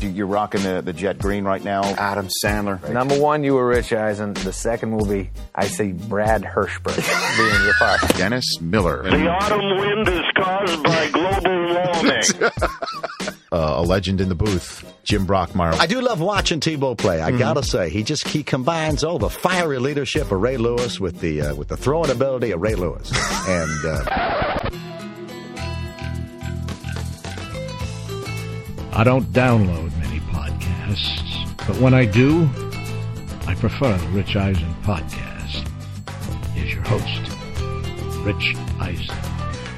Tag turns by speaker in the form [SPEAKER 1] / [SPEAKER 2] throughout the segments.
[SPEAKER 1] You're rocking the, the jet green right now.
[SPEAKER 2] Adam Sandler.
[SPEAKER 3] Number one, you were Rich Eisen. The second will be I see Brad Hirschberg being your partner.
[SPEAKER 2] Dennis Miller.
[SPEAKER 4] The autumn wind is caused by global warming.
[SPEAKER 5] Uh, a legend in the booth, Jim Brockmeyer.
[SPEAKER 6] I do love watching Tebow play. I gotta say, he just he combines all the fiery leadership of Ray Lewis with the uh, with the throwing ability of Ray Lewis, and uh,
[SPEAKER 7] I don't download many podcasts, but when I do, I prefer the Rich Eisen podcast. Here's your host, Rich Eisen.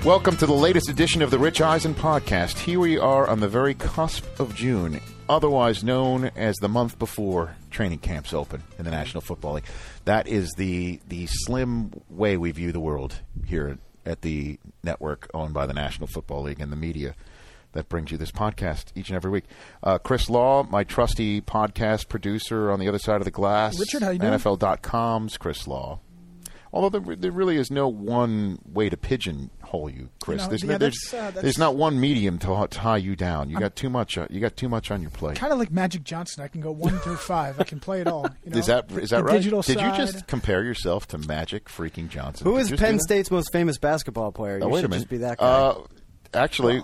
[SPEAKER 5] Welcome to the latest edition of the Rich Eisen podcast. Here we are on the very cusp of June, otherwise known as the month before training camps open in the National Football League. That is the the slim way we view the world here at the network owned by the National Football League and the media that brings you this podcast each and every week. Uh, Chris Law, my trusty podcast producer on the other side of the glass.
[SPEAKER 8] Richard, how you doing?
[SPEAKER 5] NFL.com's Chris Law. Although there, there really is no one way to pigeonhole you, Chris.
[SPEAKER 8] You know,
[SPEAKER 5] there's,
[SPEAKER 8] yeah,
[SPEAKER 5] no- there's,
[SPEAKER 8] that's, uh, that's-
[SPEAKER 5] there's not one medium to tie you down. You got too much. Uh, you got too much on your plate.
[SPEAKER 8] Kind of like Magic Johnson. I can go one through five. I can play it all. You know?
[SPEAKER 5] is that
[SPEAKER 8] The-
[SPEAKER 5] is that
[SPEAKER 8] the
[SPEAKER 5] right?
[SPEAKER 8] Digital
[SPEAKER 5] Did
[SPEAKER 8] side.
[SPEAKER 5] you just compare yourself to Magic freaking Johnson?
[SPEAKER 9] Who
[SPEAKER 5] Did
[SPEAKER 9] is
[SPEAKER 5] you just do
[SPEAKER 9] Penn
[SPEAKER 5] that?
[SPEAKER 9] State's most famous basketball player?
[SPEAKER 5] Now,
[SPEAKER 9] you
[SPEAKER 5] wait a
[SPEAKER 9] should
[SPEAKER 5] minute.
[SPEAKER 9] just be that guy.
[SPEAKER 5] Uh, actually,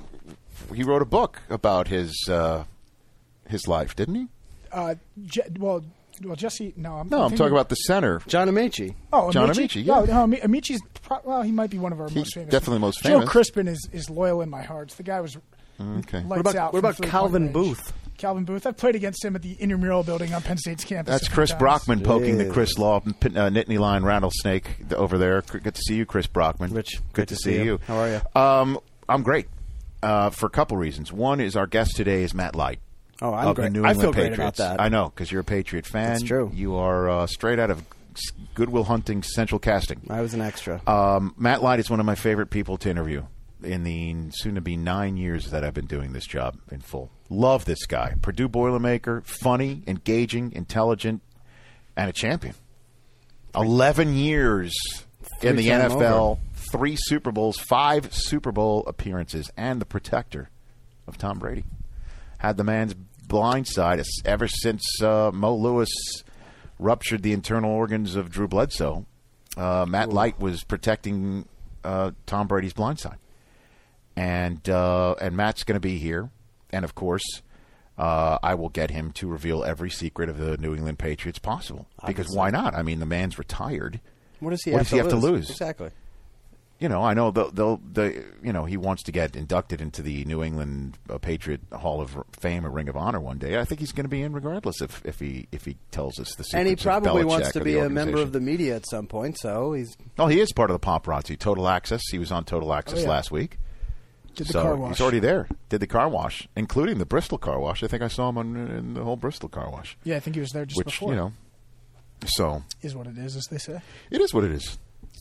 [SPEAKER 5] he wrote a book about his uh, his life, didn't he?
[SPEAKER 8] Uh, Je- well, well, Jesse. No, I'm,
[SPEAKER 5] No, I'm talking about the center.
[SPEAKER 9] John Amici.
[SPEAKER 8] Oh,
[SPEAKER 5] John
[SPEAKER 8] Amici.
[SPEAKER 5] Amici, yeah.
[SPEAKER 8] No, no, Ami- Amici's. Pro- well, he might be one of our
[SPEAKER 5] He's
[SPEAKER 8] most famous.
[SPEAKER 5] definitely the most
[SPEAKER 8] Joe
[SPEAKER 5] famous. Mm,
[SPEAKER 8] Crispin is, is loyal in my heart. The guy was
[SPEAKER 5] Okay.
[SPEAKER 8] lights
[SPEAKER 5] What
[SPEAKER 9] about-
[SPEAKER 8] out. from
[SPEAKER 9] what about
[SPEAKER 8] three-point
[SPEAKER 9] Calvin
[SPEAKER 8] range.
[SPEAKER 9] Booth?
[SPEAKER 8] Calvin Booth. I played against him at the intramural building on Penn State's campus.
[SPEAKER 5] That's
[SPEAKER 8] a few
[SPEAKER 5] Chris
[SPEAKER 8] times.
[SPEAKER 5] Brockman poking the Chris Law uh, Nittany Line rattlesnake th- over there. C- Good to see you, Chris Brockman.
[SPEAKER 9] Rich,
[SPEAKER 5] good, to, see you.
[SPEAKER 9] How are
[SPEAKER 5] you? Um, I'm great uh, for a couple reasons. One is our guest today is Matt Light.
[SPEAKER 9] Oh, I'm
[SPEAKER 5] of the
[SPEAKER 9] great.
[SPEAKER 5] New
[SPEAKER 9] I
[SPEAKER 5] England
[SPEAKER 9] feel great
[SPEAKER 5] Patriots.
[SPEAKER 9] about that.
[SPEAKER 5] I know because you're a Patriot fan.
[SPEAKER 9] That's true.
[SPEAKER 5] You are uh, straight out of S- Goodwill Hunting Central Casting.
[SPEAKER 9] I was an extra.
[SPEAKER 5] Um, Matt Light is one of my favorite people to interview in the soon to be nine years that I've been doing this job in full. Love this guy. Purdue Boilermaker, funny, engaging, intelligent, and a champion. 11 years in the
[SPEAKER 9] Three-time
[SPEAKER 5] NFL,
[SPEAKER 9] over.
[SPEAKER 5] three Super Bowls, five Super Bowl appearances, and the protector of Tom Brady. Had the man's blind side as- ever since uh, Mo Lewis ruptured the internal organs of Drew Bledsoe. Uh, Matt Light was protecting uh, Tom Brady's blind side and uh, and Matt's going to be here, and of course, uh, I will get him to reveal every secret of the New England Patriots possible. Because why not? I mean, the man's retired.
[SPEAKER 9] what does he,
[SPEAKER 5] what
[SPEAKER 9] have,
[SPEAKER 5] does
[SPEAKER 9] to
[SPEAKER 5] he have to
[SPEAKER 9] lose?
[SPEAKER 5] lose?
[SPEAKER 9] Exactly.
[SPEAKER 5] You know, I know they'll, they'll, they, you know, he wants to get inducted into the New England uh, Patriot Hall of Fame or Ring of Honor one day. I think he's going to be in regardless if, if he if he tells us the secrets.
[SPEAKER 9] And he
[SPEAKER 5] of
[SPEAKER 9] probably
[SPEAKER 5] Belichick
[SPEAKER 9] wants to
[SPEAKER 5] or
[SPEAKER 9] be
[SPEAKER 5] the
[SPEAKER 9] a member
[SPEAKER 5] organization.
[SPEAKER 9] of the media at some point, so he's
[SPEAKER 5] No, he is part of the paparazzi. Total Access. He was on Total Access
[SPEAKER 9] Oh,
[SPEAKER 8] yeah.
[SPEAKER 5] last week.
[SPEAKER 8] Did the
[SPEAKER 5] so
[SPEAKER 8] car wash.
[SPEAKER 5] he's already there. Did the car wash, including the Bristol car wash. I think I saw him on, in the whole Bristol car wash,
[SPEAKER 8] Yeah, I think he was there just
[SPEAKER 5] which
[SPEAKER 8] before.
[SPEAKER 5] you know. So
[SPEAKER 8] is what it is, as they say.
[SPEAKER 5] it is what it is.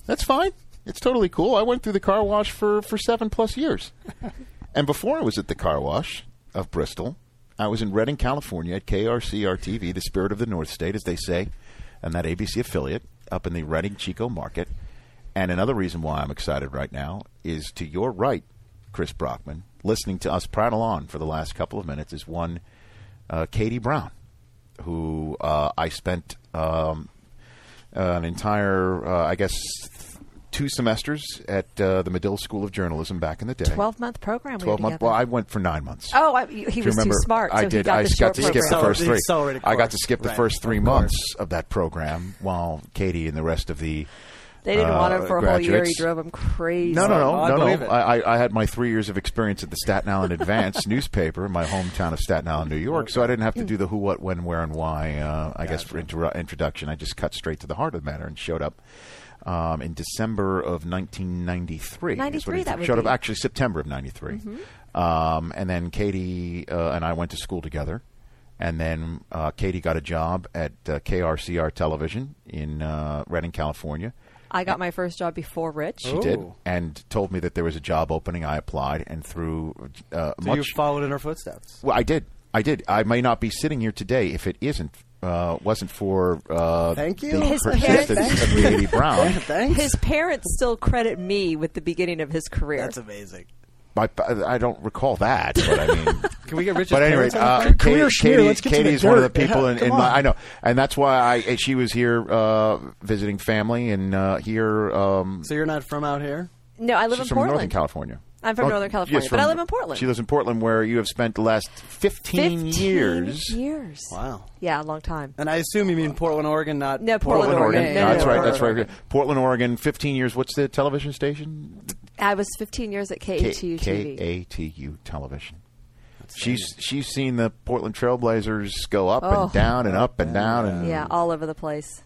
[SPEAKER 5] That's fine. It's totally cool. I went through the car wash for for seven plus years, and before I was at the car wash of Bristol, I was in Redding, California, at KRCR TV, the Spirit of the North State, as they say, and that ABC affiliate up in the Redding Chico market. And another reason why I'm excited right now is to your right, Chris Brockman, listening to us prattle on for the last couple of minutes is one uh, Katie Brown, who uh, I spent um, an entire, uh, I guess, two semesters at uh, the Medill School of Journalism back in the day.
[SPEAKER 10] Twelve month program. We
[SPEAKER 5] 12
[SPEAKER 10] were
[SPEAKER 5] month.
[SPEAKER 10] together.
[SPEAKER 5] Well, I went for nine months.
[SPEAKER 10] Oh, I- he
[SPEAKER 5] If you
[SPEAKER 10] was too
[SPEAKER 5] remember,
[SPEAKER 10] smart,
[SPEAKER 5] I
[SPEAKER 10] so he
[SPEAKER 5] did.
[SPEAKER 10] got
[SPEAKER 5] I
[SPEAKER 10] the
[SPEAKER 5] just got
[SPEAKER 10] short
[SPEAKER 5] to skip the
[SPEAKER 10] program.
[SPEAKER 5] first
[SPEAKER 9] The
[SPEAKER 5] three.
[SPEAKER 9] accelerated
[SPEAKER 5] I got
[SPEAKER 9] course.
[SPEAKER 5] to skip the
[SPEAKER 9] Right.
[SPEAKER 5] first three
[SPEAKER 9] Of course.
[SPEAKER 5] months of that program while Katie and the rest of the
[SPEAKER 10] they didn't
[SPEAKER 5] uh,
[SPEAKER 10] want him for a whole year. He
[SPEAKER 5] graduates.
[SPEAKER 10] drove him crazy.
[SPEAKER 5] No, no,
[SPEAKER 9] Oh,
[SPEAKER 5] no,
[SPEAKER 9] I
[SPEAKER 5] no,
[SPEAKER 9] believe
[SPEAKER 5] no.
[SPEAKER 9] it.
[SPEAKER 5] I, I- I had my three years of experience at the Staten Island Advance newspaper in my hometown of Staten Island, New York, so I didn't have to do the who, what, when, where, and why. Uh, I guess for intro- introduction, I just cut straight to the heart of the matter and showed up um, in December of 1993. is when
[SPEAKER 10] 93,
[SPEAKER 5] he
[SPEAKER 10] that would
[SPEAKER 5] showed up
[SPEAKER 10] be.
[SPEAKER 5] actually September of '93, um, and then Katie uh, and I went to school together. And then uh, Katie got a job at uh, KRCR Television in uh, Redding, California.
[SPEAKER 10] I got my first job before Rich.
[SPEAKER 5] She did,
[SPEAKER 8] Oh.
[SPEAKER 9] Ooh.
[SPEAKER 5] and told me that there was a job opening. I applied, and through uh,
[SPEAKER 9] so you
[SPEAKER 5] much.
[SPEAKER 9] followed in her footsteps.
[SPEAKER 5] well, I did. I did. I may not be sitting here today if it isn't uh, wasn't for uh,
[SPEAKER 9] Thank you.
[SPEAKER 5] the
[SPEAKER 10] His
[SPEAKER 5] persistence
[SPEAKER 10] parents-
[SPEAKER 5] of Katie Brown.
[SPEAKER 9] Thanks.
[SPEAKER 10] His parents still credit me with the beginning of his career.
[SPEAKER 9] That's amazing.
[SPEAKER 5] I, I don't recall that, but I mean,
[SPEAKER 9] Can we get Rich's
[SPEAKER 5] but anyway,
[SPEAKER 9] parents on the
[SPEAKER 5] uh,
[SPEAKER 9] phone?
[SPEAKER 8] Career
[SPEAKER 5] Katie,
[SPEAKER 8] schmear,
[SPEAKER 5] Katie,
[SPEAKER 8] let's get to
[SPEAKER 5] Katie
[SPEAKER 8] the
[SPEAKER 5] is one of the
[SPEAKER 8] dirt.
[SPEAKER 5] people in, in
[SPEAKER 8] Come
[SPEAKER 5] my.
[SPEAKER 8] on.
[SPEAKER 5] I know, and that's why I she was here uh, visiting family and uh, here. Um,
[SPEAKER 9] So you're not from out here?
[SPEAKER 10] No, I live
[SPEAKER 5] she's
[SPEAKER 10] in
[SPEAKER 5] from
[SPEAKER 10] Portland.
[SPEAKER 5] Northern California.
[SPEAKER 10] I'm from
[SPEAKER 5] Oh,
[SPEAKER 10] Northern California,
[SPEAKER 5] yes,
[SPEAKER 10] but I
[SPEAKER 5] from-
[SPEAKER 10] live in Portland.
[SPEAKER 5] She lives in Portland, where you have spent the last fifteen,
[SPEAKER 10] 15
[SPEAKER 5] years.
[SPEAKER 10] years.
[SPEAKER 9] Wow.
[SPEAKER 10] Yeah, a long time.
[SPEAKER 9] And I assume you mean Portland, Oregon, not
[SPEAKER 10] No,
[SPEAKER 5] Portland,
[SPEAKER 10] Portland,
[SPEAKER 5] Oregon.
[SPEAKER 10] Oregon. No, no,
[SPEAKER 5] that's
[SPEAKER 10] no,
[SPEAKER 5] right.
[SPEAKER 10] Portland,
[SPEAKER 5] that's right. Portland, Oregon. Fifteen years. What's the television station?
[SPEAKER 10] I was 15 years at KATU
[SPEAKER 5] K
[SPEAKER 10] TV.
[SPEAKER 5] A T U Television. She's she's seen the Portland Trailblazers go up
[SPEAKER 10] Oh.
[SPEAKER 5] and down and up and down and
[SPEAKER 10] Yeah, all over the place.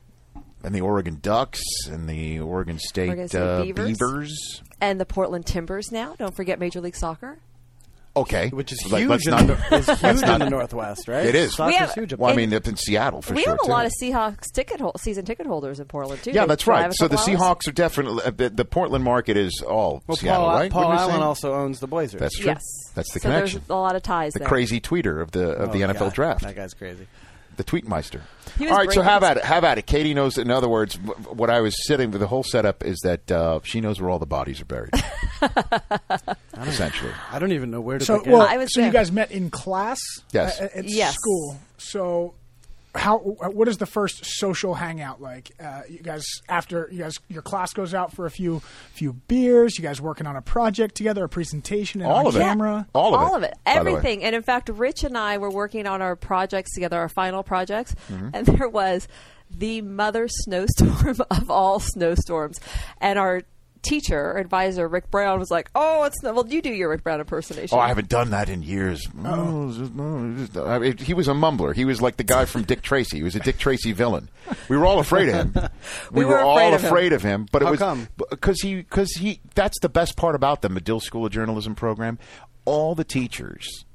[SPEAKER 5] and the Oregon Ducks and the Oregon State,
[SPEAKER 10] Oregon State
[SPEAKER 5] uh,
[SPEAKER 10] Beavers.
[SPEAKER 5] Beavers.
[SPEAKER 10] And the Portland Timbers now. Don't forget Major League Soccer.
[SPEAKER 5] Okay,
[SPEAKER 9] Which is
[SPEAKER 5] Like,
[SPEAKER 9] huge,
[SPEAKER 5] let's
[SPEAKER 9] in,
[SPEAKER 5] not-
[SPEAKER 9] the, is huge in
[SPEAKER 5] not-
[SPEAKER 9] the Northwest, right?
[SPEAKER 5] It is.
[SPEAKER 9] Soccer's
[SPEAKER 10] We have-
[SPEAKER 9] huge up
[SPEAKER 5] Well, I
[SPEAKER 10] And-
[SPEAKER 5] mean, it's in Seattle for
[SPEAKER 10] we
[SPEAKER 5] sure.
[SPEAKER 10] have a
[SPEAKER 5] too.
[SPEAKER 10] lot of Seahawks ticket hol- season ticket holders in Portland too.
[SPEAKER 5] yeah,
[SPEAKER 10] They
[SPEAKER 5] that's
[SPEAKER 10] drive
[SPEAKER 5] right.
[SPEAKER 10] a
[SPEAKER 5] So the
[SPEAKER 10] couple hours.
[SPEAKER 5] Seahawks are definitely uh, the, the Portland market is all
[SPEAKER 9] Well,
[SPEAKER 5] Seattle,
[SPEAKER 9] Paul, uh,
[SPEAKER 5] right?
[SPEAKER 9] Paul
[SPEAKER 5] What'd you
[SPEAKER 9] Allen
[SPEAKER 5] say?
[SPEAKER 9] also owns the Blazers.
[SPEAKER 5] That's true.
[SPEAKER 10] Yes,
[SPEAKER 5] That's the
[SPEAKER 10] so
[SPEAKER 5] connection.
[SPEAKER 10] There's a lot of ties.
[SPEAKER 5] The
[SPEAKER 10] there.
[SPEAKER 5] crazy tweeter of the of the
[SPEAKER 9] Oh,
[SPEAKER 5] NFL
[SPEAKER 9] God.
[SPEAKER 5] draft.
[SPEAKER 9] That guy's crazy.
[SPEAKER 5] the Tweetmeister.
[SPEAKER 10] He was
[SPEAKER 5] All right, so
[SPEAKER 10] breaking
[SPEAKER 5] how
[SPEAKER 10] his-
[SPEAKER 5] about it? How about it? Katie knows. In other words, wh- what I was sitting with the whole setup is that uh, she knows where all the bodies are buried. Essentially,
[SPEAKER 9] I don't even know where to
[SPEAKER 8] So,
[SPEAKER 9] begin.
[SPEAKER 8] well,
[SPEAKER 10] I was
[SPEAKER 8] so
[SPEAKER 10] there.
[SPEAKER 8] you guys met in class?
[SPEAKER 5] Yes.
[SPEAKER 8] A- a- At,
[SPEAKER 10] Yes.
[SPEAKER 8] school. So, how? What is the first social hangout like? Uh, you guys after you guys your class goes out for a few few beers. You guys working on a project together, a presentation, and
[SPEAKER 5] All
[SPEAKER 8] on
[SPEAKER 5] of it.
[SPEAKER 8] camera.
[SPEAKER 5] All of it. by the way.
[SPEAKER 10] Everything. And in fact, Rich and I were working on our projects together, our final projects,
[SPEAKER 5] Mm-hmm.
[SPEAKER 10] and there was the mother snowstorm of all snowstorms. And our teacher, our advisor, Rick Brown, was like, "Oh, it's no, well, you do your Rick Brown impersonation."
[SPEAKER 5] Oh, I haven't done that in years.
[SPEAKER 10] Oh.
[SPEAKER 5] No, it's just- no, it's just- I mean, he was a mumbler. He was like the guy from Dick Tracy. He was a Dick Tracy villain. We were all afraid of him.
[SPEAKER 10] We were
[SPEAKER 5] all
[SPEAKER 10] afraid of him.
[SPEAKER 5] afraid of him. But it
[SPEAKER 9] How
[SPEAKER 5] was
[SPEAKER 9] come?
[SPEAKER 5] because he because he that's the best part about the Medill School of Journalism program. All the teachers,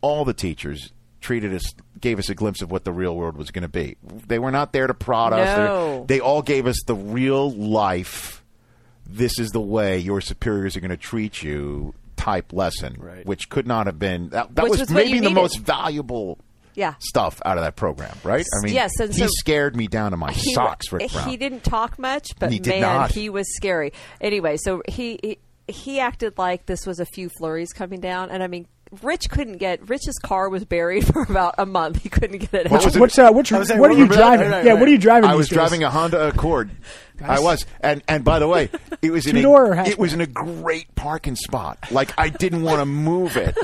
[SPEAKER 5] all the teachers treated us gave us a glimpse of what the real world was going to be. They were not there to prod us.
[SPEAKER 10] No.
[SPEAKER 5] They they all gave us the real life this is the way your superiors are going to treat you type lesson,
[SPEAKER 9] Right.
[SPEAKER 5] which could not have been that, that
[SPEAKER 10] Which
[SPEAKER 5] was,
[SPEAKER 10] was what you
[SPEAKER 5] maybe the
[SPEAKER 10] needed.
[SPEAKER 5] most valuable
[SPEAKER 10] Yeah.
[SPEAKER 5] stuff out of that program, right? I mean,
[SPEAKER 10] Yes, and
[SPEAKER 5] he
[SPEAKER 10] so-
[SPEAKER 5] scared me down to my
[SPEAKER 10] He-
[SPEAKER 5] socks, Rick Brown.
[SPEAKER 10] He didn't talk much, but
[SPEAKER 5] He did
[SPEAKER 10] man,
[SPEAKER 5] not.
[SPEAKER 10] he was scary. Anyway, so he, he he acted like this was a few flurries coming down, and I mean, Rich couldn't get Rich's car was buried for about a month. He couldn't get it.
[SPEAKER 5] What
[SPEAKER 10] out.
[SPEAKER 5] was it?
[SPEAKER 8] What's uh, what,
[SPEAKER 9] I
[SPEAKER 8] you,
[SPEAKER 9] was saying,
[SPEAKER 8] what are you
[SPEAKER 9] remember that?
[SPEAKER 8] driving?
[SPEAKER 9] Right, right,
[SPEAKER 8] yeah,
[SPEAKER 9] right.
[SPEAKER 8] what are you driving?
[SPEAKER 5] I
[SPEAKER 8] these
[SPEAKER 5] was
[SPEAKER 8] days?
[SPEAKER 5] driving a Honda Accord. I was, and and by the way, it was in
[SPEAKER 8] Two-door or
[SPEAKER 5] a,
[SPEAKER 8] hatchback?
[SPEAKER 5] it was in a great parking spot. Like I didn't want to move it.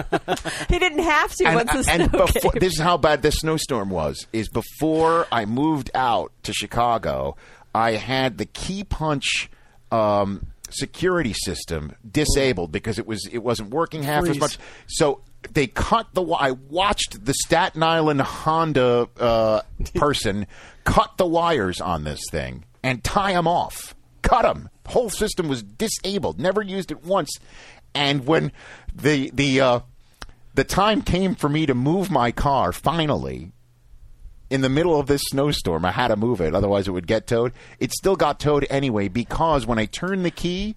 [SPEAKER 10] He didn't have to once the
[SPEAKER 5] and
[SPEAKER 10] snow
[SPEAKER 5] before,
[SPEAKER 10] came.
[SPEAKER 5] this is how bad this snowstorm was is before i moved out to chicago i had the key punch um, security system disabled because it was it wasn't working half as
[SPEAKER 8] Freeze.
[SPEAKER 5] much so they cut the wi- i watched the staten island honda uh, person cut the wires on this thing and tie them off cut them whole system was disabled never used it once and when the the uh, the time came for me to move my car finally in the middle of this snowstorm i had to move it otherwise it would get towed it still got towed anyway because when i turned the key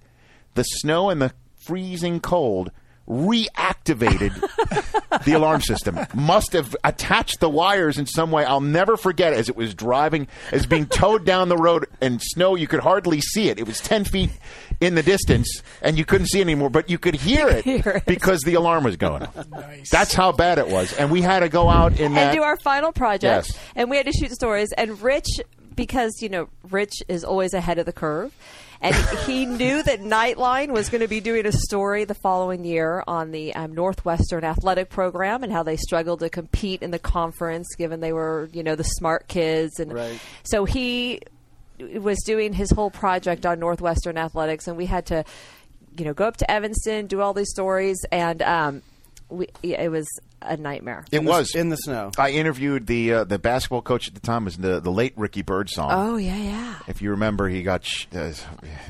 [SPEAKER 5] the snow and the freezing cold reactivated the alarm system must have attached the wires in some way i'll never forget it as it was driving as being towed down the road and snow you could hardly see it it was 10 feet in the distance and you couldn't see it anymore but you could hear it,
[SPEAKER 10] Hear it.
[SPEAKER 5] because the alarm was going off
[SPEAKER 8] Nice.
[SPEAKER 5] that's how bad it was, and we had to go out in that.
[SPEAKER 10] and do our final project.
[SPEAKER 5] Yes.
[SPEAKER 10] And we had to shoot stories. And Rich, because you know, Rich is always ahead of the curve. And he knew that Nightline was going to be doing a story the following year on the um, Northwestern athletic program and how they struggled to compete in the conference, given they were, you know, the smart kids. And
[SPEAKER 9] Right.
[SPEAKER 10] so he was doing his whole project on Northwestern athletics, and we had to, you know, go up to Evanston, do all these stories, and um, we, yeah, it was a nightmare.
[SPEAKER 5] it
[SPEAKER 9] In the-
[SPEAKER 5] was
[SPEAKER 9] in the snow.
[SPEAKER 5] I interviewed the uh, the basketball coach at the time was the the late Ricky Birdsong.
[SPEAKER 10] Oh yeah, yeah.
[SPEAKER 5] If you remember, he got sh- uh,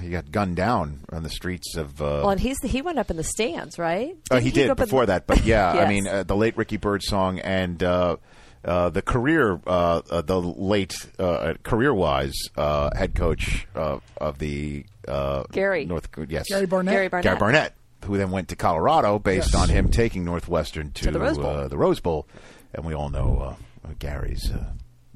[SPEAKER 5] he got gunned down on the streets of. Uh,
[SPEAKER 10] Well, and he's he went up in the stands, right?
[SPEAKER 5] uh,
[SPEAKER 10] Didn't
[SPEAKER 5] he
[SPEAKER 10] go
[SPEAKER 5] did
[SPEAKER 10] up in
[SPEAKER 5] before
[SPEAKER 10] the-
[SPEAKER 5] that, but yeah, I
[SPEAKER 10] Yes.
[SPEAKER 5] mean uh, the late Ricky Birdsong and uh, uh, the career uh, uh, the late uh, career wise uh, head coach uh, of the uh,
[SPEAKER 10] Gary.
[SPEAKER 5] North yes
[SPEAKER 8] Gary Barnett.
[SPEAKER 10] Gary Barnett.
[SPEAKER 5] Gary Barnett, who then went to Colorado based on him taking Northwestern to,
[SPEAKER 10] the Rose Bowl.
[SPEAKER 5] Uh, the Rose Bowl, and we all know uh, Gary's. Uh,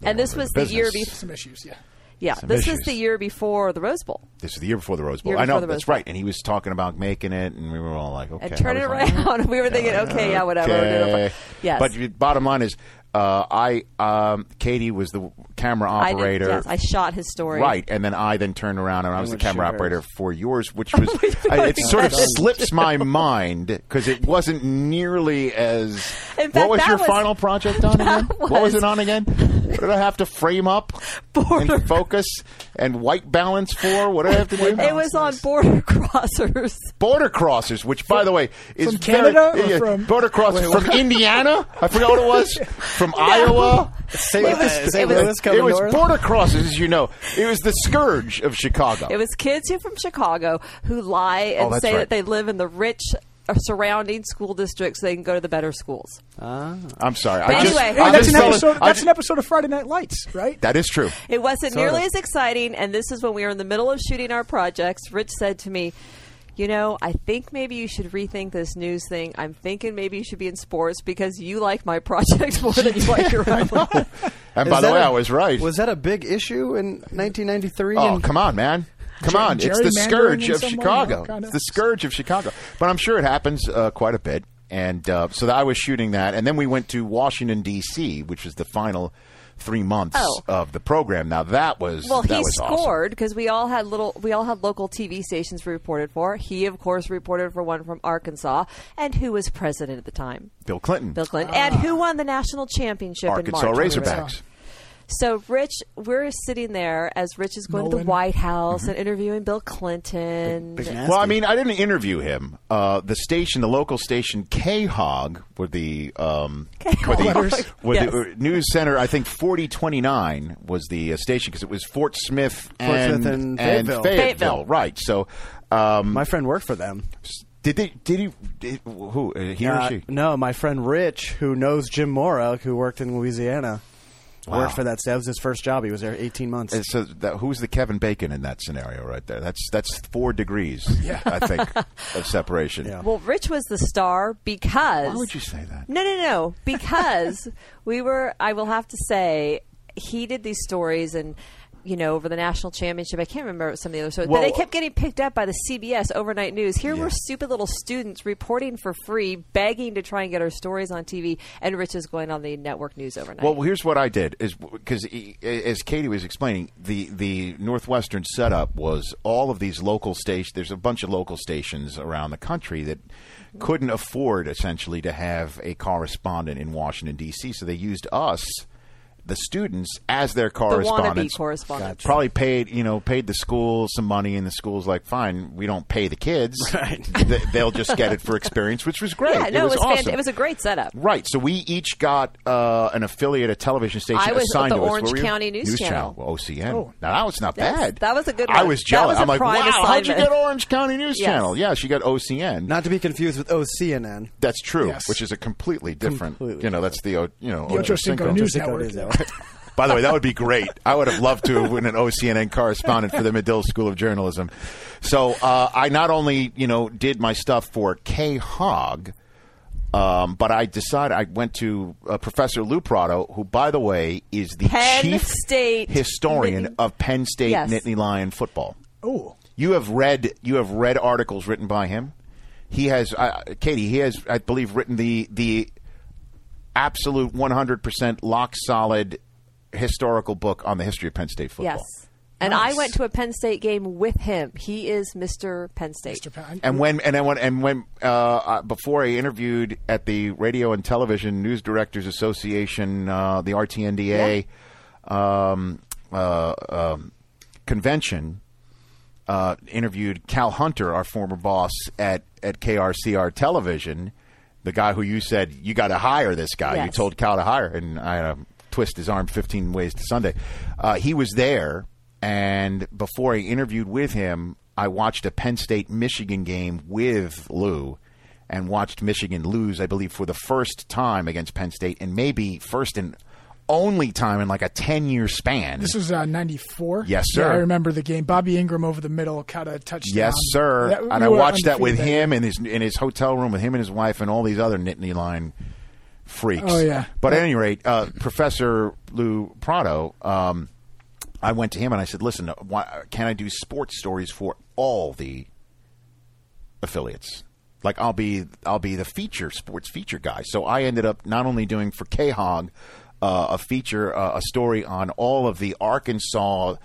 [SPEAKER 5] no
[SPEAKER 10] And this
[SPEAKER 5] longer in
[SPEAKER 10] was the year
[SPEAKER 5] business.
[SPEAKER 10] bef-
[SPEAKER 8] some issues. Yeah.
[SPEAKER 10] Yeah,
[SPEAKER 5] Some
[SPEAKER 10] this
[SPEAKER 5] issues.
[SPEAKER 10] is the year before the Rose Bowl.
[SPEAKER 5] This is the year before the Rose Bowl.
[SPEAKER 10] Year
[SPEAKER 5] I know
[SPEAKER 10] before the Rose
[SPEAKER 5] that's
[SPEAKER 10] Bowl.
[SPEAKER 5] right. And he was talking about making it, and we were all like, okay.
[SPEAKER 10] And turn
[SPEAKER 5] I
[SPEAKER 10] it
[SPEAKER 5] was like,
[SPEAKER 10] around. we were thinking, okay, yeah, whatever. we'll do it over.
[SPEAKER 5] Okay.
[SPEAKER 10] Yes.
[SPEAKER 5] But the bottom line is, uh, I um, Katie was the camera
[SPEAKER 10] I did-
[SPEAKER 5] operator.
[SPEAKER 10] yes, I shot his story.
[SPEAKER 5] Right, and then I then turned around and I was the
[SPEAKER 9] would
[SPEAKER 5] camera
[SPEAKER 9] shoot
[SPEAKER 5] operator
[SPEAKER 9] hers.
[SPEAKER 5] for yours, which was
[SPEAKER 10] Oh
[SPEAKER 5] I, it sort of slips my mind because it wasn't nearly as.
[SPEAKER 10] In fact,
[SPEAKER 5] what was
[SPEAKER 10] that
[SPEAKER 5] your
[SPEAKER 10] was-
[SPEAKER 5] final project on again?
[SPEAKER 10] that
[SPEAKER 5] what was
[SPEAKER 10] was-
[SPEAKER 5] it on again? What did I have to frame up
[SPEAKER 10] Border-
[SPEAKER 5] and focus and white balance for? What did I have to do?
[SPEAKER 10] It was on border crossers.
[SPEAKER 5] border crossers, which by the way is
[SPEAKER 8] from
[SPEAKER 5] very-
[SPEAKER 8] Canada or from-
[SPEAKER 5] border crossers from Indiana. I forgot what it was from Iowa.
[SPEAKER 9] Say
[SPEAKER 10] It was-
[SPEAKER 9] say
[SPEAKER 10] it was-
[SPEAKER 9] Louis coming
[SPEAKER 5] it was
[SPEAKER 9] north?
[SPEAKER 5] border crossers, as you know. It was the scourge of Chicago.
[SPEAKER 10] It was kids who from Chicago who lie
[SPEAKER 5] Oh,
[SPEAKER 10] and
[SPEAKER 5] that's
[SPEAKER 10] say
[SPEAKER 5] right.
[SPEAKER 10] that they live in the rich uh, surrounding school districts so they can go to the better schools.
[SPEAKER 5] I'm sorry.
[SPEAKER 10] But
[SPEAKER 5] I just,
[SPEAKER 10] anyway-
[SPEAKER 5] I
[SPEAKER 8] Hey, that's
[SPEAKER 5] just
[SPEAKER 8] an
[SPEAKER 5] fell in-
[SPEAKER 8] episode.
[SPEAKER 5] I
[SPEAKER 8] That's
[SPEAKER 5] ju-
[SPEAKER 8] an episode of Friday Night Lights, right?
[SPEAKER 5] That is true.
[SPEAKER 10] It wasn't
[SPEAKER 9] Sort
[SPEAKER 10] nearly
[SPEAKER 9] of.
[SPEAKER 10] as exciting, and this is when we were in the middle of shooting our projects. Rich said to me, You know, I think maybe you should rethink this news thing. I'm thinking maybe you should be in sports because you like my project more than you like your own.
[SPEAKER 5] And by
[SPEAKER 9] Is
[SPEAKER 5] the
[SPEAKER 9] that
[SPEAKER 5] way,
[SPEAKER 9] a-
[SPEAKER 5] I was right.
[SPEAKER 9] Was that a big issue in 1993?
[SPEAKER 5] oh,
[SPEAKER 9] And-
[SPEAKER 5] come on, man. Come
[SPEAKER 8] Ger-
[SPEAKER 5] on. It's the
[SPEAKER 8] gerrymandering
[SPEAKER 5] scourge
[SPEAKER 8] in
[SPEAKER 5] of
[SPEAKER 8] some way,
[SPEAKER 5] Chicago.
[SPEAKER 8] no, kinda.
[SPEAKER 5] It's the scourge of Chicago. But I'm sure it happens uh, quite a bit. And uh, so I was shooting that. And then we went to Washington, D.C., which was the final three months
[SPEAKER 10] Oh.
[SPEAKER 5] of the program. Now, that was.
[SPEAKER 10] Well,
[SPEAKER 5] that
[SPEAKER 10] he
[SPEAKER 5] was awesome.
[SPEAKER 10] scored because we all had little, we all had local TV stations we reported for. He, of course, reported for one from Arkansas, and who was president at the time?
[SPEAKER 5] Bill Clinton.
[SPEAKER 10] Bill Clinton. And who won the national championship
[SPEAKER 5] Ah. Arkansas
[SPEAKER 10] in March?
[SPEAKER 5] Razorbacks.
[SPEAKER 10] So, Rich, we're sitting there as Rich is going to the
[SPEAKER 8] Nolan.
[SPEAKER 10] White House
[SPEAKER 5] Mm-hmm.
[SPEAKER 10] and interviewing Bill Clinton.
[SPEAKER 5] Well, I mean, I didn't interview him. Uh, the station, the local station, K Hog, were the um, were the, were
[SPEAKER 10] Yes.
[SPEAKER 5] the uh, news center. I think forty twenty nine was the uh, station because it was Fort Smith and,
[SPEAKER 9] Smith and Fayetteville.
[SPEAKER 10] Fayetteville.
[SPEAKER 5] right? So, um,
[SPEAKER 9] my friend worked for them.
[SPEAKER 5] did they? Did he? Did, who? Uh, he
[SPEAKER 9] Uh,
[SPEAKER 5] or she?
[SPEAKER 9] No, my friend Rich, who knows Jim Mora, who worked in Louisiana,
[SPEAKER 5] Wow.
[SPEAKER 9] worked for that. That was his first job. He was there 18 months.
[SPEAKER 5] And so that, who's the Kevin Bacon in that scenario right there? That's that's four degrees, I think, of separation.
[SPEAKER 9] Yeah.
[SPEAKER 10] Well, Rich was the star because.
[SPEAKER 5] Why would you say that?
[SPEAKER 10] No, no, no. Because we were, I will have to say, he did these stories and. You know, over the national championship, I can't remember some of the other stories. but
[SPEAKER 5] Well-
[SPEAKER 10] they kept getting picked up by the CBS overnight news. Here were stupid little students reporting for free, begging to try and get our stories on TV, and Rich is going on the network news overnight.
[SPEAKER 5] Well, here's what I did is because as Katie was explaining, the the Northwestern setup was all of these local stations. There's a bunch of local stations around the country that couldn't afford essentially to have a correspondent in Washington D.C., so they used us. The students as their
[SPEAKER 10] wannabe
[SPEAKER 5] correspondents,
[SPEAKER 10] correspondents.
[SPEAKER 5] probably paid you know paid the school some money, and the school's like, fine, we don't pay the kids,
[SPEAKER 9] Right.
[SPEAKER 5] They- they'll just get it for experience, which was great.
[SPEAKER 10] yeah, no,
[SPEAKER 5] it was,
[SPEAKER 10] fan-
[SPEAKER 5] awesome.
[SPEAKER 10] it was a great setup.
[SPEAKER 5] Right. So we each got uh, an affiliate, a television station
[SPEAKER 10] I was at
[SPEAKER 5] assigned
[SPEAKER 10] the
[SPEAKER 5] to us.
[SPEAKER 10] Orange
[SPEAKER 5] What were you?
[SPEAKER 10] County News Channel. Oh.
[SPEAKER 5] well, OCN. Now that was not
[SPEAKER 10] Yes,
[SPEAKER 5] bad.
[SPEAKER 10] that was a good
[SPEAKER 5] I
[SPEAKER 10] one.
[SPEAKER 5] was
[SPEAKER 10] That
[SPEAKER 5] jealous.
[SPEAKER 10] was a
[SPEAKER 5] I'm like, wow,
[SPEAKER 10] prime
[SPEAKER 5] how'd you
[SPEAKER 10] assignment."
[SPEAKER 5] get Orange County News
[SPEAKER 10] Yes.
[SPEAKER 5] Channel? Yeah, she got OCN.
[SPEAKER 9] Not to be confused with OCNN.
[SPEAKER 5] that's true,
[SPEAKER 8] Yes.
[SPEAKER 5] which is a completely different.
[SPEAKER 9] Completely
[SPEAKER 5] you know, that's the O- you know uh,
[SPEAKER 8] The Ocho Cinco News Network.
[SPEAKER 5] By the way, that would be great. I would have loved to have been an OCNN correspondent for the Medill School of Journalism. So uh, I not only you know did my stuff for K Hogg, um, but I decided I went to uh, Professor Lou Prado, who, by the way, is the
[SPEAKER 10] Penn
[SPEAKER 5] chief
[SPEAKER 10] State
[SPEAKER 5] historian
[SPEAKER 10] Nittany-
[SPEAKER 5] of Penn State
[SPEAKER 10] Yes.
[SPEAKER 5] Nittany Lion football.
[SPEAKER 8] Oh,
[SPEAKER 5] You have read you have read articles written by him. He has uh, Katie. He has, I believe, written the the absolute one hundred percent lock solid historical book on the history of Penn State football.
[SPEAKER 10] Yes. And I went to a Penn State game with him. He is Mr. Penn State.
[SPEAKER 8] Mr. Patton.
[SPEAKER 5] And when and I went and when uh, uh, before I interviewed at the Radio and Television News Directors Association, uh, the RTNDA um, uh, um, convention, uh, interviewed Cal Hunter, our former boss at at KRCR Television, the guy who you said you got to hire this guy. You
[SPEAKER 10] Yes.
[SPEAKER 5] told Cal to hire, and I had to twist his arm fifteen ways to Sunday. Uh, he was there, and before I interviewed with him, I watched a Penn State Michigan game with Lou. And watched Michigan lose, I believe, for the first time against Penn State, and maybe first and only time in like a ten-year span.
[SPEAKER 8] this was uh, '94.
[SPEAKER 5] Yes,
[SPEAKER 8] Yeah,
[SPEAKER 5] sir.
[SPEAKER 8] I remember the game. Bobby Ingram over the middle caught a touchdown.
[SPEAKER 5] Yes, sir.
[SPEAKER 8] That- we
[SPEAKER 5] and I
[SPEAKER 8] were
[SPEAKER 5] watched that with
[SPEAKER 8] undefeated
[SPEAKER 5] him in his in his hotel room with him and his wife and all these other Nittany Line freaks.
[SPEAKER 8] Oh, yeah.
[SPEAKER 5] But at any rate, uh, Professor Lou Prado um, I went to him and I said, "Listen, why, can I do sports stories for all the affiliates? Like I'll be I'll be the feature sports feature guy." So I ended up not only doing for KHOG uh, a feature uh, a story on all of the Arkansas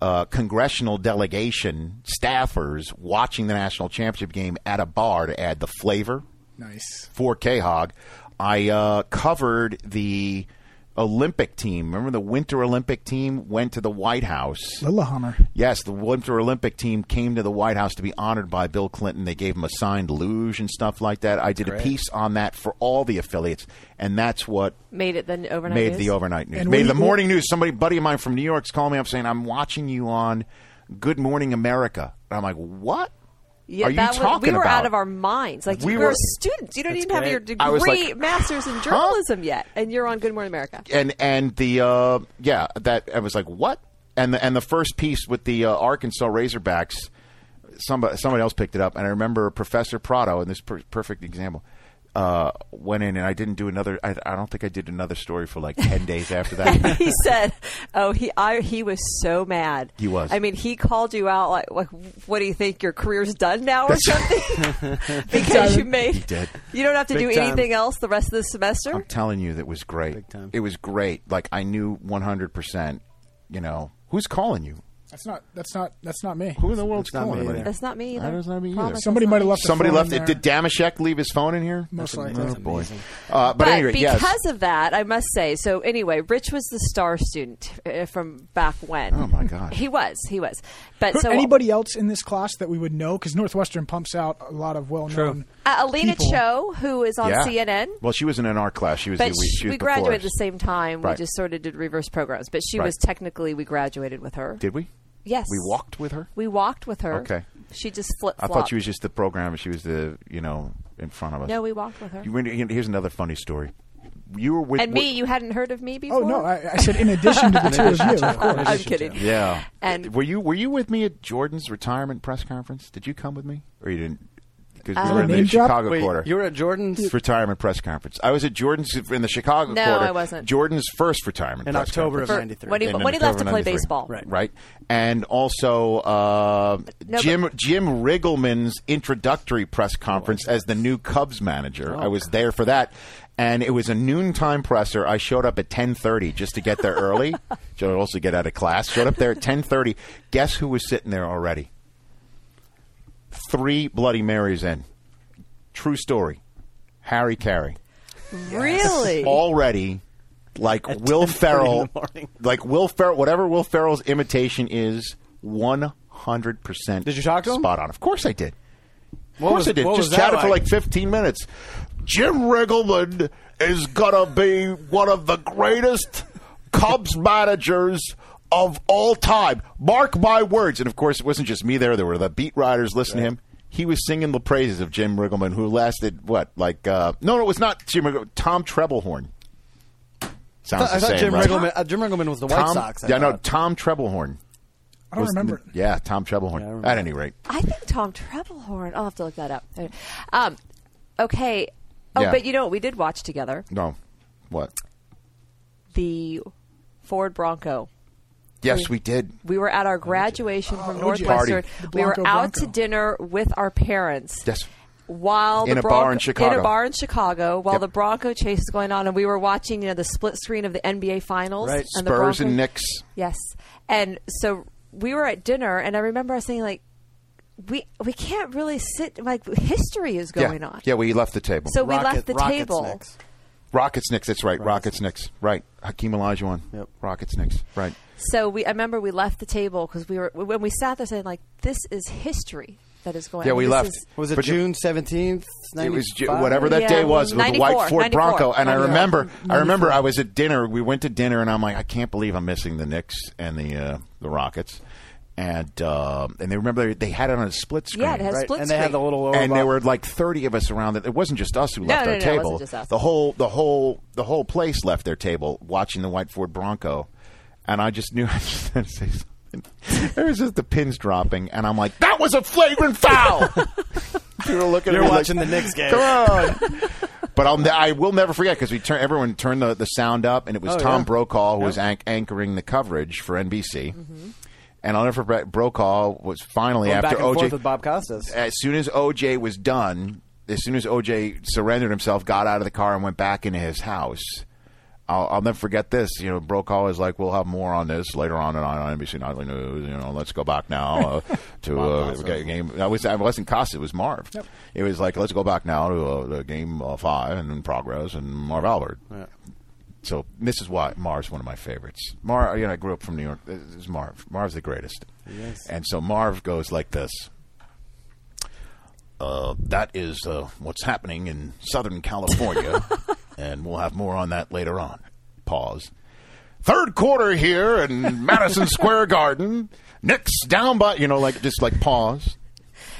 [SPEAKER 5] uh, congressional delegation staffers watching the national championship game at a bar to add the flavor
[SPEAKER 8] Nice.
[SPEAKER 5] for KHOG, I uh, covered the Olympic team. Remember the Winter Olympic team went to the White House.
[SPEAKER 8] Lillehammer.
[SPEAKER 5] Yes, the Winter Olympic team came to the White House to be honored by Bill Clinton. They gave him a signed luge and stuff like that. I did a piece on that for all the affiliates, and that's what
[SPEAKER 10] Made it the overnight
[SPEAKER 5] made
[SPEAKER 10] news.
[SPEAKER 5] the overnight news.
[SPEAKER 8] And
[SPEAKER 5] made
[SPEAKER 8] we-
[SPEAKER 5] the morning news. Somebody, buddy of mine from New York's calling me up saying, "I'm watching you on Good Morning America," and I'm like, "What?"
[SPEAKER 10] Yeah,
[SPEAKER 5] Are you
[SPEAKER 10] that was-
[SPEAKER 5] talking
[SPEAKER 10] we were
[SPEAKER 5] about?
[SPEAKER 10] out of our minds. Like
[SPEAKER 5] We
[SPEAKER 10] we
[SPEAKER 5] were-
[SPEAKER 10] were students. You don't even have your
[SPEAKER 5] I was
[SPEAKER 10] degree,
[SPEAKER 5] like,
[SPEAKER 10] master's in journalism yet, and you're on Good Morning America.
[SPEAKER 5] and and the uh, yeah that I was like what and the, and the first piece with the uh, Arkansas Razorbacks somebody somebody else picked it up and I remember Professor Prado and this per- perfect example uh, went in and I didn't do another I, I don't think I did another story for like ten days after that
[SPEAKER 10] he said, "Oh, he I, he was so mad.
[SPEAKER 5] He was.
[SPEAKER 10] I mean, he called you out like, like what do you think your career's done now or something? because you made
[SPEAKER 5] did.
[SPEAKER 10] you don't have to
[SPEAKER 9] Big
[SPEAKER 10] do
[SPEAKER 9] time.
[SPEAKER 10] anything else the rest of the semester.
[SPEAKER 5] I'm telling you that was great
[SPEAKER 9] time.
[SPEAKER 5] it was great like I knew 100 percent you know who's calling you
[SPEAKER 8] That's not. That's not. That's not me.
[SPEAKER 5] who in the world's
[SPEAKER 9] not
[SPEAKER 5] calling
[SPEAKER 9] me
[SPEAKER 5] anybody?
[SPEAKER 9] either.
[SPEAKER 10] That's not me either.
[SPEAKER 5] That is not me either.
[SPEAKER 10] Promise
[SPEAKER 8] Somebody
[SPEAKER 10] that's
[SPEAKER 8] might
[SPEAKER 10] not
[SPEAKER 8] have
[SPEAKER 10] me.
[SPEAKER 8] left.
[SPEAKER 5] Somebody
[SPEAKER 8] the phone
[SPEAKER 5] left
[SPEAKER 8] in
[SPEAKER 5] it.
[SPEAKER 8] there.
[SPEAKER 5] Did Damashek leave his phone in here?
[SPEAKER 8] Most
[SPEAKER 5] That's-
[SPEAKER 8] likely.
[SPEAKER 5] Oh boy. Uh, but, anyway,
[SPEAKER 10] because
[SPEAKER 5] yes.
[SPEAKER 10] of that, I must say. So anyway, Rich was the star student uh, from back when.
[SPEAKER 5] Oh my gosh.
[SPEAKER 10] he was, he was. But
[SPEAKER 8] Who-
[SPEAKER 10] so
[SPEAKER 8] anybody else in this class that we would know? Because Northwestern pumps out a lot of well-known.
[SPEAKER 10] uh, Alina
[SPEAKER 8] people.
[SPEAKER 10] Cho, who is on CNN,
[SPEAKER 5] Well, she wasn't in our class. She was.
[SPEAKER 10] but
[SPEAKER 5] the, we,
[SPEAKER 10] sh-
[SPEAKER 5] she was
[SPEAKER 10] we
[SPEAKER 5] before
[SPEAKER 10] graduated
[SPEAKER 5] us.
[SPEAKER 10] the same time.
[SPEAKER 5] Right.
[SPEAKER 10] We just sort of did reverse programs. But she
[SPEAKER 5] Right.
[SPEAKER 10] was technically we graduated with her.
[SPEAKER 5] Did we?
[SPEAKER 10] Yes.
[SPEAKER 5] We walked with her.
[SPEAKER 10] We walked with her.
[SPEAKER 5] Okay.
[SPEAKER 10] She just flip
[SPEAKER 5] I
[SPEAKER 10] flopped.
[SPEAKER 5] thought she was just the program. She was the you know in front of us.
[SPEAKER 10] No, we walked with her.
[SPEAKER 5] You, went- you- here's another funny story. You were with
[SPEAKER 10] and me, you hadn't heard of me before.
[SPEAKER 8] Oh no! I, I said in addition to the two of you, of course.
[SPEAKER 10] I'm kidding.
[SPEAKER 5] yeah.
[SPEAKER 10] And-
[SPEAKER 5] were you were you with me at Jordan's retirement press conference? Did you come with me or you didn't? Because
[SPEAKER 10] Uh,
[SPEAKER 5] we were in
[SPEAKER 8] Name
[SPEAKER 5] the
[SPEAKER 8] drop?
[SPEAKER 5] Chicago
[SPEAKER 9] Wait,
[SPEAKER 5] quarter.
[SPEAKER 9] you were at Jordan's
[SPEAKER 5] retirement press conference. I was at Jordan's in the Chicago
[SPEAKER 10] No,
[SPEAKER 5] quarter.
[SPEAKER 10] I wasn't.
[SPEAKER 5] Jordan's first retirement
[SPEAKER 9] in
[SPEAKER 5] press
[SPEAKER 9] October of
[SPEAKER 5] conference.
[SPEAKER 9] '93.
[SPEAKER 10] When he,
[SPEAKER 5] And
[SPEAKER 10] when he left to
[SPEAKER 5] October
[SPEAKER 10] play
[SPEAKER 5] 93.
[SPEAKER 10] baseball.
[SPEAKER 9] Right.
[SPEAKER 5] right? And also uh,
[SPEAKER 10] No,
[SPEAKER 5] Jim Jim Riggleman's introductory press conference as the new Cubs manager. I was there for that, and it was a noontime presser. I showed up at ten thirty just to get there early, so I'd also get out of class. Showed up there at ten thirty. Guess who was sitting there already? Three Bloody Marys in. True story. Harry Carey
[SPEAKER 10] Really?
[SPEAKER 5] already like Will
[SPEAKER 9] 10:30 in
[SPEAKER 5] Ferrell,
[SPEAKER 9] the morning.
[SPEAKER 5] like Will Ferrell, whatever Will Ferrell's imitation is, one hundred percent.
[SPEAKER 9] Did you talk to him?
[SPEAKER 5] Spot on. Of course I did. Of
[SPEAKER 9] What
[SPEAKER 5] course
[SPEAKER 9] was-
[SPEAKER 5] I did.
[SPEAKER 9] what
[SPEAKER 5] Just
[SPEAKER 9] was that
[SPEAKER 5] chatted for
[SPEAKER 9] like?
[SPEAKER 5] like fifteen minutes. Jim Riggleman is gonna be one of the greatest Cubs managers. Of all time, mark my words. And of course, it wasn't just me there. There were the beat writers listening to him. He was singing the praises of Jim Riggleman, who lasted what, like uh, no, no, it was not Jim Riggleman. Tom Treblehorn.
[SPEAKER 9] I
[SPEAKER 5] Sounds
[SPEAKER 9] thought, I
[SPEAKER 5] the
[SPEAKER 9] thought
[SPEAKER 5] same,
[SPEAKER 9] Jim
[SPEAKER 5] right?
[SPEAKER 9] Riggleman. Uh, Jim Riggleman was the White
[SPEAKER 5] Tom-
[SPEAKER 9] Sox. I
[SPEAKER 5] yeah, no,
[SPEAKER 9] thought.
[SPEAKER 5] Tom Treblehorn.
[SPEAKER 8] I don't
[SPEAKER 5] was the-
[SPEAKER 8] remember.
[SPEAKER 5] yeah, Tom Treblehorn.
[SPEAKER 9] remember.
[SPEAKER 5] At any rate,
[SPEAKER 10] I think Tom Treblehorn. I'll have to look that up. Um, okay. Oh,
[SPEAKER 5] Yeah.
[SPEAKER 10] but you know what? We did watch together
[SPEAKER 5] no, what?
[SPEAKER 10] the Ford Bronco.
[SPEAKER 5] Yes, we did.
[SPEAKER 10] We were at our graduation from
[SPEAKER 8] OJ.
[SPEAKER 10] Northwestern.
[SPEAKER 5] Party.
[SPEAKER 8] The
[SPEAKER 10] We were
[SPEAKER 8] Blanco
[SPEAKER 10] out
[SPEAKER 8] Bronco.
[SPEAKER 10] to dinner with our parents.
[SPEAKER 5] Yes.
[SPEAKER 10] While
[SPEAKER 5] In
[SPEAKER 10] the
[SPEAKER 5] a bar
[SPEAKER 10] Bronco-
[SPEAKER 5] in Chicago.
[SPEAKER 10] in a bar in Chicago, while
[SPEAKER 5] Yep.
[SPEAKER 10] the Bronco chase is going on, and we were watching, you know, the split screen of the NBA Finals,
[SPEAKER 9] Right.
[SPEAKER 10] and the
[SPEAKER 5] Spurs and
[SPEAKER 10] Bronco-
[SPEAKER 5] Knicks.
[SPEAKER 10] Yes, and so we were at dinner, and I remember us saying like, "We we can't really sit like history is going
[SPEAKER 5] yeah.
[SPEAKER 10] on."
[SPEAKER 5] Yeah, we left the table.
[SPEAKER 10] So we
[SPEAKER 9] Rocket-
[SPEAKER 10] left the
[SPEAKER 9] Rockets
[SPEAKER 10] table.
[SPEAKER 9] next.
[SPEAKER 5] Rockets Knicks. That's right. Rockets Knicks. Right. Hakeem Olajuwon.
[SPEAKER 9] Yep.
[SPEAKER 5] Rockets Knicks. Right.
[SPEAKER 10] So we, I remember we left the table because we were when we sat there saying like, "This is history that is going."
[SPEAKER 5] Yeah,
[SPEAKER 10] on.
[SPEAKER 5] we
[SPEAKER 10] This
[SPEAKER 5] left.
[SPEAKER 10] is-
[SPEAKER 9] Was it
[SPEAKER 5] But you-
[SPEAKER 9] June seventeenth?
[SPEAKER 5] It was ju- whatever that
[SPEAKER 10] Yeah,
[SPEAKER 5] day was. It was the white
[SPEAKER 10] 94,
[SPEAKER 5] Ford
[SPEAKER 10] 94.
[SPEAKER 5] Bronco, and I
[SPEAKER 10] Yeah.
[SPEAKER 5] remember. I remember I was at dinner. We went to dinner, and I'm like, I can't believe I'm missing the Knicks and the uh, the Rockets, and uh, and they remember they, they had it on a split screen.
[SPEAKER 10] Yeah, it has
[SPEAKER 9] Right,
[SPEAKER 10] split
[SPEAKER 9] and they had
[SPEAKER 10] screen.
[SPEAKER 9] the little
[SPEAKER 5] and there
[SPEAKER 9] overbop-
[SPEAKER 5] were like 30 of us around it. It wasn't just us who left
[SPEAKER 10] no,
[SPEAKER 5] our
[SPEAKER 10] no, no, it
[SPEAKER 5] table.
[SPEAKER 10] wasn't just us.
[SPEAKER 5] The whole the whole the whole place left their table watching the white Ford Bronco. And I just knew I just had to say something. There was just the pins dropping and I'm like, "That was a flagrant foul." People were looking
[SPEAKER 9] You're
[SPEAKER 5] at me
[SPEAKER 9] watching
[SPEAKER 5] like,
[SPEAKER 9] the Knicks game.
[SPEAKER 5] Come on. But I'll, ne- I will never forget because we turn everyone turned the, the sound up, and it was
[SPEAKER 9] Oh,
[SPEAKER 5] Tom
[SPEAKER 9] yeah.
[SPEAKER 5] Brokaw who was anch- anchoring the coverage for NBC. And I'll never forget Brokaw was finally
[SPEAKER 9] Mm-hmm. Going
[SPEAKER 5] after
[SPEAKER 9] back
[SPEAKER 5] OJ
[SPEAKER 9] and forth with Bob Costas.
[SPEAKER 5] as soon as OJ was done, as soon as OJ surrendered himself, got out of the car and went back into his house. I'll, I'll never forget this. You know, Brokaw is like, "We'll have more on this later on tonight on NBC Nightly News." You know, let's go back now uh, to uh, ga- game. I was I wasn't Costa, it was Marv. It was like, "Let's go back now to uh, the game uh, five and in progress." And Marv Albert. So this is why Marv's one of my favorites. Marv, you know, I grew up from New York. This is Marv. Marv's the greatest. Yes. And so Marv goes like this uh, that is uh, what's happening in Southern California, and we'll have more on that later on. Pause. Third quarter here in Madison Square Garden. Knicks down by you know like just like pause.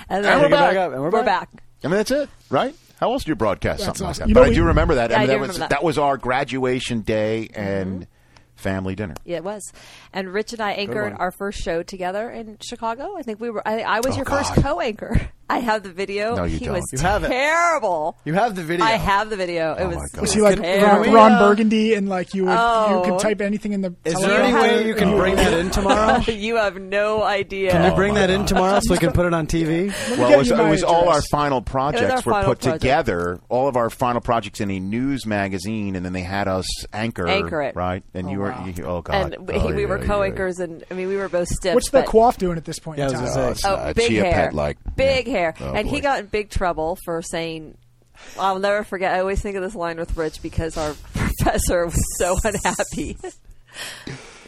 [SPEAKER 10] And
[SPEAKER 5] And we're
[SPEAKER 10] then
[SPEAKER 5] back.
[SPEAKER 9] up, and we're
[SPEAKER 10] we're
[SPEAKER 9] back.
[SPEAKER 10] back.
[SPEAKER 5] I mean that's it, right? How else do you broadcast
[SPEAKER 8] That's
[SPEAKER 5] something
[SPEAKER 8] awesome.
[SPEAKER 5] like that?
[SPEAKER 8] You
[SPEAKER 5] but
[SPEAKER 8] know,
[SPEAKER 5] I
[SPEAKER 8] we-
[SPEAKER 5] do remember that.
[SPEAKER 10] Yeah, I
[SPEAKER 5] mean,
[SPEAKER 10] do
[SPEAKER 5] that was
[SPEAKER 10] remember that.
[SPEAKER 5] that was our graduation day and family dinner.
[SPEAKER 10] Yeah, it was. And Rich and I anchored
[SPEAKER 9] one.
[SPEAKER 10] our first show together in Chicago. I think we were. I, I was
[SPEAKER 5] Oh,
[SPEAKER 10] your
[SPEAKER 5] God.
[SPEAKER 10] first co-anchor. I have the video.
[SPEAKER 5] No, you
[SPEAKER 10] he
[SPEAKER 5] don't.
[SPEAKER 10] was
[SPEAKER 5] You
[SPEAKER 9] have it.
[SPEAKER 10] terrible.
[SPEAKER 9] You have the video.
[SPEAKER 10] I have the video. It
[SPEAKER 5] Oh,
[SPEAKER 10] was.
[SPEAKER 5] my God.
[SPEAKER 10] it
[SPEAKER 5] Was
[SPEAKER 8] See, like
[SPEAKER 10] terrible.
[SPEAKER 8] Ron, Ron Burgundy, and like you would,
[SPEAKER 10] Oh.
[SPEAKER 8] you could type anything in the.
[SPEAKER 9] Is
[SPEAKER 8] teleprompter.
[SPEAKER 9] there any way you can
[SPEAKER 8] Oh.
[SPEAKER 9] bring that in tomorrow?
[SPEAKER 10] you have no idea.
[SPEAKER 9] Can you
[SPEAKER 5] Oh
[SPEAKER 9] bring
[SPEAKER 5] my
[SPEAKER 9] that in
[SPEAKER 5] God.
[SPEAKER 9] tomorrow so we can put it on TV?
[SPEAKER 8] Let me
[SPEAKER 5] Well,
[SPEAKER 8] get
[SPEAKER 5] it was,
[SPEAKER 8] you
[SPEAKER 5] it
[SPEAKER 8] my
[SPEAKER 5] was all our
[SPEAKER 8] address.
[SPEAKER 5] final projects were
[SPEAKER 10] final
[SPEAKER 5] put
[SPEAKER 10] project.
[SPEAKER 5] together. All of our final projects in a news magazine, and then they had us anchor,
[SPEAKER 10] Anchor it.
[SPEAKER 5] right? And you were, you, oh god,
[SPEAKER 10] And we,
[SPEAKER 5] Oh,
[SPEAKER 10] we
[SPEAKER 5] yeah,
[SPEAKER 10] were
[SPEAKER 5] yeah,
[SPEAKER 10] co-anchors, and I mean, we were both stiff.
[SPEAKER 8] What's the
[SPEAKER 10] but-
[SPEAKER 8] quaff doing at this point
[SPEAKER 9] Yeah, I
[SPEAKER 8] in
[SPEAKER 9] was gonna
[SPEAKER 8] time?
[SPEAKER 9] say.
[SPEAKER 10] Oh,
[SPEAKER 5] Uh,
[SPEAKER 10] big
[SPEAKER 5] chia
[SPEAKER 10] hair,
[SPEAKER 5] pet, like-
[SPEAKER 10] big
[SPEAKER 5] yeah.
[SPEAKER 10] hair,
[SPEAKER 5] Oh,
[SPEAKER 10] and he
[SPEAKER 5] boy.
[SPEAKER 10] got in big trouble for saying. I'll never forget. I always think of this line with Rich because our professor was so unhappy.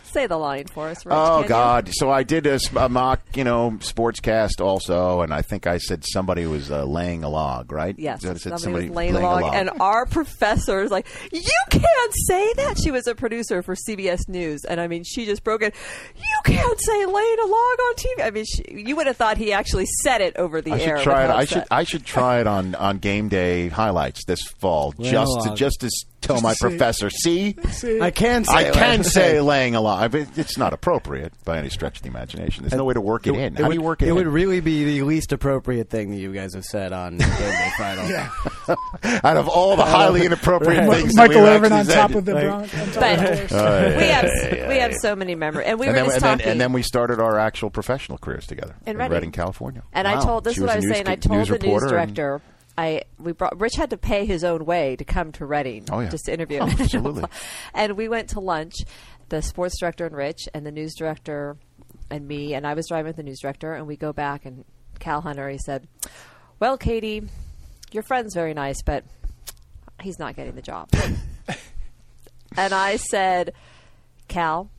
[SPEAKER 10] Say the line for us, Rich.
[SPEAKER 5] Oh
[SPEAKER 10] can you?
[SPEAKER 5] God! So I did a, s- a mock, you know, sportscast also, and I think I said somebody was uh, laying a log, right?
[SPEAKER 10] Yes,
[SPEAKER 5] So I said
[SPEAKER 10] somebody,
[SPEAKER 5] somebody
[SPEAKER 10] was laying along, and our professor is like, "You can't say that." She was a producer for CBS News, and I mean, she just broke it. You can't say laying along on TV. I mean, she, you would have thought he actually said it over the
[SPEAKER 5] I
[SPEAKER 10] air.
[SPEAKER 5] should try it.
[SPEAKER 10] without
[SPEAKER 5] I should
[SPEAKER 10] set.
[SPEAKER 5] I should try it on, on game day highlights this fall, just to
[SPEAKER 9] along.
[SPEAKER 5] just to s- tell my
[SPEAKER 8] see.
[SPEAKER 5] professor. See,
[SPEAKER 8] See?
[SPEAKER 9] I can say.
[SPEAKER 5] I
[SPEAKER 9] it.
[SPEAKER 5] can say laying alive. It- It's not appropriate by any stretch of the imagination. There's no way to work it, in. How
[SPEAKER 9] would,
[SPEAKER 5] do you work it,
[SPEAKER 9] would
[SPEAKER 5] in?
[SPEAKER 9] really be the least appropriate thing that you guys have said on Game Day Final. yeah.
[SPEAKER 5] Out of all the highly inappropriate
[SPEAKER 8] Mi-
[SPEAKER 5] things,
[SPEAKER 8] Michael
[SPEAKER 5] that we've
[SPEAKER 8] Irvin on
[SPEAKER 5] actually
[SPEAKER 8] top
[SPEAKER 5] said.
[SPEAKER 8] of the Bronx. on top of the
[SPEAKER 10] But
[SPEAKER 5] Oh,
[SPEAKER 8] Bears.
[SPEAKER 10] we have we have so many memories, and we
[SPEAKER 5] and
[SPEAKER 10] were
[SPEAKER 5] then,
[SPEAKER 10] just
[SPEAKER 5] and,
[SPEAKER 10] talking.
[SPEAKER 5] then, and then we started our actual professional careers together
[SPEAKER 10] In
[SPEAKER 5] in,
[SPEAKER 10] Redding.
[SPEAKER 5] Redding, California.
[SPEAKER 10] And I
[SPEAKER 5] Wow.
[SPEAKER 10] told this
[SPEAKER 5] She
[SPEAKER 10] is
[SPEAKER 5] was
[SPEAKER 10] what I was
[SPEAKER 5] a news
[SPEAKER 10] saying.
[SPEAKER 5] co-
[SPEAKER 10] I told
[SPEAKER 5] news
[SPEAKER 10] the news
[SPEAKER 5] reporter and-
[SPEAKER 10] director. I we brought Rich had to pay his own way to come to Reading
[SPEAKER 5] Oh, yeah.
[SPEAKER 10] just to interview.
[SPEAKER 5] Oh,
[SPEAKER 10] him.
[SPEAKER 5] absolutely.
[SPEAKER 10] and we went to lunch. The sports director and Rich, and the news director, and me, and I was driving with the news director, and we go back and Cal Hunter. He said, "Well, Katie, your friend's very nice, but he's not getting the job." and I said, "Cal,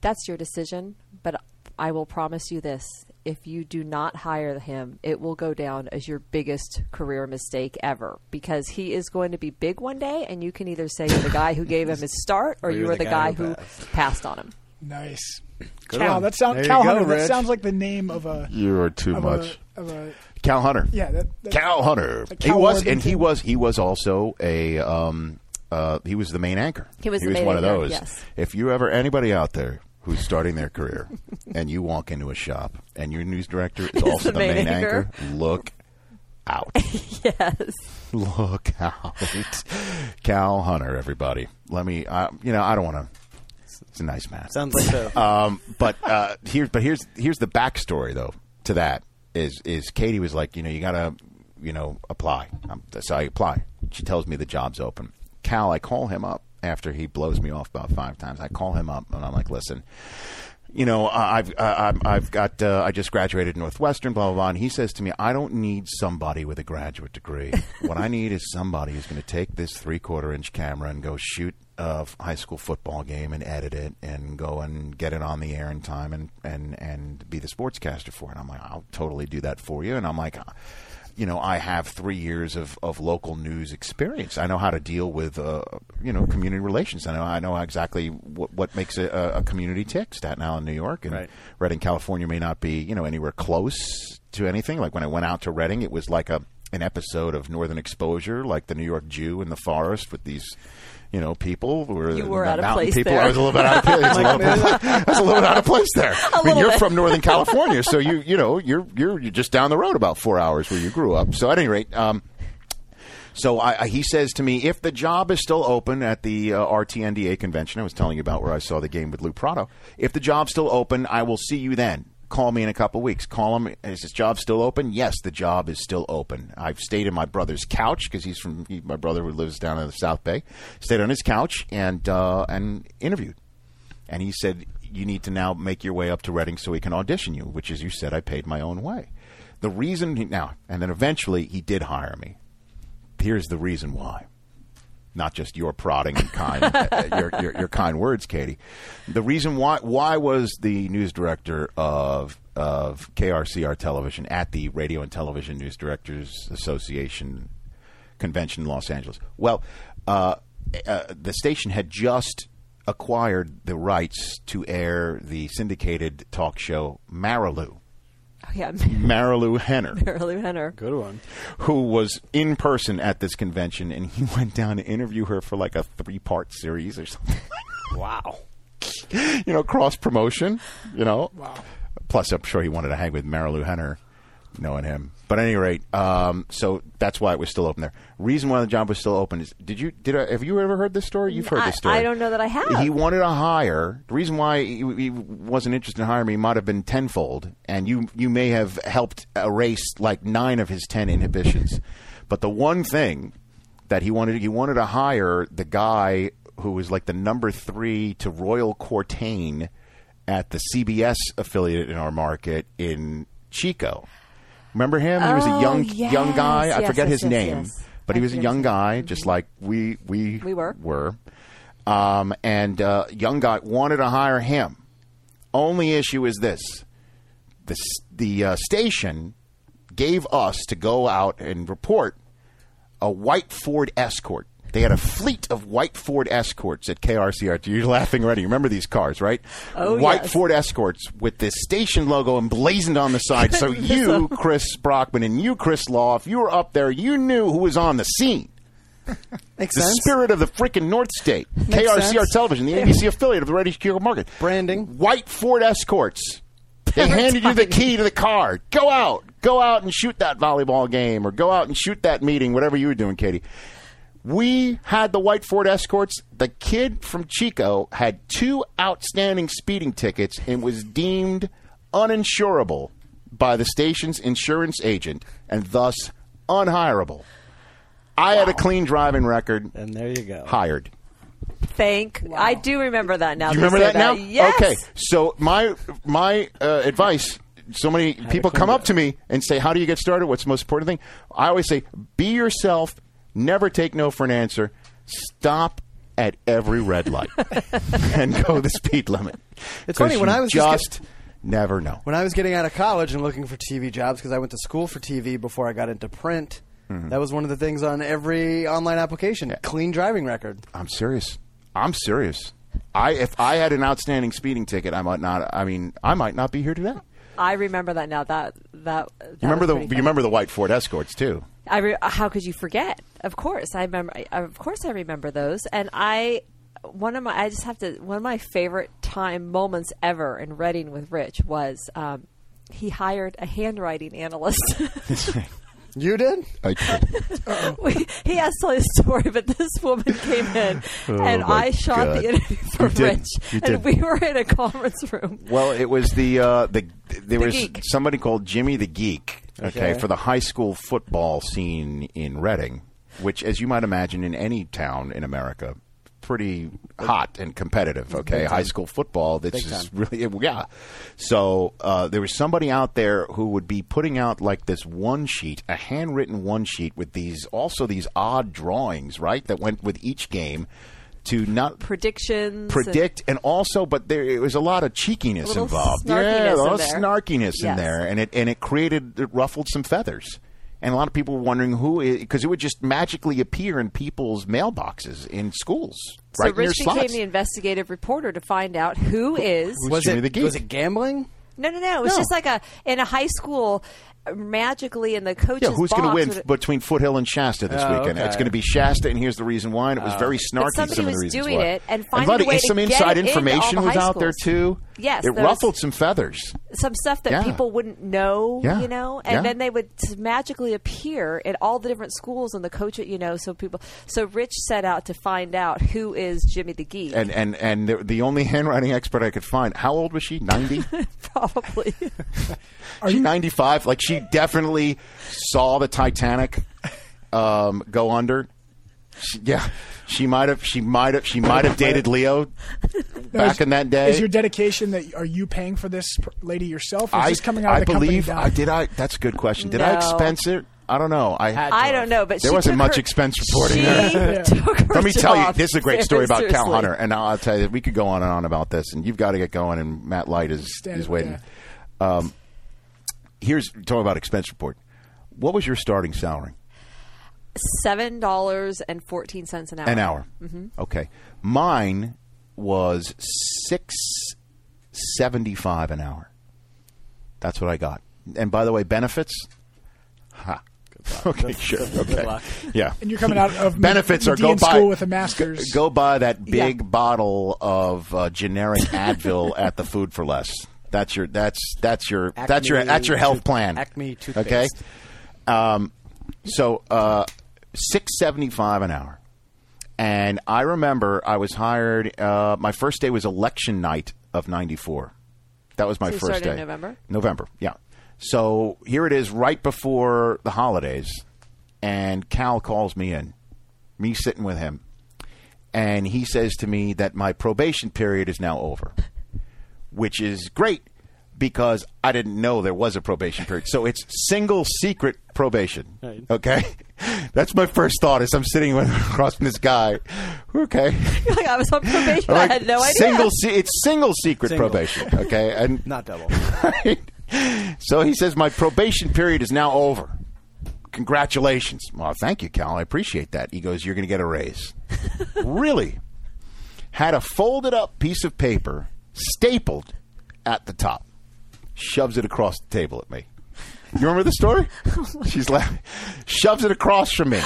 [SPEAKER 10] that's your decision, but I will promise you this. If you do not hire him, it will go down as your biggest career mistake ever because he is going to be big one day, and you can either say you're the guy who gave him his start or, you are the, guy, who passed. on him.
[SPEAKER 8] nice. Cal,
[SPEAKER 9] one.
[SPEAKER 8] that sounds
[SPEAKER 9] There
[SPEAKER 8] Cal
[SPEAKER 9] you go,
[SPEAKER 8] Hunter. That
[SPEAKER 9] Rich.
[SPEAKER 8] sounds like the name of a
[SPEAKER 5] You are too
[SPEAKER 8] of
[SPEAKER 5] much.
[SPEAKER 8] a, of a
[SPEAKER 5] Cal Hunter.
[SPEAKER 8] yeah. That, that,
[SPEAKER 5] Cal Hunter.
[SPEAKER 8] Like
[SPEAKER 5] he
[SPEAKER 8] Cal
[SPEAKER 5] was,
[SPEAKER 8] Worthington.
[SPEAKER 5] and he was, he was also a. Um, uh, he was the main anchor.
[SPEAKER 10] He was the main
[SPEAKER 5] one of
[SPEAKER 10] anchor,
[SPEAKER 5] those.
[SPEAKER 10] yes.
[SPEAKER 5] If you ever anybody out there who's starting their career, and you walk into a shop and your news director is also the, main, anchor, look out.
[SPEAKER 10] Yes.
[SPEAKER 5] look out, Cal Hunter. Everybody, let me. Uh, you know, I don't want to. It's a nice man.
[SPEAKER 9] Sounds like the
[SPEAKER 5] Um, but uh, here's but here's here's the backstory though to that is is Katie was like you know you gotta you know apply um, so I apply she tells me the job's open Cal I call him up after he blows me off about five times I call him up and I'm like listen you know I- I've I, I'm- I've got uh, I just graduated Northwestern blah blah blah and he says to me I don't need somebody with a graduate degree what I need is somebody who's going to take this three quarter inch camera and go shoot a high school football game and edit it and go and get it on the air in time and and and be the sportscaster for it. I'm like, I'll totally do that for you. And I'm like, you know, I have three years of, of local news experience. I know how to deal with uh, you know community relations. I know I know exactly what what makes a, a- a community tick. Staten Island, New York, and
[SPEAKER 9] Right.
[SPEAKER 5] Redding, California may not be you know anywhere close to anything. Like when I went out to Redding, it was like a an episode of Northern Exposure, like the New York Jew in the forest with these, you know, people who were
[SPEAKER 10] You were
[SPEAKER 5] the
[SPEAKER 10] out of
[SPEAKER 5] mountain
[SPEAKER 10] place
[SPEAKER 5] people.
[SPEAKER 10] there.
[SPEAKER 5] I was a little bit out of place. It's a little bit- I was a little bit out of place there. I mean,
[SPEAKER 10] little
[SPEAKER 5] you're
[SPEAKER 10] bit.
[SPEAKER 5] from Northern California, so you you know you're you're you're just down the road about four hours where you grew up. So at any rate, um, So I, I, he says to me, if the job is still open at the uh, RTNDA convention, I was telling you about where I saw the game with Lou Prado. If the job's still open, I will see you then. Call me in a couple weeks. Call him. Is this job still open? Yes, the job is still open. I've stayed in my brother's couch because he's from he, my brother who lives down in the South Bay. Stayed on his couch and uh, and interviewed. And he said, You need to now make your way up to Reading so we can audition you, which, as you said, I paid my own way. The reason he, now, and then eventually he did hire me. Here's the reason why. Not just your prodding and kind, uh, your, your, your kind words, Katie. The reason why why was the news director of of KRCR Television at the Radio and Television News Directors Association convention in Los Angeles. Well, uh, uh, the station had just acquired the rights to air the syndicated talk show Marilou.
[SPEAKER 10] Oh, yeah,
[SPEAKER 5] Marilou Henner
[SPEAKER 10] Marilyn Henner.
[SPEAKER 9] Good one.
[SPEAKER 5] who was in person at this convention, and he went down to interview her for like a three part series or something. wow. you know, cross promotion, you know. Wow. Plus, I'm sure he wanted to hang with Marilou Henner, knowing him. But at any rate, um, so that's why it was still open there. Reason why the job was still open is did you did I, have you ever heard this story? You've heard
[SPEAKER 10] I-
[SPEAKER 5] this story.
[SPEAKER 10] Mm, I don't know that I have.
[SPEAKER 5] He wanted to hire. The reason why he, he wasn't interested in hiring me might have been tenfold, and you you may have helped erase like nine of his ten inhibitions. but the one thing that he wanted he wanted to hire the guy who was like the number three to Royal Cortain at the CBS affiliate in our market in Chico. Remember him? He was a
[SPEAKER 10] Oh,
[SPEAKER 5] young young
[SPEAKER 10] yes,
[SPEAKER 5] guy. I
[SPEAKER 10] yes,
[SPEAKER 5] forget
[SPEAKER 10] yes,
[SPEAKER 5] his
[SPEAKER 10] yes,
[SPEAKER 5] name,
[SPEAKER 10] yes.
[SPEAKER 5] but he
[SPEAKER 10] I
[SPEAKER 5] was a
[SPEAKER 10] forget
[SPEAKER 5] young
[SPEAKER 10] his
[SPEAKER 5] guy, just like we we
[SPEAKER 10] We were.
[SPEAKER 5] were. Um, and uh, young guy wanted to hire him. Only issue is this: the s- the uh, station gave us to go out and report a white Ford Escort. They had a fleet of white Ford Escorts at KRCR. You're laughing already. You Remember these cars, right?
[SPEAKER 10] Oh,
[SPEAKER 5] white
[SPEAKER 10] yes.
[SPEAKER 5] Ford Escorts with the station logo emblazoned on the side. so you, Chris Brockman, and you, Chris Law, if you were up there, you knew who was on the scene.
[SPEAKER 9] Makes
[SPEAKER 5] The
[SPEAKER 9] sense.
[SPEAKER 5] spirit of the freaking North State, KRCR
[SPEAKER 9] sense.
[SPEAKER 5] Television, the ABC affiliate of the Radio Chicago Market.
[SPEAKER 9] Branding.
[SPEAKER 5] White Ford Escorts. They handed you the key to the car. Go out, go out and shoot that volleyball game, or go out and shoot that meeting, whatever you were doing, Katie. We had the White Ford Escorts. The kid from Chico had two outstanding speeding tickets and was deemed uninsurable by the station's insurance agent and thus unhirable. I had a clean driving record,
[SPEAKER 9] And there you go.
[SPEAKER 5] hired.
[SPEAKER 10] Thank. I do remember that now.
[SPEAKER 5] Do you
[SPEAKER 10] They
[SPEAKER 5] remember
[SPEAKER 10] say
[SPEAKER 5] that now?
[SPEAKER 10] Yes.
[SPEAKER 5] Okay. So my my uh, advice. So many people come up to me and say, "How do you get started? What's the most important thing?" I always say, "Be yourself. Never take no for an answer. Stop at every red light and go the speed limit."
[SPEAKER 9] It's
[SPEAKER 5] 'Cause
[SPEAKER 9] funny, when
[SPEAKER 5] you
[SPEAKER 9] I was just
[SPEAKER 5] just,
[SPEAKER 9] get-
[SPEAKER 5] never know.
[SPEAKER 9] When I was getting out of college and looking for TV jobs, because I went to school for TV before I got into print,
[SPEAKER 5] Mm-hmm.
[SPEAKER 9] that was one of the things on every online application. Clean driving record.
[SPEAKER 5] I'm serious. I'm serious. I if I had an outstanding speeding ticket, I might not. I mean, I might not be here today.
[SPEAKER 10] I remember that now. That that. that
[SPEAKER 5] You remember
[SPEAKER 10] was
[SPEAKER 5] the
[SPEAKER 10] pretty
[SPEAKER 5] you
[SPEAKER 10] funny.
[SPEAKER 5] remember the white Ford Escorts too.
[SPEAKER 10] I re- how could you forget? Of course, I remember. I, of course, I remember those. And I, one of my, I just have to. One of my favorite time moments ever in Reading with Rich was um, he hired a handwriting analyst.
[SPEAKER 9] You did?
[SPEAKER 10] we, he has to tell his story, but this woman came in and I shot
[SPEAKER 5] Oh God.
[SPEAKER 10] the interview for
[SPEAKER 5] You did.
[SPEAKER 10] Rich,
[SPEAKER 5] You
[SPEAKER 10] and
[SPEAKER 5] did.
[SPEAKER 10] we were in a conference room.
[SPEAKER 5] Well, it was the uh, the there was
[SPEAKER 10] geek.
[SPEAKER 5] somebody called Jimmy the Geek. Okay,
[SPEAKER 9] Okay.
[SPEAKER 5] for the high school football scene in Reading, which, as you might imagine, in any town in America, pretty hot and competitive. Okay, high school football. That's just really yeah. So uh, there was somebody out there who would be putting out like this one sheet, a handwritten one sheet with these also these odd drawings, right? That went with each game. To not
[SPEAKER 10] Predictions. and-
[SPEAKER 5] predict and also but there it was a lot of cheekiness
[SPEAKER 10] little
[SPEAKER 5] involved
[SPEAKER 10] snarkiness
[SPEAKER 5] yeah a
[SPEAKER 10] in
[SPEAKER 5] lot of
[SPEAKER 10] there.
[SPEAKER 5] snarkiness in
[SPEAKER 10] Yes.
[SPEAKER 5] there and it and it created it ruffled some feathers and a lot of people were wondering who because it would just magically appear in people's mailboxes in schools
[SPEAKER 10] so
[SPEAKER 5] right in
[SPEAKER 10] Rich
[SPEAKER 5] your
[SPEAKER 10] became
[SPEAKER 5] slots.
[SPEAKER 10] the investigative reporter to find out who is
[SPEAKER 5] Who's Jimmy
[SPEAKER 9] it,
[SPEAKER 5] the Geek?
[SPEAKER 9] was it gambling?
[SPEAKER 10] No, no, no. It was
[SPEAKER 5] No.
[SPEAKER 10] just like a in a high school. magically in the coach's
[SPEAKER 5] Yeah, who's going to
[SPEAKER 10] box
[SPEAKER 5] win
[SPEAKER 10] would-
[SPEAKER 5] f- between Foothill and Shasta this
[SPEAKER 9] Oh,
[SPEAKER 5] weekend? It's
[SPEAKER 9] okay.
[SPEAKER 5] going to be Shasta, and here's the reason why. And it was very snarky.
[SPEAKER 10] Oh. somebody
[SPEAKER 5] some of the
[SPEAKER 10] was
[SPEAKER 5] reasons
[SPEAKER 10] doing
[SPEAKER 5] why.
[SPEAKER 10] it and finding
[SPEAKER 5] by the
[SPEAKER 10] a way
[SPEAKER 5] way, some
[SPEAKER 10] to get
[SPEAKER 5] inside
[SPEAKER 10] it into all
[SPEAKER 5] information
[SPEAKER 10] the
[SPEAKER 5] was
[SPEAKER 10] high
[SPEAKER 5] out there
[SPEAKER 10] schools.
[SPEAKER 5] too.
[SPEAKER 10] Yes,
[SPEAKER 5] it
[SPEAKER 10] there was-
[SPEAKER 5] ruffled some feathers.
[SPEAKER 10] some stuff that
[SPEAKER 5] Yeah.
[SPEAKER 10] people wouldn't know,
[SPEAKER 5] Yeah.
[SPEAKER 10] you know, and
[SPEAKER 5] Yeah.
[SPEAKER 10] then they would s- magically appear at all the different schools and the coach, you know, so people. So Rich set out to find out who is Jimmy the Geek,
[SPEAKER 5] And and and the, the only handwriting expert I could find. How old was she? Ninety.
[SPEAKER 10] probably.
[SPEAKER 8] Are
[SPEAKER 5] she
[SPEAKER 8] you-
[SPEAKER 5] 95 like she definitely saw the titanic um, go under she, yeah she might have she might have she might have dated leo back in that day
[SPEAKER 8] Is your dedication that are you paying for this pr- lady yourself? Or is
[SPEAKER 5] i,
[SPEAKER 8] this coming out of
[SPEAKER 5] I
[SPEAKER 8] the
[SPEAKER 5] believe
[SPEAKER 8] company?
[SPEAKER 5] i
[SPEAKER 8] dime?
[SPEAKER 5] did i that's a good question did i
[SPEAKER 10] No.
[SPEAKER 5] expense it i don't know i had
[SPEAKER 10] I don't know, but
[SPEAKER 5] There
[SPEAKER 10] she
[SPEAKER 5] wasn't
[SPEAKER 10] took
[SPEAKER 5] much
[SPEAKER 10] her-
[SPEAKER 5] expense reporting.
[SPEAKER 10] She took her
[SPEAKER 5] let me tell you
[SPEAKER 10] job
[SPEAKER 5] this is a great
[SPEAKER 10] very
[SPEAKER 5] story about cal
[SPEAKER 10] seriously.
[SPEAKER 5] hunter and i'll tell you we could go on and on about this and you've got to get going and matt light is
[SPEAKER 8] Stand
[SPEAKER 5] is
[SPEAKER 8] up,
[SPEAKER 5] waiting um, here's talking about expense report what was your starting salary
[SPEAKER 10] Seven dollars and fourteen cents an hour.
[SPEAKER 5] An hour. Okay. Mine was six seventy five an hour. That's what I got. And by the way, benefits. Ha. Okay, sure. Okay.
[SPEAKER 9] luck.
[SPEAKER 5] Yeah.
[SPEAKER 8] And you're coming out of
[SPEAKER 5] benefits are go
[SPEAKER 8] Median
[SPEAKER 5] buy
[SPEAKER 8] school with a master's.
[SPEAKER 5] Go, go buy that big bottle of uh, generic Advil at the Food for Less. That's your that's that's your that's your
[SPEAKER 9] Acme
[SPEAKER 5] that's your health
[SPEAKER 9] tooth-
[SPEAKER 5] plan.
[SPEAKER 9] Acme
[SPEAKER 5] Okay.
[SPEAKER 9] toothpaste.
[SPEAKER 5] Um, so uh, six seventy five an hour, and I remember I was hired. Uh, my first day was election night of '94. That was my
[SPEAKER 10] So you
[SPEAKER 5] first
[SPEAKER 10] started
[SPEAKER 5] day.
[SPEAKER 10] in November?
[SPEAKER 5] November, yeah. So here it is, right before the holidays, and Cal calls me in, me sitting with him, and he says to me that my probation period is now over which is great because I didn't know there was a probation period. So it's single secret probation. Okay, that's my first thought. Is I'm sitting with, across from this guy. Okay,
[SPEAKER 10] Like, I was on probation.
[SPEAKER 5] I'm like,
[SPEAKER 10] I had no idea.
[SPEAKER 5] Single, se- it's single secret
[SPEAKER 9] Single.
[SPEAKER 5] probation. Okay, and
[SPEAKER 9] Not double.
[SPEAKER 5] right? So he says, My probation period is now over. Congratulations. Well, thank you, Cal. I appreciate that. He goes, You're going to get a raise. really? Had a folded up piece of paper stapled at the top, shoves it across the table at me. You remember the story? She's laughing. Shoves it across from me.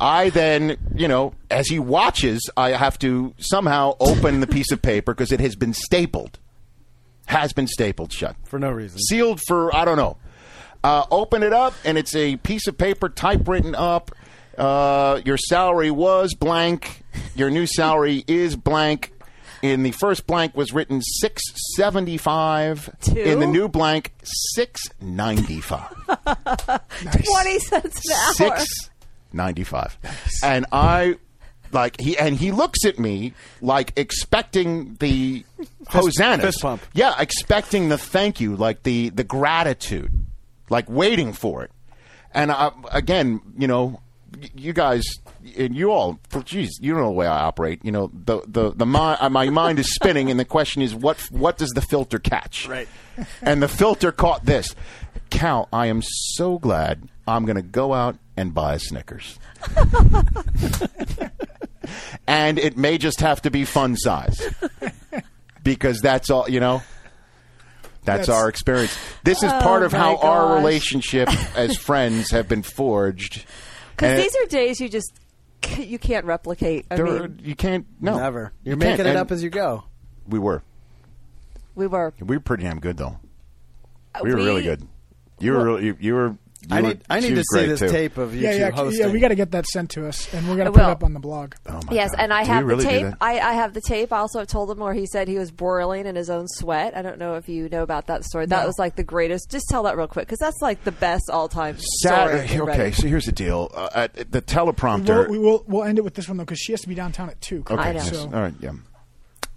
[SPEAKER 5] I then, you know, as he watches, I have to somehow open the piece of paper because it has been stapled. Has been stapled shut
[SPEAKER 9] For no reason.
[SPEAKER 5] sealed for I don't know. Uh, open it up, and it's a piece of paper typewritten up. Uh, your salary was blank. Your new salary is blank. In the first blank was written six seventy five.
[SPEAKER 10] Two?
[SPEAKER 5] In the new blank, six ninety five.
[SPEAKER 10] Twenty cents an hour.
[SPEAKER 5] Six ninety five. And I like he and he looks at me like expecting the hosanna.
[SPEAKER 9] fist pump.
[SPEAKER 5] Yeah, expecting the thank you, like the the gratitude, like waiting for it. And I, again, you know, y- you guys and you all, geez, you know the way I operate. You know, the the the my, my mind is spinning, and the question is, what what does the filter catch?
[SPEAKER 9] Right.
[SPEAKER 5] And the filter caught this. Cal, I am so glad I'm going to go out and buy a Snickers. and it may just have to be fun size because that's all you know that's,
[SPEAKER 8] That's-
[SPEAKER 5] our experience this is part
[SPEAKER 10] Oh,
[SPEAKER 5] of how
[SPEAKER 10] my
[SPEAKER 5] our
[SPEAKER 10] gosh.
[SPEAKER 5] relationship as friends have been forged
[SPEAKER 10] Because
[SPEAKER 5] And
[SPEAKER 10] these are days you just c- you can't replicate. I
[SPEAKER 5] there-
[SPEAKER 10] mean,
[SPEAKER 5] you can't no
[SPEAKER 9] Never.
[SPEAKER 5] You
[SPEAKER 9] You're
[SPEAKER 5] can't.
[SPEAKER 9] making it
[SPEAKER 5] And
[SPEAKER 9] up as you go.
[SPEAKER 5] we were
[SPEAKER 10] we were.
[SPEAKER 5] we were pretty damn good though we were
[SPEAKER 10] we-
[SPEAKER 5] really good you were really, you, you were you
[SPEAKER 9] I
[SPEAKER 5] were-
[SPEAKER 9] need, I
[SPEAKER 5] she
[SPEAKER 9] need to
[SPEAKER 5] was
[SPEAKER 9] see
[SPEAKER 5] great,
[SPEAKER 9] this
[SPEAKER 5] too.
[SPEAKER 9] tape of you
[SPEAKER 8] yeah,
[SPEAKER 9] two
[SPEAKER 8] yeah, actually,
[SPEAKER 9] hosting.
[SPEAKER 8] yeah. We got to get that sent to us, and we're going to
[SPEAKER 10] I
[SPEAKER 8] put it
[SPEAKER 10] will.
[SPEAKER 8] up on the blog.
[SPEAKER 5] oh my
[SPEAKER 10] Yes,
[SPEAKER 5] God.
[SPEAKER 10] and I
[SPEAKER 5] Do
[SPEAKER 10] have
[SPEAKER 5] we really
[SPEAKER 10] the
[SPEAKER 5] do
[SPEAKER 10] tape.
[SPEAKER 5] that?
[SPEAKER 10] I, I have the tape. I also told him where he said he was broiling in his own sweat. I don't know if you know about that story. That was like the greatest. Just tell that real quick because that's like the best all time story.
[SPEAKER 5] Saturday, uh, okay
[SPEAKER 10] already.
[SPEAKER 5] so here's the deal uh, at at the
[SPEAKER 8] We will,
[SPEAKER 5] teleprompter
[SPEAKER 8] we will we'll end it with this one though, because she has to be downtown at two.
[SPEAKER 5] Okay.
[SPEAKER 10] I know.
[SPEAKER 5] yes.
[SPEAKER 8] So-
[SPEAKER 5] All right. Yeah.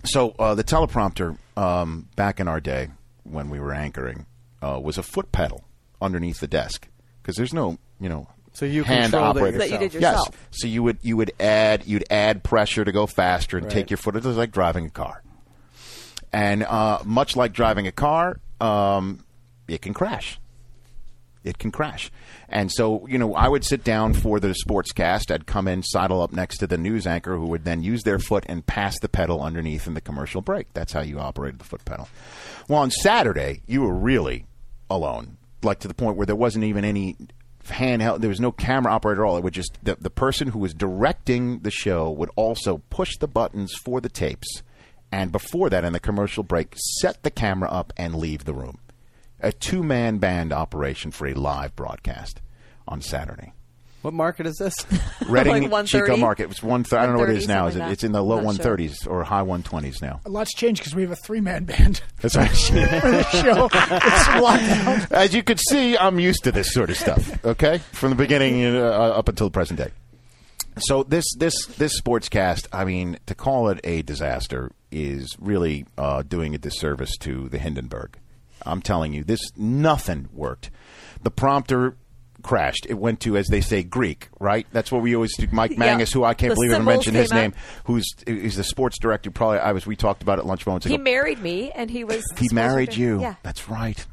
[SPEAKER 5] So uh, the teleprompter um, back in our day when we were anchoring uh, was a foot pedal underneath the desk because there's no you know
[SPEAKER 9] So you
[SPEAKER 5] hand
[SPEAKER 9] controlled it
[SPEAKER 5] operated.
[SPEAKER 10] That you did
[SPEAKER 5] yes.
[SPEAKER 10] yourself.
[SPEAKER 5] So you would you would add you'd add pressure to go faster and
[SPEAKER 9] Right.
[SPEAKER 5] take your foot. It was like driving a car, and uh, much like driving a car, um, it can crash it can crash. And so, you know, I would sit down for the sports cast. I'd come in, sidle up next to the news anchor, who would then use their foot and pass the pedal underneath in the commercial break. That's how you operated the foot pedal. Well, on Saturday, you were really alone. like to the point where there wasn't even any handheld. There was no camera operator at all. It would just the, the person who was directing the show would also push the buttons for the tapes, and before that, in the commercial break, set the camera up and leave the room. A two man band operation for a live broadcast on Saturday.
[SPEAKER 9] What market is this?
[SPEAKER 5] Reading
[SPEAKER 10] 130?
[SPEAKER 5] Chico Market. It's one. Th- I don't know what it
[SPEAKER 10] 130,
[SPEAKER 5] is now. Is
[SPEAKER 10] something
[SPEAKER 5] it,
[SPEAKER 10] like
[SPEAKER 5] it's in the low
[SPEAKER 10] that.
[SPEAKER 5] one
[SPEAKER 10] Not sure.
[SPEAKER 5] thirties or high one twenties now.
[SPEAKER 8] A lot's changed because we have a three man band
[SPEAKER 5] That's right.
[SPEAKER 8] for the show. It's lockdown.
[SPEAKER 5] As you can see, I'm used to this sort of stuff. Okay, from the beginning uh, up until the present day. So this this this sportscast, I mean, to call it a disaster is really uh, doing a disservice to the Hindenburg. I'm telling you, this nothing worked. The prompter crashed. It went to, as they say, Greek. Right? That's what we always do. Mike
[SPEAKER 10] Yeah.
[SPEAKER 5] Mangus, who I can't
[SPEAKER 10] The
[SPEAKER 5] believe I
[SPEAKER 10] symbols
[SPEAKER 5] mentioned his
[SPEAKER 10] came out.
[SPEAKER 5] name, who's is the sports director. Probably I was. We talked about it lunch moments ago.
[SPEAKER 10] He married me, and he was.
[SPEAKER 5] He
[SPEAKER 10] supposed to
[SPEAKER 5] married
[SPEAKER 10] be-
[SPEAKER 5] you.
[SPEAKER 10] Yeah.
[SPEAKER 5] That's right.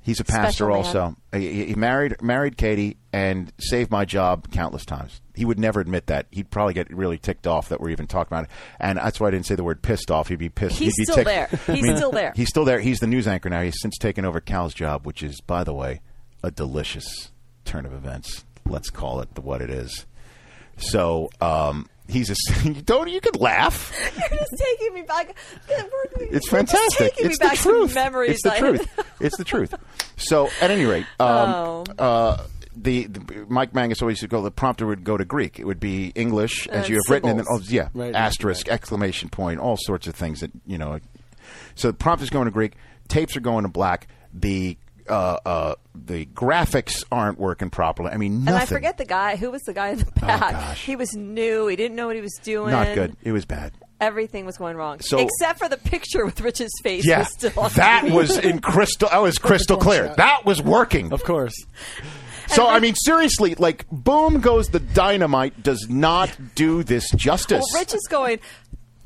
[SPEAKER 5] He's a
[SPEAKER 10] Special
[SPEAKER 5] pastor
[SPEAKER 10] man.
[SPEAKER 5] also. He, he married married Katie and saved my job countless times. He would never admit that. He'd probably get really ticked off that we're even talking about it. And that's why I didn't say the word pissed off. He'd be pissed.
[SPEAKER 10] He's
[SPEAKER 5] He'd be
[SPEAKER 10] still
[SPEAKER 5] ticked.
[SPEAKER 10] there. He's still there.
[SPEAKER 5] He's still there. He's the news anchor now. He's since taken over Cal's job, which is, by the way, a delicious turn of events. Let's call it the, what it is. So um, he's a. Don't you could laugh.
[SPEAKER 10] You're just taking me back.
[SPEAKER 5] It's fantastic.
[SPEAKER 10] taking me
[SPEAKER 5] it's
[SPEAKER 10] back
[SPEAKER 5] the truth.
[SPEAKER 10] to memories.
[SPEAKER 5] It's the
[SPEAKER 10] I-
[SPEAKER 5] truth. It's the truth. So, at any rate, um,
[SPEAKER 10] Oh.
[SPEAKER 5] uh, the, the Mike Mangus always used to go. The prompter would go to Greek. It would be English, as
[SPEAKER 10] Uh,
[SPEAKER 5] you have written, and then oh,
[SPEAKER 10] symbols.
[SPEAKER 5] yeah,
[SPEAKER 9] Right, right,
[SPEAKER 5] asterisk, exclamation point, all sorts of things that you know. So the prompter's going to Greek. Tapes are going to black. The uh, uh, the graphics aren't working properly. I mean, nothing. Oh,
[SPEAKER 10] And I forget the guy. Who was the guy in the back?
[SPEAKER 5] gosh.
[SPEAKER 10] He was new. He didn't know what he was doing.
[SPEAKER 5] Not good. It was bad.
[SPEAKER 10] Everything was going wrong.
[SPEAKER 5] So-
[SPEAKER 10] Except for the picture with Rich's face.
[SPEAKER 5] Yeah,
[SPEAKER 10] was still on
[SPEAKER 5] that
[SPEAKER 10] the-
[SPEAKER 5] was in crystal. That was crystal clear. That was working.
[SPEAKER 9] of course.
[SPEAKER 5] So I mean, seriously, like, boom goes the dynamite. Does not do this justice.
[SPEAKER 10] Well, Rich is going.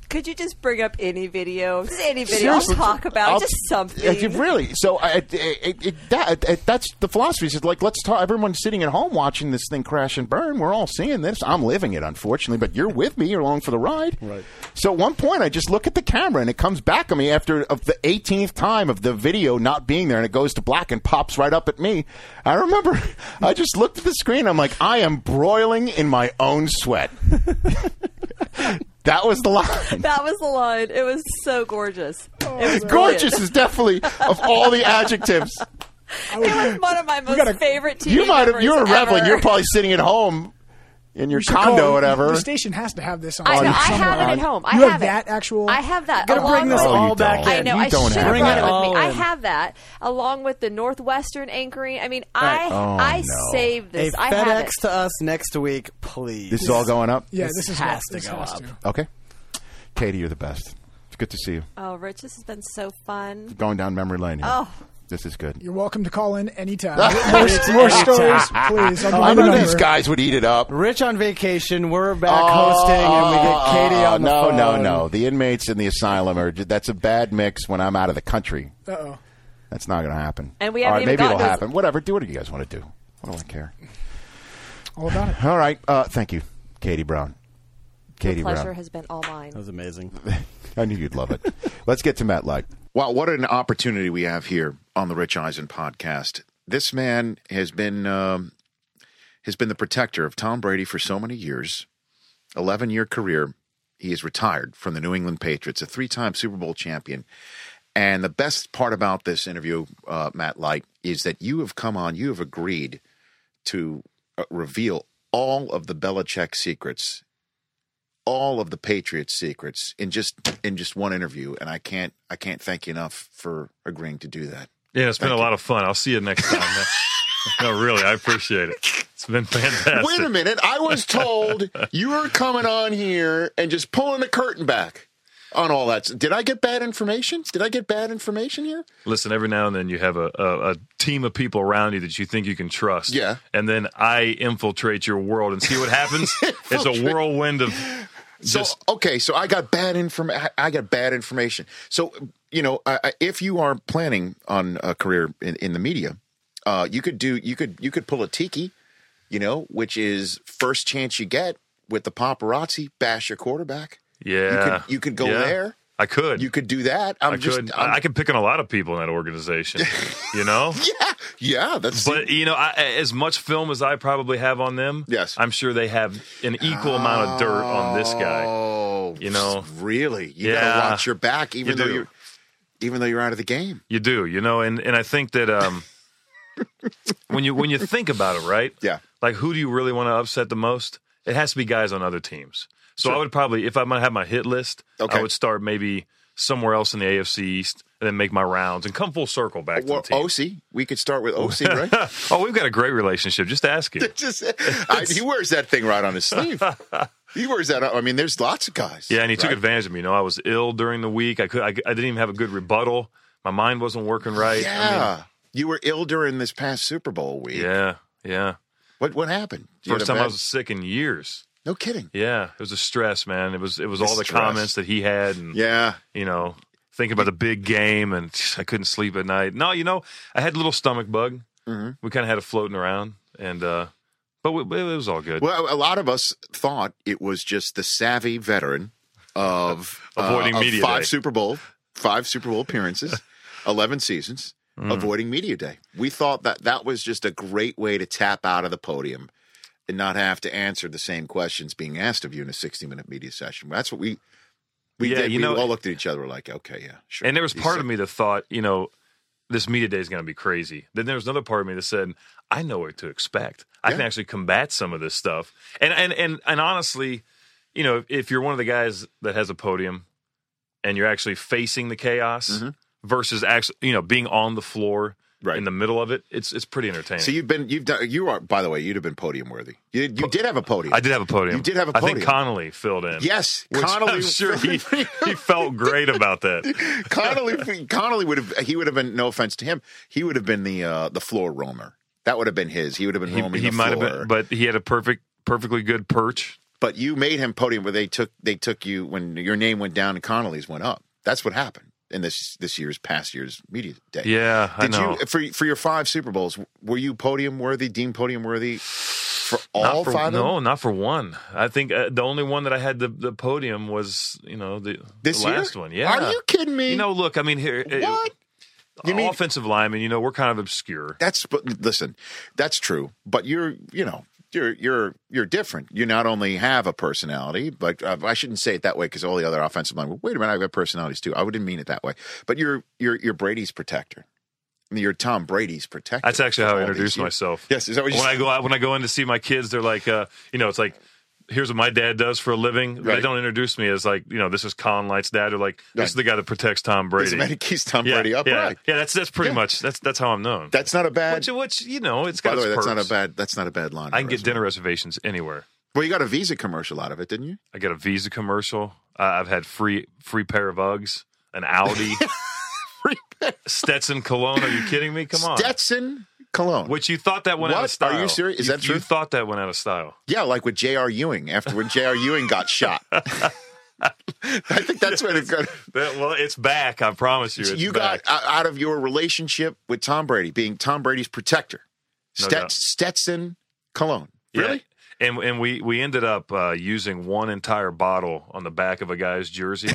[SPEAKER 10] Could you just bring up any video? Just any video.
[SPEAKER 5] Seriously,
[SPEAKER 10] I'll talk about
[SPEAKER 5] I'll-
[SPEAKER 10] just something.
[SPEAKER 5] I- really. So I, it, it, it, that, it- that's the philosophy. Is like, let's talk. Everyone's sitting at home watching this thing crash and burn. We're all seeing this. I'm living it, unfortunately, but you're with me. You're along for the ride. Right. So at one point, I just look at the camera, and it comes back at me after of the 18th time of the video not being there, and it goes to black and pops right up at me. I remember, I just looked at the screen. I'm like, I am broiling in my own sweat. that was the line.
[SPEAKER 10] That was the line. It was so gorgeous. it was
[SPEAKER 5] Gorgeous
[SPEAKER 10] brilliant.
[SPEAKER 5] is definitely of all the adjectives.
[SPEAKER 10] It was one of my most
[SPEAKER 8] gotta-
[SPEAKER 10] favorite TV
[SPEAKER 5] You might have.
[SPEAKER 10] memories
[SPEAKER 5] You're a rebel.
[SPEAKER 10] ever.
[SPEAKER 5] You're probably sitting at home in your
[SPEAKER 8] We should
[SPEAKER 5] condo,
[SPEAKER 8] call-
[SPEAKER 5] or whatever.
[SPEAKER 8] The station has to have this on.
[SPEAKER 10] I know. I have
[SPEAKER 8] somewhere.
[SPEAKER 10] it at home. I
[SPEAKER 8] you have,
[SPEAKER 10] have it.
[SPEAKER 8] that actual.
[SPEAKER 10] I have that.
[SPEAKER 9] Gotta
[SPEAKER 10] along
[SPEAKER 9] bring this Oh.
[SPEAKER 5] Oh,
[SPEAKER 10] with-
[SPEAKER 5] you
[SPEAKER 9] all back
[SPEAKER 5] don't.
[SPEAKER 9] in.
[SPEAKER 10] I know.
[SPEAKER 5] You
[SPEAKER 10] I
[SPEAKER 5] don't have
[SPEAKER 10] should have brought
[SPEAKER 5] that.
[SPEAKER 10] it with
[SPEAKER 9] Bring
[SPEAKER 10] me.
[SPEAKER 9] it
[SPEAKER 10] I
[SPEAKER 9] all in.
[SPEAKER 10] have that along with the Northwestern anchoring. I mean, I
[SPEAKER 9] Right.
[SPEAKER 5] Oh,
[SPEAKER 10] I
[SPEAKER 5] no.
[SPEAKER 10] saved
[SPEAKER 9] A
[SPEAKER 10] this. I have
[SPEAKER 9] FedEx
[SPEAKER 10] it.
[SPEAKER 9] to us next week, please.
[SPEAKER 5] this is all going up.
[SPEAKER 8] Yeah,
[SPEAKER 9] This
[SPEAKER 8] this, is
[SPEAKER 9] has to
[SPEAKER 8] this
[SPEAKER 9] go
[SPEAKER 8] has
[SPEAKER 9] up.
[SPEAKER 8] to.
[SPEAKER 5] Okay. Katie, you're the best. It's good to see you.
[SPEAKER 10] Oh, Rich, this has been so fun.
[SPEAKER 5] Going down memory lane here.
[SPEAKER 10] Oh.
[SPEAKER 5] This is good.
[SPEAKER 8] You're welcome to call in anytime. more, more stories, please.
[SPEAKER 5] I
[SPEAKER 8] I'll do my
[SPEAKER 5] knew
[SPEAKER 8] number.
[SPEAKER 5] these guys would eat it up.
[SPEAKER 9] Rich on vacation. We're back
[SPEAKER 5] Oh,
[SPEAKER 9] hosting, and we
[SPEAKER 5] oh,
[SPEAKER 9] get Katie on the
[SPEAKER 5] no,
[SPEAKER 9] phone.
[SPEAKER 5] no, no. The inmates in the asylum are. That's a bad mix when I'm out of the country.
[SPEAKER 8] Uh-oh.
[SPEAKER 5] That's not going to happen.
[SPEAKER 10] And we
[SPEAKER 5] All
[SPEAKER 10] haven't
[SPEAKER 5] right,
[SPEAKER 10] even
[SPEAKER 5] maybe it'll
[SPEAKER 10] gotten to-
[SPEAKER 5] happen. Whatever. Do what you guys want to do. What do I care?
[SPEAKER 8] All about it.
[SPEAKER 5] All right. Uh, thank you, Katie Brown. Katie
[SPEAKER 10] the pleasure
[SPEAKER 5] Brown.
[SPEAKER 10] has been all mine.
[SPEAKER 9] That was amazing.
[SPEAKER 5] I knew you'd love it. Let's get to Matt Light. Wow, what an opportunity we have here on the Rich Eisen podcast. This man has been um, has been the protector of Tom Brady for so many years. Eleven year career. He is retired from the New England Patriots, a three time Super Bowl champion. And the best part about this interview, uh, Matt Light, is that you have come on. You have agreed to uh, reveal all of the Belichick secrets all of the Patriots secrets in just in just one interview and I can't I can't thank you enough for agreeing to do that.
[SPEAKER 2] Yeah, it's been
[SPEAKER 5] Thank
[SPEAKER 2] a lot of fun. I'll see you next time. man. no, really, I appreciate it. It's been fantastic.
[SPEAKER 5] Wait a minute, I was told you were coming on here and just pulling the curtain back on all that. Did I get bad information? Did I get bad information here?
[SPEAKER 2] Listen, every now and then you have a, a, a team of people around you that you think you can trust.
[SPEAKER 5] Yeah.
[SPEAKER 2] And then I infiltrate your world and see what happens. it's a whirlwind of
[SPEAKER 5] So
[SPEAKER 2] just
[SPEAKER 5] okay, so I got bad inform I got bad information. So you know, I, I, if you are planning on a career in, in the media, uh, you could do you could you could pull a tiki, you know, which is first chance you get with the paparazzi bash your quarterback.
[SPEAKER 2] yeah.
[SPEAKER 5] You could you could go
[SPEAKER 2] Yeah.
[SPEAKER 5] there.
[SPEAKER 2] I could.
[SPEAKER 5] You could do that. I'm
[SPEAKER 2] I
[SPEAKER 5] just.
[SPEAKER 2] could.
[SPEAKER 5] I'm-
[SPEAKER 2] i could pick on a lot of people in that organization. you know.
[SPEAKER 5] Yeah, yeah. That's
[SPEAKER 2] But you know, I, as much film as I probably have on them,
[SPEAKER 5] Yes.
[SPEAKER 2] I'm sure they have an equal amount of dirt on this guy.
[SPEAKER 5] Oh,
[SPEAKER 2] you know.
[SPEAKER 5] really? You
[SPEAKER 2] Yeah.
[SPEAKER 5] gotta watch your back, even
[SPEAKER 2] You
[SPEAKER 5] though
[SPEAKER 2] do.
[SPEAKER 5] you're, even though you're out of the game.
[SPEAKER 2] You do, you know, and and I think that um, when you when you think about it, right?
[SPEAKER 5] Yeah.
[SPEAKER 2] Like, who do you really want to upset the most? It has to be guys on other teams. So I would probably, if I'm gonna have my hit list,
[SPEAKER 5] Okay.
[SPEAKER 2] I would start maybe somewhere else in the AFC East, and then make my rounds and come full circle back
[SPEAKER 5] Well,
[SPEAKER 2] to the team.
[SPEAKER 5] OC, we could start with OC, right?
[SPEAKER 2] oh, we've got a great relationship. Just ask him.
[SPEAKER 5] Just- I- he wears that thing right on his sleeve. he wears that. I mean, there's lots of guys.
[SPEAKER 2] Yeah, and he took
[SPEAKER 5] right?
[SPEAKER 2] advantage of me. You know, I was ill during the week. I could, I, I didn't even have a good rebuttal. My mind wasn't working right.
[SPEAKER 5] Yeah, you were ill during this past Super Bowl
[SPEAKER 2] I
[SPEAKER 5] week.
[SPEAKER 2] mean, yeah, yeah.
[SPEAKER 5] What what happened? You
[SPEAKER 2] First
[SPEAKER 5] had a
[SPEAKER 2] time I
[SPEAKER 5] bad-
[SPEAKER 2] was sick in years.
[SPEAKER 5] No kidding.
[SPEAKER 2] Yeah, it was a stress, man. It was, it was
[SPEAKER 5] The
[SPEAKER 2] all the
[SPEAKER 5] stress.
[SPEAKER 2] comments that he had, and
[SPEAKER 5] Yeah.
[SPEAKER 2] you know, thinking about the big game, and I couldn't sleep at night. No, you know, I had a little stomach bug.
[SPEAKER 5] Mhm.
[SPEAKER 2] We kind of had it floating around, and uh but we, it was all good.
[SPEAKER 5] Well, a lot of us thought it was just the savvy veteran of uh,
[SPEAKER 2] Avoiding
[SPEAKER 5] of
[SPEAKER 2] media
[SPEAKER 5] five
[SPEAKER 2] day.
[SPEAKER 5] Super Bowl, five Super Bowl appearances, eleven seasons,
[SPEAKER 2] Hmm.
[SPEAKER 5] avoiding media day. We thought that that was just a great way to tap out of the podium and not have to answer the same questions being asked of you in a sixty-minute media session. That's what we. We
[SPEAKER 2] Yeah,
[SPEAKER 5] did.
[SPEAKER 2] you
[SPEAKER 5] we
[SPEAKER 2] know-
[SPEAKER 5] all looked at each other. We're like, okay, yeah, sure.
[SPEAKER 2] And there was
[SPEAKER 5] He's
[SPEAKER 2] part
[SPEAKER 5] sick.
[SPEAKER 2] of me that thought, you know, this media day is going to be crazy. Then there was another part of me that said, I know what to expect. I can
[SPEAKER 5] Yeah.
[SPEAKER 2] actually combat some of this stuff. And and and and honestly, you know, if you're one of the guys that has a podium and you're actually facing the chaos versus actually, you know, being on the floor
[SPEAKER 5] Right.
[SPEAKER 2] in the middle of it, it's it's pretty entertaining.
[SPEAKER 5] So you've been, you've done, you are. By the way, you'd have been podium worthy. You, you did have a podium.
[SPEAKER 2] I did have a podium.
[SPEAKER 5] You did have a
[SPEAKER 2] I think
[SPEAKER 5] podium.
[SPEAKER 2] Connolly filled in.
[SPEAKER 5] Yes,
[SPEAKER 2] which
[SPEAKER 5] Connolly-
[SPEAKER 2] I'm sure he, he felt great about that.
[SPEAKER 5] Connolly Connolly would have he would have been no offense to him he would have been the uh, the floor roamer that would have been his he would have been
[SPEAKER 2] He,
[SPEAKER 5] roaming
[SPEAKER 2] he
[SPEAKER 5] the
[SPEAKER 2] might have
[SPEAKER 5] floor
[SPEAKER 2] been, but he had a perfect, perfectly good perch.
[SPEAKER 5] But you made him podium where they took they took you when your name went down and Connolly's went up that's what happened in this this year's past year's media day
[SPEAKER 2] Yeah, I
[SPEAKER 5] did
[SPEAKER 2] know.
[SPEAKER 5] you for for your five Super Bowls were you podium worthy deemed podium worthy for
[SPEAKER 2] Not
[SPEAKER 5] all
[SPEAKER 2] for-
[SPEAKER 5] five of
[SPEAKER 2] No,
[SPEAKER 5] them
[SPEAKER 2] not for one. I think uh, the only one that I had the, the podium was you know the,
[SPEAKER 5] this
[SPEAKER 2] the last
[SPEAKER 5] year
[SPEAKER 2] one. Yeah,
[SPEAKER 5] are you kidding me
[SPEAKER 2] You know, look, I mean, here uh,
[SPEAKER 5] what
[SPEAKER 2] all
[SPEAKER 5] mean-
[SPEAKER 2] offensive linemen. You know, we're kind of obscure.
[SPEAKER 5] That's but listen, that's true. But you're you know you're you're you're different. You not only have a personality, but uh, I shouldn't say it that way because all the other offensive linemen. Wait a minute, I've got personalities too. I wouldn't mean it that way. But you're you're you're Brady's protector. I mean, You're Tom Brady's protector.
[SPEAKER 2] That's actually how
[SPEAKER 5] All
[SPEAKER 2] I
[SPEAKER 5] these
[SPEAKER 2] introduce
[SPEAKER 5] years.
[SPEAKER 2] myself.
[SPEAKER 5] Yes, is that what you
[SPEAKER 2] when I go out Uh, when I go in to see my kids, they're like, uh, you know, it's like. Here's what my dad does for a living. They
[SPEAKER 5] Right.
[SPEAKER 2] don't introduce me as like, you know, this is Con Light's dad, or like, this
[SPEAKER 5] Right.
[SPEAKER 2] is the guy that protects Tom
[SPEAKER 5] Is
[SPEAKER 2] Brady.
[SPEAKER 5] Matt keeps Tom
[SPEAKER 2] yeah,
[SPEAKER 5] Brady up?
[SPEAKER 2] yeah,
[SPEAKER 5] Right.
[SPEAKER 2] yeah. That's that's pretty
[SPEAKER 5] Yeah.
[SPEAKER 2] much that's that's how I'm known.
[SPEAKER 5] That's not a bad.
[SPEAKER 2] which, which you know, it's got
[SPEAKER 5] By the
[SPEAKER 2] its
[SPEAKER 5] way, that's not
[SPEAKER 2] perks.
[SPEAKER 5] a bad. That's not a bad line.
[SPEAKER 2] I can get
[SPEAKER 5] resume.
[SPEAKER 2] dinner reservations anywhere.
[SPEAKER 5] Well, you got a Visa commercial out of it, didn't you?
[SPEAKER 2] I got a Visa commercial. Uh, I've had free free pair of Uggs, an Audi, Stetson cologne. Are you kidding me? Come on.
[SPEAKER 5] Stetson Cologne.
[SPEAKER 2] Which you thought that went out
[SPEAKER 5] What?
[SPEAKER 2] of style?
[SPEAKER 5] Are you serious? Is
[SPEAKER 2] You-
[SPEAKER 5] that true?
[SPEAKER 2] You thought that went out of style?
[SPEAKER 5] Yeah, like with J.R. Ewing after when J.R. Ewing got shot. I think that's what it got.
[SPEAKER 2] That- well, it's back. I promise you. It's
[SPEAKER 5] You got
[SPEAKER 2] back.
[SPEAKER 5] o- out of your relationship with Tom Brady being Tom Brady's protector,
[SPEAKER 2] No
[SPEAKER 5] Stet-
[SPEAKER 2] doubt.
[SPEAKER 5] Stetson Cologne.
[SPEAKER 2] Yeah.
[SPEAKER 5] Really?
[SPEAKER 2] And and we we ended up uh, using one entire bottle on the back of a guy's jersey.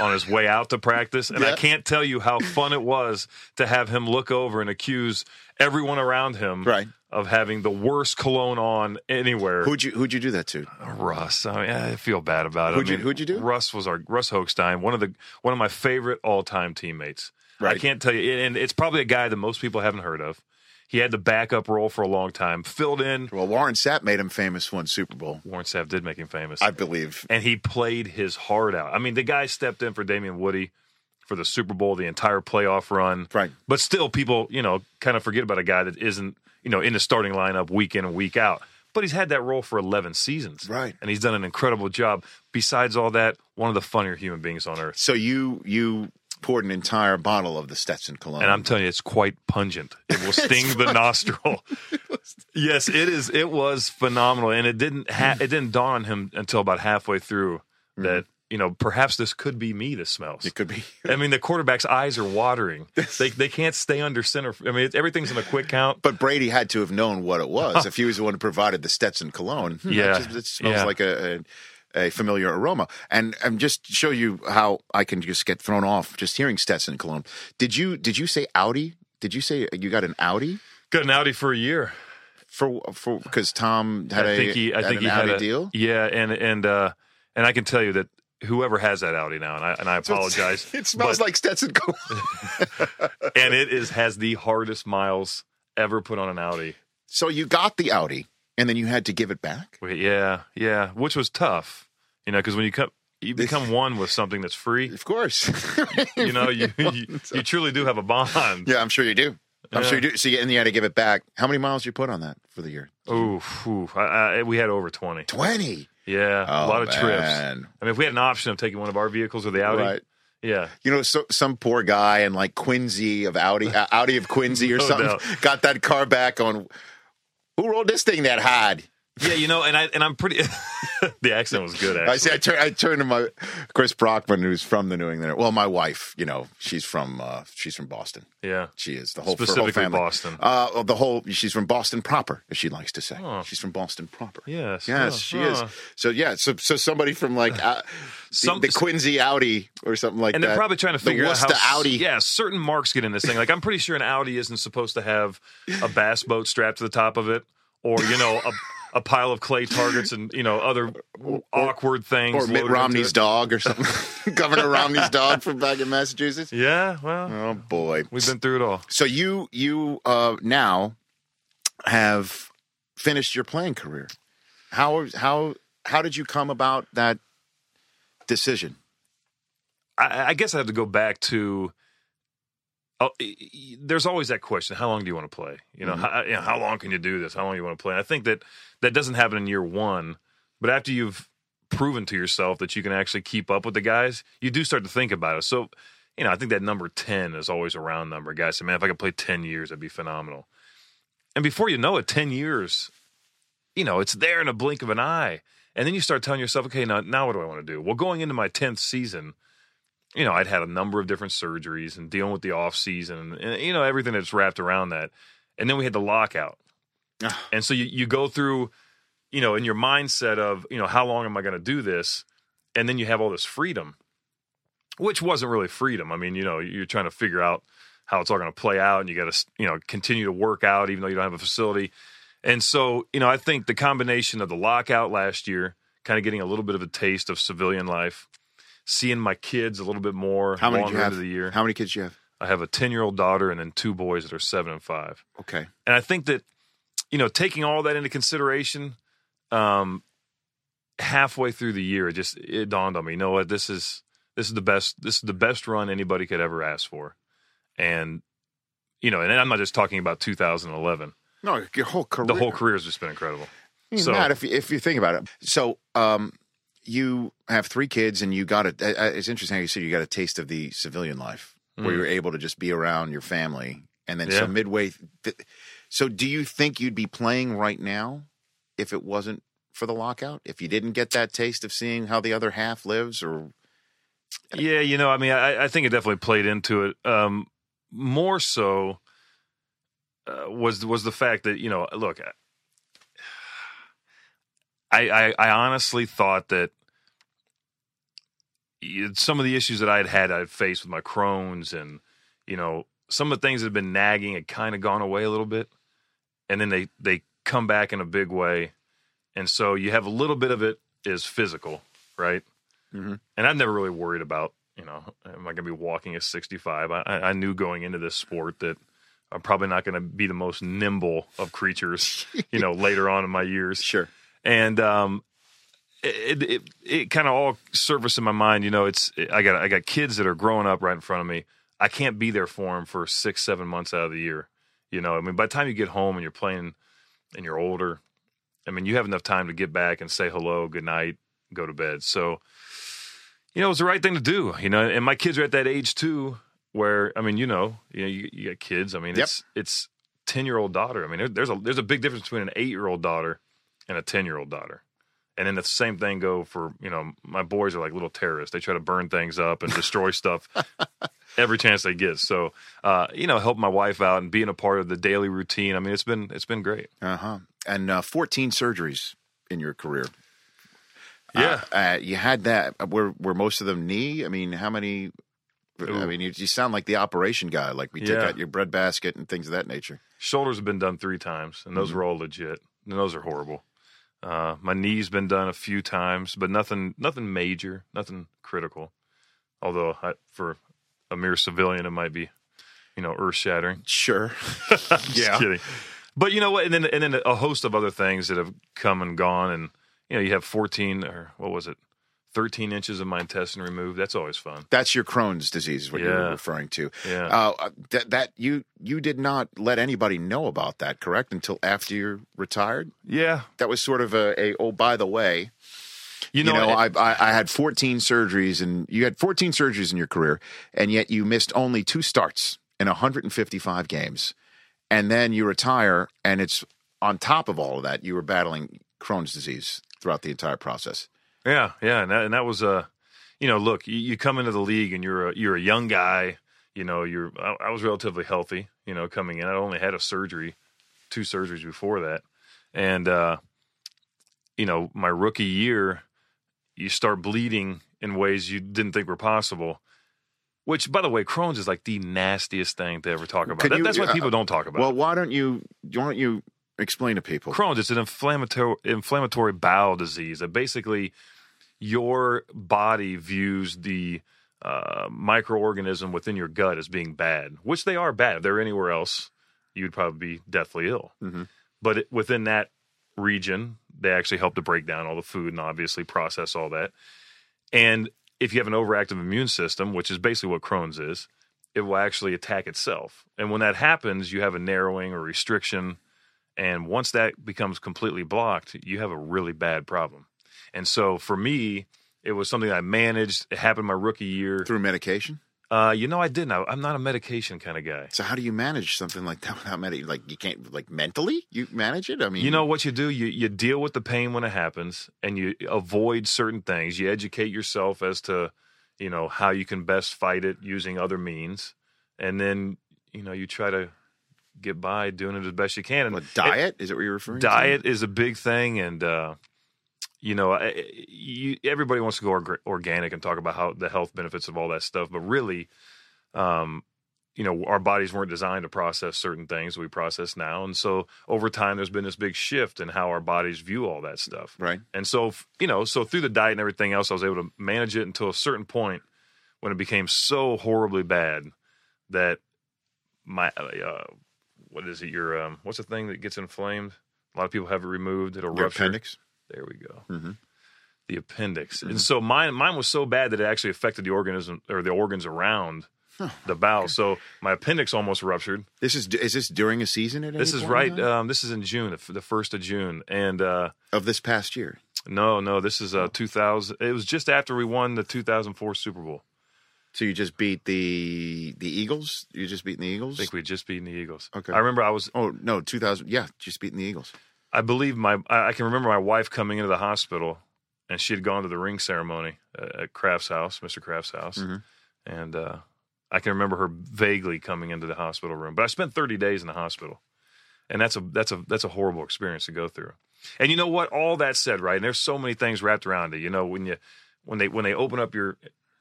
[SPEAKER 2] On his way out to practice, and I
[SPEAKER 5] Yeah.
[SPEAKER 2] can't tell you how fun it was to have him look over and accuse everyone around him
[SPEAKER 5] Right.
[SPEAKER 2] of having the worst cologne on anywhere.
[SPEAKER 5] Who'd you Who'd you do that to?
[SPEAKER 2] Russ. I mean, I feel bad about it.
[SPEAKER 5] Who'd
[SPEAKER 2] I
[SPEAKER 5] you-
[SPEAKER 2] mean,
[SPEAKER 5] who'd you do?
[SPEAKER 2] Russ was our Russ Hochstein, one of the one of my favorite all time teammates. I
[SPEAKER 5] Right.
[SPEAKER 2] can't tell you, and it's probably a guy that most people haven't heard of. He had the backup role for a long time, filled in.
[SPEAKER 5] Well, Warren Sapp made him famous one Super Bowl,
[SPEAKER 2] Warren Sapp did make him famous,
[SPEAKER 5] I believe.
[SPEAKER 2] and he played his heart out. I mean, the guy stepped in for Damian Woody for the Super Bowl, the entire playoff run.
[SPEAKER 5] Right.
[SPEAKER 2] But still, people, you know, kind of forget about a guy that isn't, you know, in the starting lineup week in and week out. But he's had that role for 11 seasons.
[SPEAKER 5] Right.
[SPEAKER 2] And he's done an incredible job. Besides all that, one of the funnier human beings on earth.
[SPEAKER 5] So you you poured an entire bottle of the Stetson Cologne.
[SPEAKER 2] And I'm telling you, it's quite pungent. It will sting the nostril. yes, it is. It was phenomenal, and it didn't. Ha-
[SPEAKER 5] Mm.
[SPEAKER 2] it didn't dawn on him until about halfway through
[SPEAKER 5] Mm-hmm.
[SPEAKER 2] that you know perhaps this could be me. This smells.
[SPEAKER 5] it could be.
[SPEAKER 2] I mean, the quarterback's eyes are watering. They they can't stay under center. I mean, it's, everything's in a quick count.
[SPEAKER 5] But Brady had to have known what it was if he was the one who provided the Stetson cologne. Hmm,
[SPEAKER 2] Yeah.
[SPEAKER 5] it, just- it smells
[SPEAKER 2] Yeah.
[SPEAKER 5] like a, a a familiar aroma. And and just to show you how I can just get thrown off just hearing Stetson cologne. Did you did you say Audi? Did you say you got an Audi
[SPEAKER 2] Got an Audi for a year.
[SPEAKER 5] for for because Tom had
[SPEAKER 2] I
[SPEAKER 5] a
[SPEAKER 2] think he. I
[SPEAKER 5] had
[SPEAKER 2] think
[SPEAKER 5] an
[SPEAKER 2] he
[SPEAKER 5] Audi
[SPEAKER 2] had a
[SPEAKER 5] deal?
[SPEAKER 2] Yeah, and and uh, and I can tell you that whoever has that Audi now, and I and I apologize.
[SPEAKER 5] It smells
[SPEAKER 2] but-
[SPEAKER 5] like Stetson cologne.
[SPEAKER 2] and it is has the hardest miles ever put on an Audi.
[SPEAKER 5] so you got the Audi and then you had to give it back.
[SPEAKER 2] Wait, yeah, yeah, which was tough, you know, because when you come, you become one with something that's free.
[SPEAKER 5] Of course.
[SPEAKER 2] You know, you you, you truly do have a bond.
[SPEAKER 5] yeah, I'm sure you do. I'm
[SPEAKER 2] Yeah.
[SPEAKER 5] sure you do. So you, and you had to give it back. How many miles did you put on that for the year?
[SPEAKER 2] Ooh, phew, I, I, we had over twenty.
[SPEAKER 5] Twenty.
[SPEAKER 2] Yeah, a
[SPEAKER 5] Oh,
[SPEAKER 2] lot of trips.
[SPEAKER 5] man.
[SPEAKER 2] I mean, if we had an option of taking one of our vehicles or the Audi,
[SPEAKER 5] Right.
[SPEAKER 2] yeah,
[SPEAKER 5] You know, so, some poor guy in like Quincy of Audi, uh, Audi of Quincy or
[SPEAKER 2] No
[SPEAKER 5] something,
[SPEAKER 2] doubt.
[SPEAKER 5] got that car back on. Who rolled this thing that hard?
[SPEAKER 2] yeah, you know, and I and I'm pretty. the accent was good. Actually.
[SPEAKER 5] I say, I turn, I turn to my Chris Brockman, who's from the New England. Well, my wife, you know, she's from uh, she's from Boston.
[SPEAKER 2] Yeah.
[SPEAKER 5] She is the whole her whole
[SPEAKER 2] Specifically
[SPEAKER 5] family.
[SPEAKER 2] Boston.
[SPEAKER 5] Uh, well, the whole she's from Boston proper, as she likes to say.
[SPEAKER 2] Oh.
[SPEAKER 5] She's from Boston proper.
[SPEAKER 2] Yes,
[SPEAKER 5] yes,
[SPEAKER 2] huh,
[SPEAKER 5] she
[SPEAKER 2] huh.
[SPEAKER 5] is. So yeah, so so somebody from like uh, the-
[SPEAKER 2] Some-
[SPEAKER 5] the, Quincy Audi or something like
[SPEAKER 2] and
[SPEAKER 5] that.
[SPEAKER 2] they're probably trying to
[SPEAKER 5] The
[SPEAKER 2] figure out
[SPEAKER 5] Worcester
[SPEAKER 2] how
[SPEAKER 5] Audi.
[SPEAKER 2] Yeah, certain marks get in this thing. Like I'm pretty sure an Audi isn't supposed to have a bass boat strapped to the top of it, or you know, a, a pile of clay targets and you know other awkward things.
[SPEAKER 5] or Mitt
[SPEAKER 2] loaded into
[SPEAKER 5] Romney's
[SPEAKER 2] it.
[SPEAKER 5] dog or something. Governor Romney's dog from back in Massachusetts.
[SPEAKER 2] Yeah, well,
[SPEAKER 5] Oh boy.
[SPEAKER 2] we've been through it all.
[SPEAKER 5] So you you uh, now have finished your playing career. How how how did you come about that decision?
[SPEAKER 2] I, I guess I have to go back to. Oh, e- e- there's always that question: How long do you want to play? You know, how, you know, how long can you do this? How long do you want to play? And I think that that doesn't happen in year one, but after you've proven to yourself that you can actually keep up with the guys, you do start to think about it. So, you know, I think that number ten is always a round number. Guys say, "Man, if I could play ten years, that'd be phenomenal." And before you know it, ten years, you know, it's there in a blink of an eye. And then you start telling yourself, "Okay, now now what do I want to do?" Well, going into my tenth season you know, I'd had a number of different surgeries and dealing with the off season and you know everything that's wrapped around that. And then we had the lockout. and so you you go through, you know, in your mindset of, you know, how long am I going to do this? And then you have all this freedom, which wasn't really freedom. I mean, you know, you're trying to figure out how it's all going to play out and you got to, you know, continue to work out even though you don't have a facility. And so, you know, I think the combination of the lockout last year, kind of getting a little bit of a taste of civilian life, seeing my kids a little bit more
[SPEAKER 5] How many did
[SPEAKER 2] longer
[SPEAKER 5] you have?
[SPEAKER 2] into the year.
[SPEAKER 5] How many kids do you have?
[SPEAKER 2] I have a 10 year old daughter and then two boys that are seven and five.
[SPEAKER 5] Okay.
[SPEAKER 2] And I think that, you know, taking all that into consideration, um, halfway through the year, it just it dawned on me, you know what, this is this is the best this is the best run anybody could ever ask for. And you know, and I'm not just talking about 2011.
[SPEAKER 5] No, your whole career.
[SPEAKER 2] The whole career has just been incredible.
[SPEAKER 5] So,
[SPEAKER 2] so-
[SPEAKER 5] Hmm, not if you, if you think about it. So, um, you have three kids, and you got a. I- I- It's interesting how you said you got a taste of the civilian life, where you were able to just be around your family, and then so
[SPEAKER 2] Hmm. Yeah.
[SPEAKER 5] midway. Th- so, do you think you'd be playing right now if it wasn't for the lockout? If you didn't get that taste of seeing how the other half lives, or
[SPEAKER 2] Yeah, you know, I mean, I, I think it definitely played into it. Um, more so uh, was was the fact that you know, look, uh, I, I I honestly thought that you- some of the issues that I had had I'd faced with my Crohn's and you know some of the things that had been nagging had kind of gone away a little bit, and then they they come back in a big way, and so you have a little bit of it is physical, right? and I've never really worried about you know am I going to be walking at 65. I, I I knew going into this sport that I'm probably not going to be the most nimble of creatures, you know, later on in my years
[SPEAKER 5] sure,
[SPEAKER 2] and um, it it, it kind of all surfaced in my mind. You know, it's I got I got kids that are growing up right in front of me. I can't be there for them for six seven months out of the year. You know, I mean, by the time you get home and you're playing and you're older, I mean, you have enough time to get back and say hello, good night, go to bed. So, you know, it was the right thing to do. You know, and my kids are at that age too, where I mean, you know, you know, you, you got kids. I mean, it's it's ten year old daughter. I mean, there, there's a there's a big difference between an eight year old daughter and a 10 year old daughter. And then the same thing go for, you know, my boys are like little terrorists. They try to burn things up and destroy stuff every chance they get. So, uh, you know, help my wife out and being a part of the daily routine. I mean, it's
[SPEAKER 5] Uh-huh.
[SPEAKER 2] been, it's been great.
[SPEAKER 5] uh huh, and uh, 14 surgeries in your career.
[SPEAKER 2] Yeah.
[SPEAKER 5] Uh, uh, you had that. Were were most of them knee? I mean, how many? I
[SPEAKER 2] Ooh.
[SPEAKER 5] mean, you, you sound like the operation guy. Like we take
[SPEAKER 2] Yeah.
[SPEAKER 5] out your bread basket and things of that nature. Mm-hmm.
[SPEAKER 2] Shoulders have been done three times, and those were all legit. And those are horrible. Uh, my knee's been done a few times, but nothing, nothing major, nothing critical. Although I, for a mere civilian, it might be, you know, earth shattering.
[SPEAKER 5] Sure.
[SPEAKER 2] Just kidding. But you know what? And then and then a host of other things that have come and gone. And you know, you have 14 or what was it, 13 inches of my intestine removed. That's always fun.
[SPEAKER 5] That's your Crohn's disease, is what you're
[SPEAKER 2] Yeah.
[SPEAKER 5] referring to.
[SPEAKER 2] Yeah.
[SPEAKER 5] Uh, that that you you did not let anybody know about that, correct? Until after you retired.
[SPEAKER 2] Yeah.
[SPEAKER 5] That was sort of a, a oh by the way.
[SPEAKER 2] You
[SPEAKER 5] You
[SPEAKER 2] know,
[SPEAKER 5] know,
[SPEAKER 2] it-
[SPEAKER 5] I, I I had 14 surgeries, and you had 14 surgeries in your career, and yet you missed only two starts in 155 games, and then you retire, and it's on top of all of that, you were battling Crohn's disease throughout the entire process.
[SPEAKER 2] Yeah, yeah, and that, and that was uh, you know, look, you, you come into the league and you're a you're a young guy. You know, you're I, I was relatively healthy. You know, coming in, I only had a surgery, two surgeries before that, and uh, you know, my rookie year, you start bleeding in ways you didn't think were possible. Which, by the way, Crohn's is like the nastiest thing to ever talk about.
[SPEAKER 5] Could
[SPEAKER 2] That-
[SPEAKER 5] you-
[SPEAKER 2] that's what
[SPEAKER 5] uh,
[SPEAKER 2] people don't talk about.
[SPEAKER 5] Well, why don't you why don't you explain to people?
[SPEAKER 2] Crohn's. It's an inflammatory inflammatory bowel disease that basically your body views the uh, microorganism within your gut as being bad, which they are bad. If they're anywhere else, you'd probably be deathly ill. But it, within that region, they actually help to break down all the food and obviously process all that. And if you have an overactive immune system, which is basically what Crohn's is, it will actually attack itself. And when that happens, you have a narrowing or restriction. And once that becomes completely blocked, you have a really bad problem. And so for me, it was something I managed. It happened my rookie year.
[SPEAKER 5] Through medication?
[SPEAKER 2] Uh, you know, I didn't. I, I'm not a medication kind of guy.
[SPEAKER 5] So how do you manage something like that without medi? Like you can't like mentally you manage it. I mean,
[SPEAKER 2] You know what you do? You you deal with the pain when it happens, and you avoid certain things. You educate yourself as to, you know, how you can best fight it using other means, and then you know you try to get by doing it as best you can. And
[SPEAKER 5] what,
[SPEAKER 2] it-
[SPEAKER 5] diet is it what you're referring to?
[SPEAKER 2] diet is a big thing and uh you know I- I- eh, you, everybody wants to go org- organic and talk about how the health benefits of all that stuff but really um you know our bodies weren't designed to process certain things we process now and so over time there's been this big shift in how our bodies view all that stuff
[SPEAKER 5] Right.
[SPEAKER 2] and so f- you know so through the diet and everything else i was able to manage it until a certain point when it became so horribly bad that my uh, what is it your um what's the thing that gets inflamed a lot of people have it removed it'll
[SPEAKER 5] Your
[SPEAKER 2] rupture
[SPEAKER 5] appendix. Mm-hmm.
[SPEAKER 2] there we go the appendix and so mine mine was so bad that it actually affected the organism or the organs around the bowel so my appendix almost ruptured
[SPEAKER 5] This is is this during a season? At any
[SPEAKER 2] this is
[SPEAKER 5] point in
[SPEAKER 2] right
[SPEAKER 5] time?
[SPEAKER 2] um this is in june the f- the first of june and uh
[SPEAKER 5] of this past year. Oh.
[SPEAKER 2] no no this is uh 2000 it was just after we won the 2004 super bowl
[SPEAKER 5] So you just beat the the Eagles. You just beat the Eagles.
[SPEAKER 2] I think we had just beaten the Eagles.
[SPEAKER 5] Okay.
[SPEAKER 2] I remember I was,
[SPEAKER 5] oh no, two thousand. Yeah, just beating the Eagles.
[SPEAKER 2] I believe my, I I can remember my wife coming into the hospital and she had gone to the ring ceremony uh, at Kraft's house, Mr. Kraft's house. And uh, I can remember her vaguely coming into the hospital room, but I spent 30 days in the hospital. And that's a, that's a, that's a horrible experience to go through. And you know what? All that said, right? And there's so many things wrapped around it. You know, when you, when they, when they open up your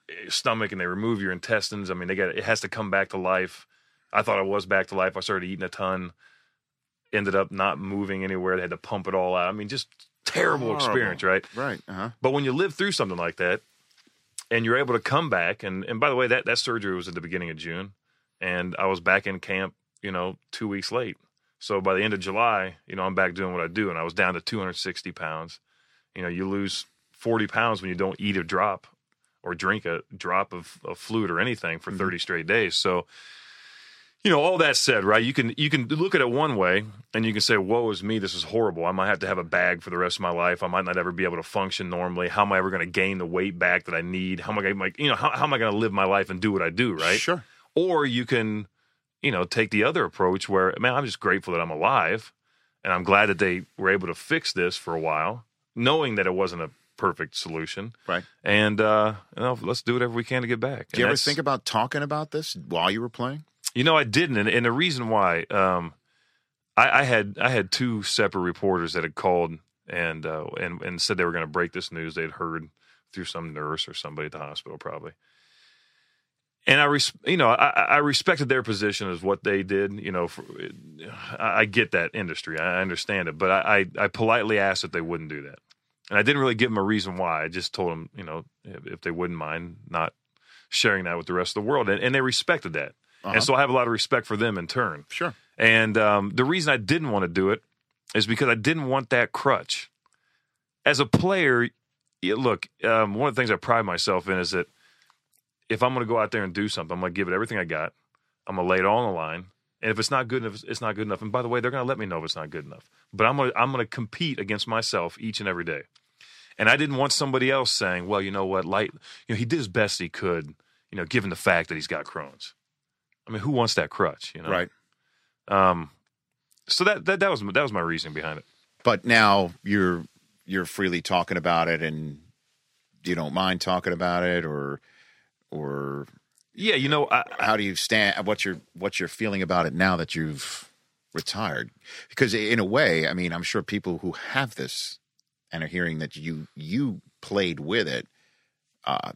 [SPEAKER 2] eh, stomach and they remove your intestines, I mean, they got, it has to come back to life. I thought I was back to life. I started eating a ton ended up not moving anywhere. They had to pump it all out. I mean, just terrible experience, right?
[SPEAKER 5] Right. Uh huh.
[SPEAKER 2] But when you live through something like that, and you're able to come back, and and by the way, that that surgery was at the beginning of June, and I was back in camp, you know, two weeks late. So by the end of July, you know, I'm back doing what I do, and I was down to 260 pounds. You know, you lose 40 pounds when you don't eat a drop or drink a drop of, of fluid or anything for 30 straight days. So, you know, all that said, right? You can you can look at it one way, and you can say, "Woe is me! This is horrible. I might have to have a bag for the rest of my life. I might not ever be able to function normally. How am I ever going to gain the weight back that I need? How am I going to, you know, how, how am I going to live my life and do what I do, right?
[SPEAKER 5] Sure.
[SPEAKER 2] Or you can, you know, take the other approach where, man, I'm just grateful that I'm alive, and I'm glad that they were able to fix this for a while, knowing that it wasn't a perfect solution,
[SPEAKER 5] Right.
[SPEAKER 2] And uh, you know, let's do whatever we can to get back.
[SPEAKER 5] Do you
[SPEAKER 2] And
[SPEAKER 5] ever
[SPEAKER 2] that's-
[SPEAKER 5] think about talking about this while you were playing?
[SPEAKER 2] you know, I didn't, and, and the reason why, um, I, I had I had two separate reporters that had called and uh, and and said they were going to break this news they'd heard through some nurse or somebody at the hospital probably. And I, res- you know, I, I respected their position as what they did. You know, for, I I get that industry, I I understand it, but I, I, I politely asked if they wouldn't do that, and I didn't really give them a reason why. I just told them, you know, if, if they wouldn't mind not sharing that with the rest of the world, and, and they respected that.
[SPEAKER 5] Uh-huh.
[SPEAKER 2] And so I have a lot of respect for them in turn.
[SPEAKER 5] Sure.
[SPEAKER 2] And um, the reason I didn't want to do it is because I didn't want that crutch. As a player, yeah, look, um, one of the things I pride myself in is that if I'm going to go out there and do something, I'm going to give it everything I got. I'm going to lay it all on the line. And if it's not good enough, it's not good enough. And by the way, they're going to let me know if it's not good enough. But I'm going to I'm going to compete against myself each and every day. And I didn't want somebody else saying, "Well, you know what? Light, you know, he did his best he could, you know, given the fact that he's got Crohn's." I mean, who wants that crutch, you know?
[SPEAKER 5] Right.
[SPEAKER 2] Um, so that, that that was that was my reasoning behind it.
[SPEAKER 5] But now you're you're freely talking about it, and you don't mind talking about it, or or
[SPEAKER 2] Yeah, you know, I,
[SPEAKER 5] how do you stand? What's your what's your feeling about it now that you've retired? Because in a way, I mean, I'm sure people who have this and are hearing that you you played with it. Uh,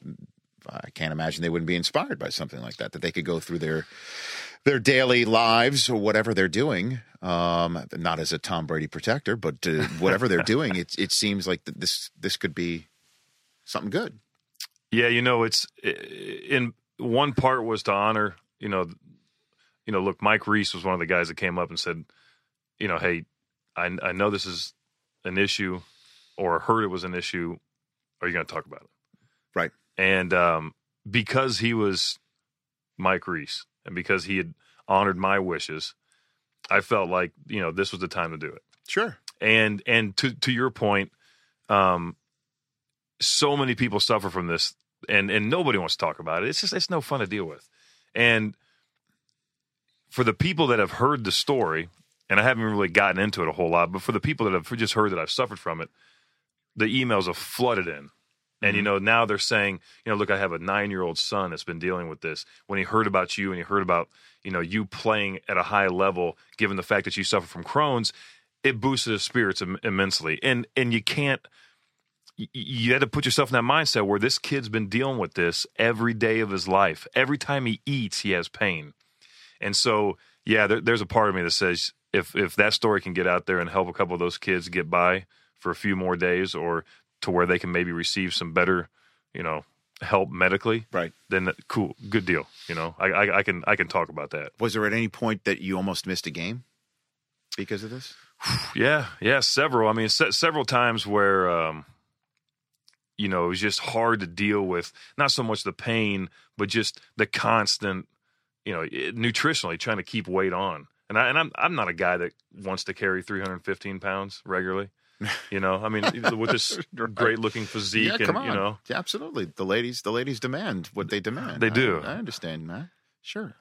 [SPEAKER 5] I can't imagine they wouldn't be inspired by something like that. That they could go through their their daily lives or whatever they're doing, um, not as a Tom Brady protector, but uh, whatever they're doing, it it seems like that this this could be something good.
[SPEAKER 2] Yeah, you know, it's i- in one part was to honor, you know, th- you know, look, Mike Reese was one of the guys that came up and said, you know, hey, I I know this is an issue, or heard it was an issue. Are you going to talk about it?
[SPEAKER 5] Right.
[SPEAKER 2] And um, because he was Mike Reese, and because he had honored my wishes, I felt like you know this was the time to do it.
[SPEAKER 5] Sure.
[SPEAKER 2] And and to to your point, um, so many people suffer from this and and nobody wants to talk about it it's just it's no fun to deal with and for the people that have heard the story and i haven't really gotten into it a whole lot but for the people that have just heard that i've suffered from it the emails have flooded in and you know now they're saying you know look i have a nine year old son that's been dealing with this when he heard about you and he heard about you know you playing at a high level given the fact that you suffer from crohn's it boosted his spirits im- immensely and and you can't y- you had to put yourself in that mindset where this kid's been dealing with this every day of his life. Every time he eats, he has pain. And so, yeah, there, there's a part of me that says if if that story can get out there and help a couple of those kids get by for a few more days, or to where they can maybe receive some better, you know, help medically,
[SPEAKER 5] Right.
[SPEAKER 2] Then that- cool, good deal. You know, I, I I can I can talk about that.
[SPEAKER 5] Was there at any point that you almost missed a game because of this?
[SPEAKER 2] Yeah, yeah, several. I mean, se- several times where, um, you know, it was just hard to deal with. Not so much the pain, but just the constant, you know, it, nutritionally trying to keep weight on. And I and I'm I'm not a guy that wants to carry 315 pounds regularly. You know, I mean, with this great looking physique,
[SPEAKER 5] yeah,
[SPEAKER 2] and
[SPEAKER 5] come on.
[SPEAKER 2] you know,
[SPEAKER 5] Yeah, absolutely. The ladies, the ladies demand what they demand.
[SPEAKER 2] They
[SPEAKER 5] I-
[SPEAKER 2] do.
[SPEAKER 5] I, understand, man. Sure.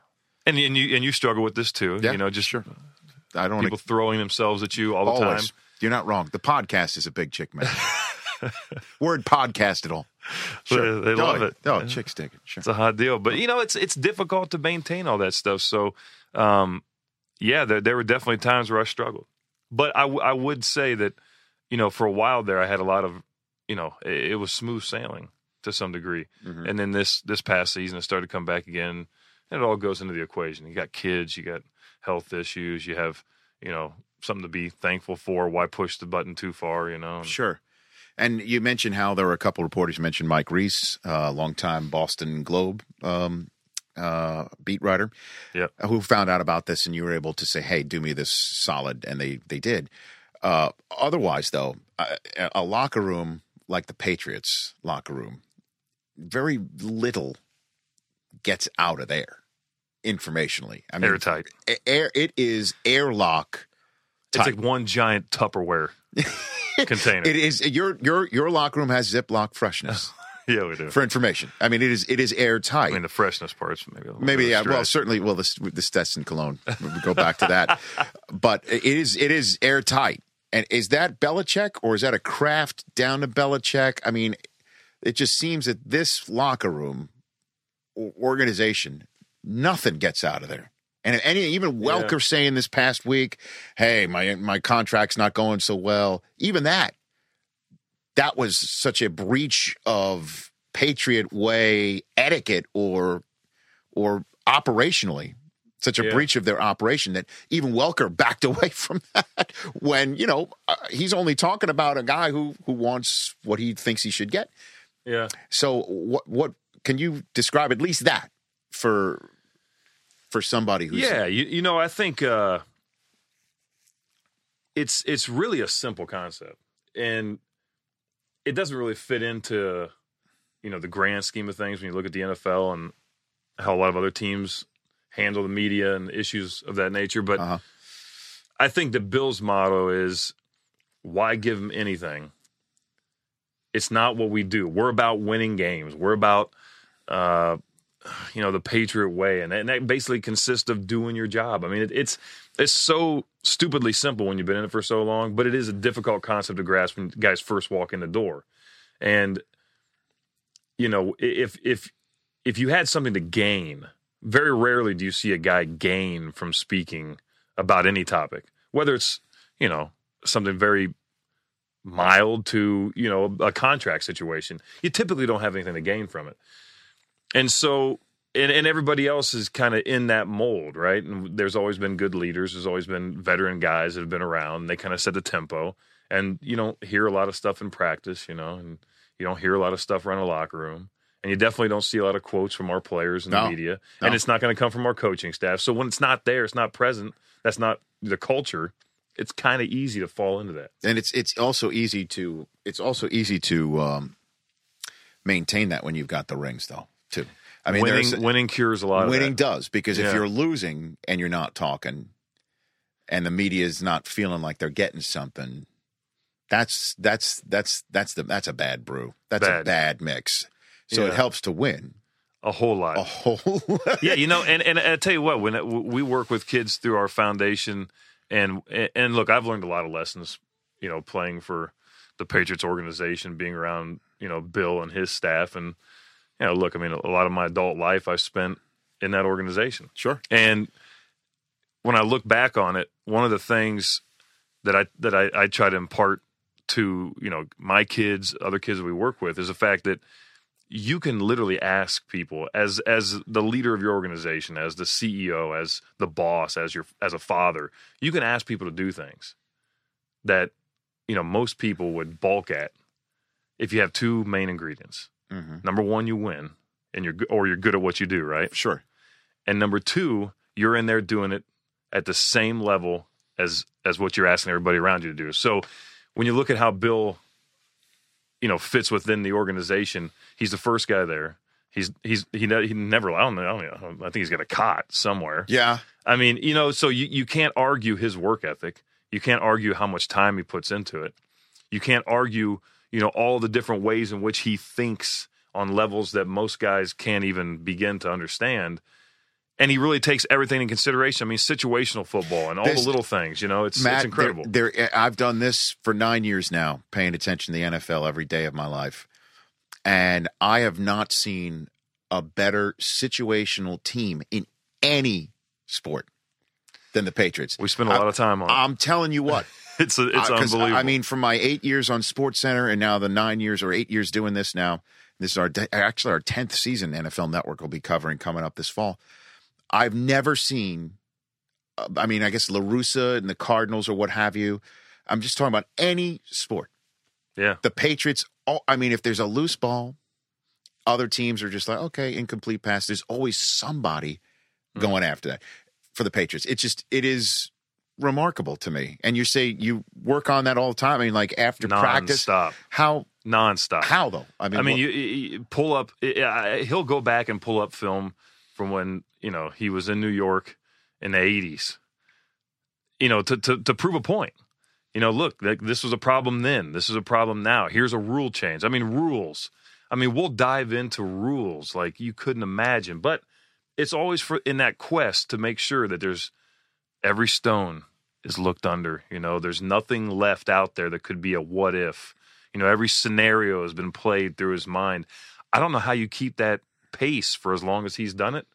[SPEAKER 2] and and you and you struggle with this too.
[SPEAKER 5] Yeah,
[SPEAKER 2] you know, just
[SPEAKER 5] I don't
[SPEAKER 2] people
[SPEAKER 5] want
[SPEAKER 2] throwing themselves at you all the
[SPEAKER 5] always.
[SPEAKER 2] time.
[SPEAKER 5] You're not wrong. The podcast is a big chick man. Word podcast at all. Sure.
[SPEAKER 2] They- they
[SPEAKER 5] Oh,
[SPEAKER 2] love it.
[SPEAKER 5] Oh,
[SPEAKER 2] Yeah.
[SPEAKER 5] chicks dig it. Sure.
[SPEAKER 2] it's a hot deal. But you know, it's it's difficult to maintain all that stuff. So, um, yeah, there there were definitely times where I struggled. But I w- I would say that you know for a while there I had a lot of you know it, it was smooth sailing to some degree,
[SPEAKER 5] Mm-hmm.
[SPEAKER 2] and then this this past season it started to come back again, and it all goes into the equation. You got kids, you got health issues, you have you know something to be thankful for. Why push the button too far? You know, And-
[SPEAKER 5] Sure. And you mentioned how there were a couple reporters you mentioned Mike Reese, uh, longtime Boston Globe um, uh, beat writer, uh,
[SPEAKER 2] Yeah.
[SPEAKER 5] who found out about this, and you were able to say, "Hey, do me this solid," and they they did. Uh, otherwise, though, a, a locker room like the Patriots locker room, very little gets out of there informationally. I mean,
[SPEAKER 2] airtight.
[SPEAKER 5] a- air it is airlock.
[SPEAKER 2] It's like one giant Tupperware container.
[SPEAKER 5] It is your your your locker room has Ziploc freshness.
[SPEAKER 2] yeah, we do.
[SPEAKER 5] for information. I mean, it is it is airtight.
[SPEAKER 2] I mean, the freshness part's maybe a little
[SPEAKER 5] Maybe
[SPEAKER 2] bit
[SPEAKER 5] yeah.
[SPEAKER 2] of a
[SPEAKER 5] Well,
[SPEAKER 2] stretch.
[SPEAKER 5] certainly. Well, this the Stetson cologne. We go back to that, but it is it is airtight. And is that Belichick or is that a craft down to Belichick? I mean, it just seems that this locker room o- organization, nothing gets out of there. And if any, even Welker saying this past week, "Hey, my my contract's not going so well." Even that that was such a breach of Patriot Way etiquette or or operationally such a
[SPEAKER 2] Yeah.
[SPEAKER 5] breach of their operation that even Welker backed away from that when you know uh, he's only talking about a guy who who wants what he thinks he should get.
[SPEAKER 2] Yeah.
[SPEAKER 5] So what what can you describe at least that for for somebody who's
[SPEAKER 2] yeah you, you know i think uh it's it's really a simple concept and it doesn't really fit into you know the grand scheme of things when you look at the nfl and how a lot of other teams handle the media and issues of that nature but i think the bills motto is why give them anything it's not what we do we're about winning games we're about uh you know the patriot way and that, and that basically consists of doing your job i mean it, it's it's so stupidly simple when you've been in it for so long but it is a difficult concept to grasp when guys first walk in the door and you know i- if if if you had something to gain very rarely do you see a guy gain from speaking about any topic whether it's you know something very mild to you know a contract situation you typically don't have anything to gain from it and so and, and everybody else is kind of in that mold right and there's always been good leaders there's always been veteran guys that have been around they kind of set the tempo and you don't hear a lot of stuff in practice you know and you don't hear a lot of stuff around the locker room and you definitely don't see a lot of quotes from our players in
[SPEAKER 5] No.
[SPEAKER 2] the media
[SPEAKER 5] No.
[SPEAKER 2] and it's not going to come from our coaching staff so when it's not there it's not present that's not the culture it's kind of easy to fall into that
[SPEAKER 5] and it's it's also easy to it's also easy to um, maintain that when you've got the rings though too. I mean,
[SPEAKER 2] winning,
[SPEAKER 5] there's-
[SPEAKER 2] winning cures a lot of
[SPEAKER 5] winning
[SPEAKER 2] that.
[SPEAKER 5] does because if
[SPEAKER 2] Yeah.
[SPEAKER 5] you're losing and you're not talking, and the media is not feeling like they're getting something, that's that's that's that's the that's a bad brew. That's a
[SPEAKER 2] Bad.
[SPEAKER 5] bad mix. So it
[SPEAKER 2] Yeah.
[SPEAKER 5] helps to win
[SPEAKER 2] a whole lot
[SPEAKER 5] a whole.
[SPEAKER 2] yeah, you know, and and I tell you what, when it, we work with kids through our foundation, and and look, I've learned a lot of lessons, you know, playing for the Patriots organization, being around you know Bill and his staff, and you know, look, I mean, a lot of my adult life I've spent in that organization,
[SPEAKER 5] sure.
[SPEAKER 2] and when I look back on it, one of the things that I that I, I try to impart to you know my kids, other kids that we work with, is the fact that you can literally ask people as as the leader of your organization, as the CEO, as the boss, as your as a father, you can ask people to do things that you know most people would balk at if you have two main ingredients.
[SPEAKER 5] hmm
[SPEAKER 2] Number one, you win, and you're go- or you're good at what you do, right?
[SPEAKER 5] Sure.
[SPEAKER 2] and number two you're in there doing it at the same level as as what you're asking everybody around you to do so when you look at how bill you know fits within the organization he's the first guy there he's he's he, ne- he never I don't, know, I don't know i think he's got a cot somewhere
[SPEAKER 5] Yeah.
[SPEAKER 2] i mean you know so you, you can't argue his work ethic you can't argue how much time he puts into it you can't argue you know all the different ways in which he thinks on levels that most guys can't even begin to understand and he really takes everything in consideration i mean situational football and all
[SPEAKER 5] This-
[SPEAKER 2] the little things you know it's
[SPEAKER 5] Matt,
[SPEAKER 2] it's
[SPEAKER 5] there-
[SPEAKER 2] incredible
[SPEAKER 5] There, I've done this for nine years now, paying attention to the NFL every day of my life, and I have not seen a better situational team in any sport than the Patriots.
[SPEAKER 2] we spend a lot of time on it.
[SPEAKER 5] I'm telling you what,
[SPEAKER 2] it's a, it's
[SPEAKER 5] I- 'cause,
[SPEAKER 2] unbelievable
[SPEAKER 5] I mean, from my eight years on Sports Center and now the nine years or eight years doing this now, this is our actually our tenth season. NFL Network will be covering coming up this fall. I've never seen. uh, I mean, I guess Larusa and the Cardinals or what have you. I'm just talking about any sport.
[SPEAKER 2] yeah
[SPEAKER 5] The Patriots. All, I mean, if there's a loose ball, other teams are just like, okay, incomplete pass. There's always somebody
[SPEAKER 2] Hmm.
[SPEAKER 5] going after that for the Patriots. It's just it is remarkable to me. And you say you work on that all the time. I mean, like after practice,
[SPEAKER 2] Non-stop.
[SPEAKER 5] how
[SPEAKER 2] nonstop
[SPEAKER 5] how though? I mean,
[SPEAKER 2] I mean,
[SPEAKER 5] what-
[SPEAKER 2] you, you you pull up. I- I- He'll go back and pull up film from when you know he was in New York in the eighties. You know, to, to to prove a point. You know, look, like, this was a problem then. This is a problem now. Here's a rule change. I mean, rules. I mean, we'll dive into rules like you couldn't imagine. But it's always for in that quest to make sure that there's every stone is looked under. You know, there's nothing left out there that could be a what if. You know, every scenario has been played through his mind. I don't know how you keep that pace for as long as he's done it,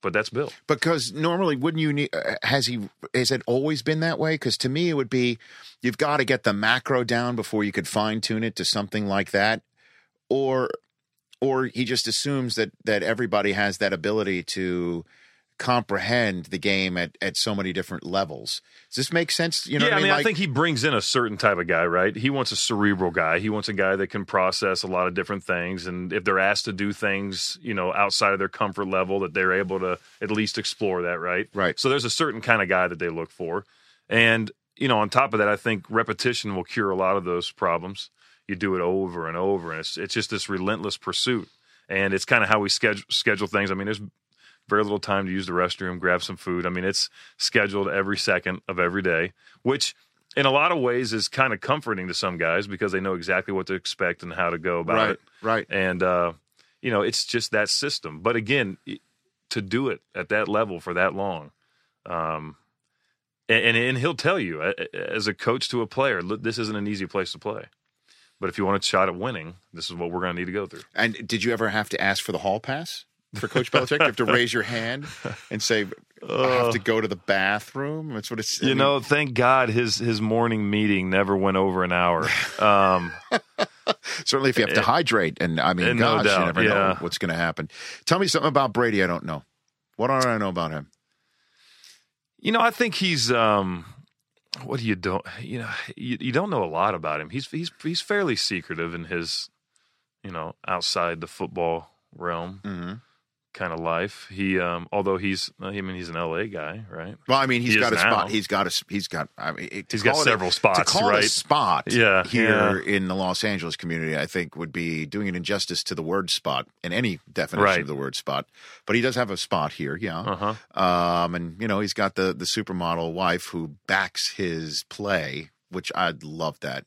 [SPEAKER 2] but that's Bill.
[SPEAKER 5] Because normally, wouldn't you need? uh, Has he? Has it always been that way? Because to me, it would be you've got to get the macro down before you could fine tune it to something like that, or or he just assumes that that everybody has that ability to comprehend the game at at so many different levels. Does this make sense? You know,
[SPEAKER 2] yeah,
[SPEAKER 5] what I mean,
[SPEAKER 2] I
[SPEAKER 5] Like-
[SPEAKER 2] think he brings in a certain type of guy, right? He wants a cerebral guy. He wants a guy that can process a lot of different things, and if they're asked to do things, you know, outside of their comfort level, that they're able to at least explore that, right? Right. So there's a certain kind of guy that they look for, and you know, on top of that, I think repetition will cure a lot of those problems. You do it over and over, and it's it's just this relentless pursuit, and it's kind of how we schedule schedule things. I mean, there's very little time to use the restroom, grab some food. I mean, it's scheduled every second of every day, which in a lot of ways is kind of comforting to some guys because they know exactly what to expect and how to go about
[SPEAKER 5] Right,
[SPEAKER 2] it. Right. And, uh, you know, it's just that system. But again, i- to do it at that level for that long, um, and, and, and he'll tell you a- a- as a coach to a player, "Look, this isn't an easy place to play. But if you want a shot at winning, this is what we're going to need to go through.
[SPEAKER 5] And did you ever have to ask for the hall pass for Coach Belichick? You have to raise your hand and say, "I have to go to the bathroom." That's what it's. I
[SPEAKER 2] Uh. you
[SPEAKER 5] mean,
[SPEAKER 2] know thank god his his morning meeting never went over an hour um
[SPEAKER 5] certainly if you have to hydrate, and I mean,
[SPEAKER 2] and Eh, no
[SPEAKER 5] gosh, you
[SPEAKER 2] doubt,
[SPEAKER 5] never know
[SPEAKER 2] yeah.
[SPEAKER 5] what's going to happen. Tell me something about Brady. I don't know. What don't I know about him?
[SPEAKER 2] you know i think he's um what do you don't you know you, you don't know a lot about him he's he's he's fairly secretive in his you know outside the football realm kind of life he um although he's i mean he's an la guy right
[SPEAKER 5] Well, I mean, he's
[SPEAKER 2] He is
[SPEAKER 5] got a spot.
[SPEAKER 2] now.
[SPEAKER 5] He's got a. He's got. I mean, it- to
[SPEAKER 2] He's got
[SPEAKER 5] call it a-
[SPEAKER 2] several spots,
[SPEAKER 5] To call it a
[SPEAKER 2] right?
[SPEAKER 5] spot,
[SPEAKER 2] Yeah,
[SPEAKER 5] here in the Los Angeles community, I think would be doing an injustice to the word spot in any definition
[SPEAKER 2] Right.
[SPEAKER 5] of the word spot. But he does have a spot here, yeah.
[SPEAKER 2] Uh-huh.
[SPEAKER 5] Um, and you know, he's got the the supermodel wife who backs his play, which I'd love that.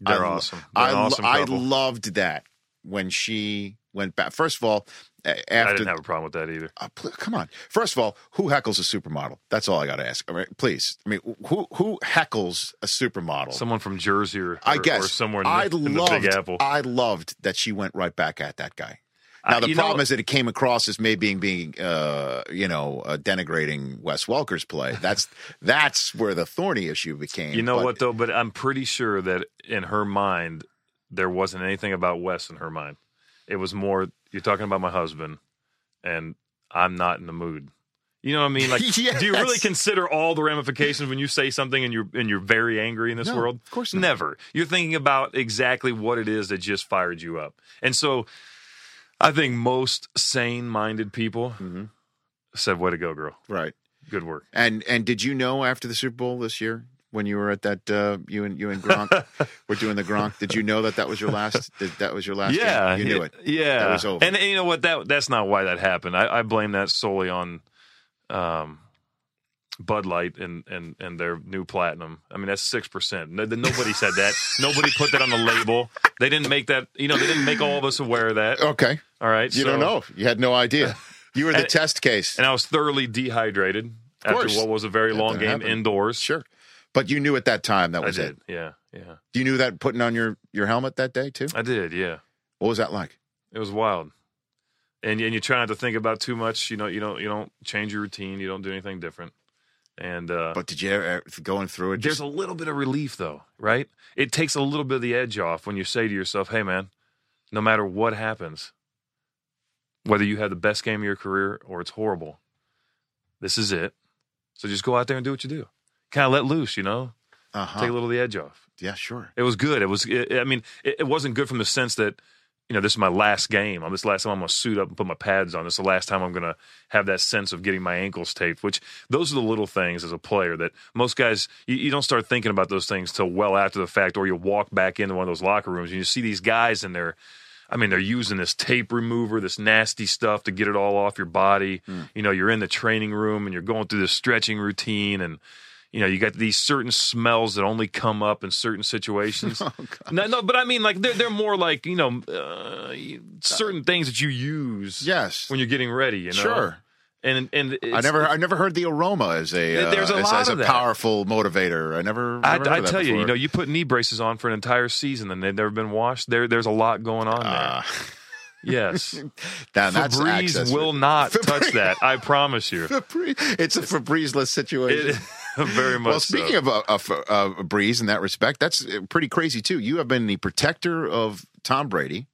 [SPEAKER 2] They're
[SPEAKER 5] lo-
[SPEAKER 2] awesome. They're
[SPEAKER 5] I,
[SPEAKER 2] an
[SPEAKER 5] lo-
[SPEAKER 2] awesome
[SPEAKER 5] I
[SPEAKER 2] couple.
[SPEAKER 5] loved that when she went back. First of all, a-
[SPEAKER 2] i
[SPEAKER 5] after
[SPEAKER 2] didn't have a problem with that either
[SPEAKER 5] uh, pl- come on. First of all, who heckles a supermodel? That's all I got to ask. All right, please. I mean, who who heckles a supermodel?
[SPEAKER 2] someone from jersey or,
[SPEAKER 5] I
[SPEAKER 2] or-
[SPEAKER 5] guess
[SPEAKER 2] or somewhere in, the-
[SPEAKER 5] I
[SPEAKER 2] in
[SPEAKER 5] loved,
[SPEAKER 2] the big apple
[SPEAKER 5] I loved that she went right back at that guy.
[SPEAKER 2] I-
[SPEAKER 5] Now the
[SPEAKER 2] you know-
[SPEAKER 5] problem is that it came across as maybe being, being uh, you know, uh, denigrating Wes Welker's play. That's that's where the thorny issue became.
[SPEAKER 2] You know
[SPEAKER 5] But
[SPEAKER 2] what though? But I'm pretty sure that in her mind, there wasn't anything about Wes in her mind. It was more you're talking about my husband, and I'm not in the mood. You know what I mean? Like, do you really
[SPEAKER 5] Yes.
[SPEAKER 2] consider all the ramifications when you say something and you're and you're very angry in this
[SPEAKER 5] No,
[SPEAKER 2] world?
[SPEAKER 5] of course not.
[SPEAKER 2] never. You're thinking about exactly what it is that just fired you up, and so I think most sane-minded people said, "Way to go, girl!
[SPEAKER 5] Right?
[SPEAKER 2] Good work."
[SPEAKER 5] And and did you know after the Super Bowl this year when you were at that uh, you and you and Gronk were doing the Gronk? Did you know that that was your last? That, that was your last? game?
[SPEAKER 2] yeah,
[SPEAKER 5] you knew
[SPEAKER 2] yeah,
[SPEAKER 5] it.
[SPEAKER 2] Yeah,
[SPEAKER 5] that was over.
[SPEAKER 2] And, and you know what? That that's not why that happened. I, I blame that solely on um, Bud Light and and and their new platinum. I mean, that's six percent. Nobody said that. Nobody put that on the label. They didn't make that. You know, they didn't make all of us aware of that.
[SPEAKER 5] Uh, okay,
[SPEAKER 2] All right.
[SPEAKER 5] you don't
[SPEAKER 2] so-
[SPEAKER 5] know. You had no idea. You were the
[SPEAKER 2] And-
[SPEAKER 5] test case.
[SPEAKER 2] And I was thoroughly dehydrated
[SPEAKER 5] Of
[SPEAKER 2] after
[SPEAKER 5] course.
[SPEAKER 2] what was a very
[SPEAKER 5] That
[SPEAKER 2] long
[SPEAKER 5] didn't
[SPEAKER 2] game
[SPEAKER 5] happen.
[SPEAKER 2] indoors.
[SPEAKER 5] Sure, but you knew at that time that
[SPEAKER 2] I
[SPEAKER 5] was it.
[SPEAKER 2] did. Yeah, yeah.
[SPEAKER 5] You knew that putting on your your helmet that day too.
[SPEAKER 2] I did. Yeah.
[SPEAKER 5] What was that like?
[SPEAKER 2] It was wild. And and you try not to think about too much. You know, you don't you don't change your routine. You don't do anything different. And uh,
[SPEAKER 5] But did you ever, going through it?
[SPEAKER 2] there's
[SPEAKER 5] Just,
[SPEAKER 2] a little bit of relief though, right? It takes a little bit of the edge off when you say to yourself, "Hey, man, no matter what happens, whether you have the best game of your career or it's horrible, this is it. So just go out there and do what you do. Kind of let loose, you know.
[SPEAKER 5] uh-huh.
[SPEAKER 2] Take a little of the edge off."
[SPEAKER 5] yeah, sure.
[SPEAKER 2] It was good. It was. It, I mean, it, it wasn't good from the sense that you know this is my last game. I'm this is the last time I'm going to suit up and put my pads on. This is the last time I'm going to have that sense of getting my ankles taped. Which those are the little things as a player that most guys you, you don't start thinking about those things till well after the fact, or you walk back into one of those locker rooms and you see these guys in there. I mean, they're using this tape remover, this nasty stuff to get it all off your body. You know, you're in the training room and you're going through this stretching routine and you know, you got these certain smells that only come up in certain situations. Uh, no, no, but I mean, like they're they're more like you know, uh, you- certain things that you use.
[SPEAKER 5] Yes.
[SPEAKER 2] when you're getting ready, you know.
[SPEAKER 5] Sure.
[SPEAKER 2] And and
[SPEAKER 5] I
[SPEAKER 2] it's-
[SPEAKER 5] never, I never heard the aroma as a, uh,
[SPEAKER 2] There's a
[SPEAKER 5] as,
[SPEAKER 2] lot
[SPEAKER 5] as
[SPEAKER 2] of
[SPEAKER 5] a
[SPEAKER 2] that.
[SPEAKER 5] powerful motivator. I never, never
[SPEAKER 2] I,
[SPEAKER 5] heard
[SPEAKER 2] I
[SPEAKER 5] of that
[SPEAKER 2] tell you, you
[SPEAKER 5] before.
[SPEAKER 2] know, Uh, you put knee braces on for an entire season and they've never been washed. There, there's a lot going on there.
[SPEAKER 5] Ah.
[SPEAKER 2] Yes.
[SPEAKER 5] Now, that's access.
[SPEAKER 2] Febreze will not touch that. I promise you.
[SPEAKER 5] Febreze. It's a Febreze-less situation.
[SPEAKER 2] Very much.
[SPEAKER 5] well, speaking
[SPEAKER 2] so.
[SPEAKER 5] of a, a, f- a breeze in that respect, that's uh, pretty crazy too. You have been the protector of Tom Brady,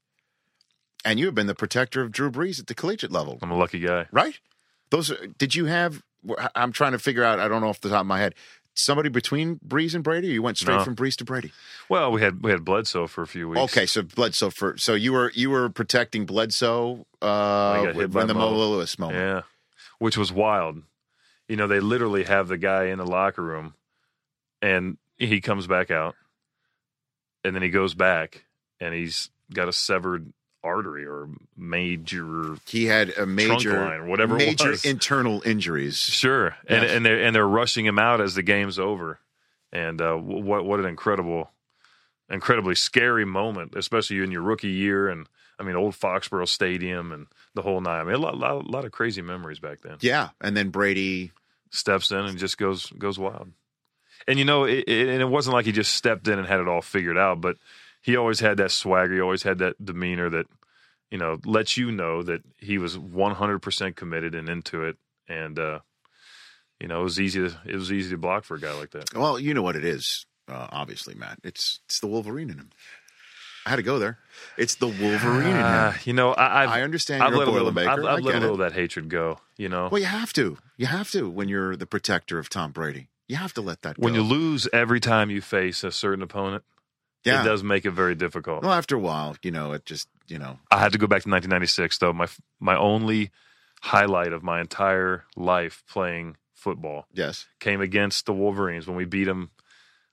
[SPEAKER 5] and you have been the protector of Drew Brees at the collegiate level.
[SPEAKER 2] I'm a lucky guy.
[SPEAKER 5] right? Those are, did you have? I- I'm trying to figure out. I don't know off the top of my head. Somebody between Breeze and Brady, or you went straight
[SPEAKER 2] No.
[SPEAKER 5] from Breeze to Brady.
[SPEAKER 2] Well, we had we had Bledsoe for a few weeks.
[SPEAKER 5] Okay, so Bledsoe for so you were you were protecting Bledsoe
[SPEAKER 2] I
[SPEAKER 5] uh,
[SPEAKER 2] got hit
[SPEAKER 5] when
[SPEAKER 2] by
[SPEAKER 5] the Mo Lewis moment.
[SPEAKER 2] Yeah. Which was wild. You know, they literally have the guy in the locker room and he comes back out and then he goes back and he's got a severed artery or major
[SPEAKER 5] He had a major
[SPEAKER 2] trunk line or whatever it
[SPEAKER 5] major
[SPEAKER 2] was.
[SPEAKER 5] internal injuries.
[SPEAKER 2] Sure, and
[SPEAKER 5] Yes.
[SPEAKER 2] and they're and they're rushing him out as the game's over, and uh, wh- what what an incredible, incredibly scary moment, especially in your rookie year, and I mean old Foxborough Stadium and the whole nine. I mean a lot, lot, lot of crazy memories back then.
[SPEAKER 5] Yeah, and then Brady.
[SPEAKER 2] Steps in and just goes goes wild, and you know it, it, and it wasn't like he just stepped in and had it all figured out, but he always had that swagger, he always had that demeanor that you know lets you know that he was one hundred percent committed and into it, and. uh you know, it was easy to it was easy to block for a guy like that.
[SPEAKER 5] Well, you know what it is, uh, obviously, Matt. It's it's the Wolverine in him. I had to go there. It's the Wolverine in him.
[SPEAKER 2] Uh, you know, I I've,
[SPEAKER 5] I understand
[SPEAKER 2] I've
[SPEAKER 5] you're
[SPEAKER 2] let
[SPEAKER 5] a
[SPEAKER 2] a little,
[SPEAKER 5] Boilermaker.
[SPEAKER 2] I've,
[SPEAKER 5] I
[SPEAKER 2] I've
[SPEAKER 5] get
[SPEAKER 2] let a
[SPEAKER 5] it.
[SPEAKER 2] little of that hatred go. You know,
[SPEAKER 5] Well, you have to. You have to when you're the protector of Tom Brady. You have to let that go.
[SPEAKER 2] when you lose every time you face a certain opponent,
[SPEAKER 5] Yeah.
[SPEAKER 2] it does make it very difficult.
[SPEAKER 5] well, after a while, you know, it just, you know,
[SPEAKER 2] I had to go back to 1996 though. My my only highlight of my entire life playing football
[SPEAKER 5] yes.
[SPEAKER 2] came against the Wolverines when we beat them.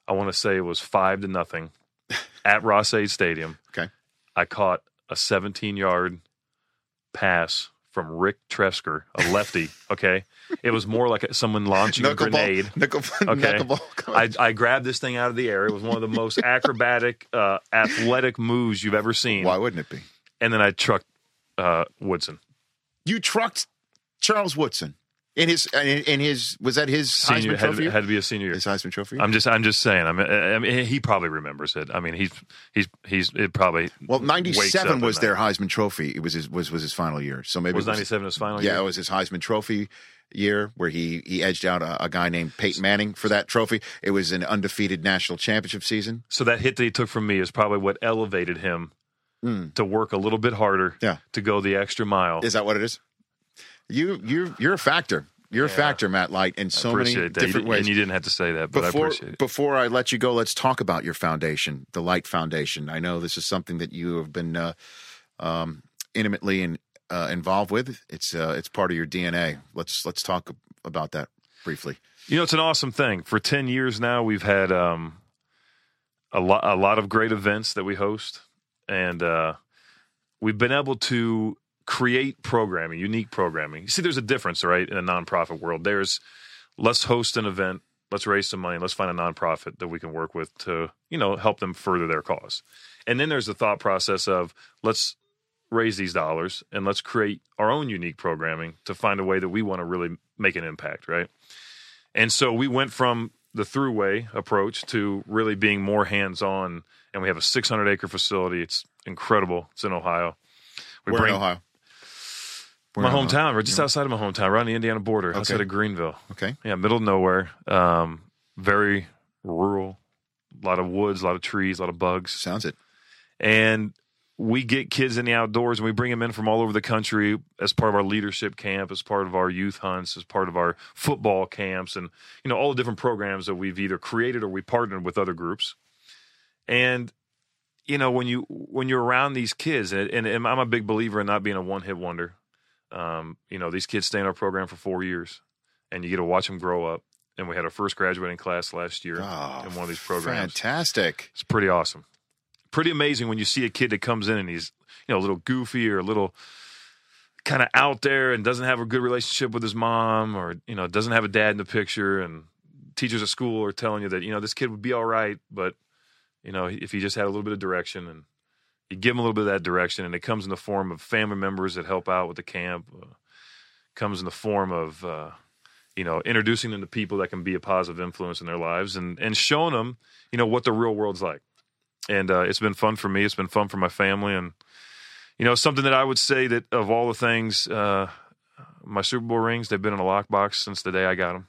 [SPEAKER 2] I want to say it was five to nothing at Ross Aid Stadium.
[SPEAKER 5] Okay.
[SPEAKER 2] I caught a 17 yard pass from Rick Tresker, a lefty. Okay, it was more like someone launching a grenade.
[SPEAKER 5] Nickel,
[SPEAKER 2] Okay.
[SPEAKER 5] knuckleball.
[SPEAKER 2] I, I grabbed this thing out of the air. It was one of the most acrobatic, uh, athletic moves you've ever seen.
[SPEAKER 5] Why wouldn't it be?
[SPEAKER 2] And then I trucked uh, Woodson,
[SPEAKER 5] You trucked Charles Woodson in his, in, in his, was that his
[SPEAKER 2] senior.
[SPEAKER 5] Heisman
[SPEAKER 2] Had,
[SPEAKER 5] trophy?
[SPEAKER 2] to- had to be a senior year.
[SPEAKER 5] his Heisman trophy?
[SPEAKER 2] I'm just, I'm just saying. I mean, I I mean, he probably remembers it. I mean, he's, he's, he's. It probably.
[SPEAKER 5] well,
[SPEAKER 2] wakes up in
[SPEAKER 5] 97 was
[SPEAKER 2] that.
[SPEAKER 5] their Heisman trophy. It was his, was, was his final year. So maybe
[SPEAKER 2] Was
[SPEAKER 5] it was,
[SPEAKER 2] 97 his final
[SPEAKER 5] yeah,
[SPEAKER 2] year?
[SPEAKER 5] it was his Heisman Trophy year where he he edged out a, a guy named Peyton Manning for that trophy. It was an undefeated national championship season.
[SPEAKER 2] So that hit that he took from me is probably what elevated him to work a little bit harder.
[SPEAKER 5] Hmm. Yeah.
[SPEAKER 2] To go the extra mile.
[SPEAKER 5] Is that what it is? You you you're a factor. You're a factor, Matt Light, in so many
[SPEAKER 2] appreciate that. You
[SPEAKER 5] different
[SPEAKER 2] di-
[SPEAKER 5] ways.
[SPEAKER 2] And you didn't have to say that, but I
[SPEAKER 5] before
[SPEAKER 2] appreciate it.
[SPEAKER 5] before I let you go, let's talk about your foundation, the Light Foundation. I know this is something that you have been uh, um, intimately in, uh, involved with. It's uh, it's part of your DNA. Let's let's talk about that briefly.
[SPEAKER 2] You know, it's an awesome thing. For ten years now, we've had um, a lot a lot of great events that we host, and uh, we've been able to create programming, unique programming. You see, there's a difference, right, in a nonprofit world. There's let's host an event, let's raise some money, let's find a nonprofit that we can work with to you know help them further their cause, and then there's the thought process of let's raise these dollars and let's create our own unique programming to find a way that we want to really make an impact, right? And so we went from the throughway approach to really being more hands on. And we have a 600 acre facility. It's incredible. It's in Ohio. We
[SPEAKER 5] We're in Ohio. We're
[SPEAKER 2] my
[SPEAKER 5] in Ohio.
[SPEAKER 2] hometown. We're just outside of my hometown, right on the Indiana border, outside of Greenville.
[SPEAKER 5] Okay.
[SPEAKER 2] Yeah, middle of nowhere. Um, very rural. A lot of woods, a lot of trees, a lot of bugs
[SPEAKER 5] Sounds it.
[SPEAKER 2] and we get kids in the outdoors and we bring them in from all over the country as part of our leadership camp as part of our youth hunts as part of our football camps and you know all the different programs that we've either created or we partnered with other groups and you know when you when you're around these kids and, and, and i'm a big believer in not being a one-hit wonder um, you know these kids stay in our program for four years and you get to watch them grow up and we had our first graduating class last year
[SPEAKER 5] Oh,
[SPEAKER 2] in one of these programs
[SPEAKER 5] Fantastic.
[SPEAKER 2] it's pretty awesome. Pretty amazing when you see a kid that comes in and he's, you know, a little goofy or a little kind of out there and doesn't have a good relationship with his mom or, you know, doesn't have a dad in the picture and teachers at school are telling you that, you know, this kid would be all right, but you know, if he just had a little bit of direction and you give him a little bit of that direction and it comes in the form of family members that help out with the camp, uh, comes in the form of uh, you know, introducing them to people that can be a positive influence in their lives and and showing them, you know, what the real world's like and uh, it's been fun for me. It's been fun for my family, and
[SPEAKER 3] you know, something that I would say that of all the things, uh, my Super Bowl rings, they've been in a lockbox since the day I got them.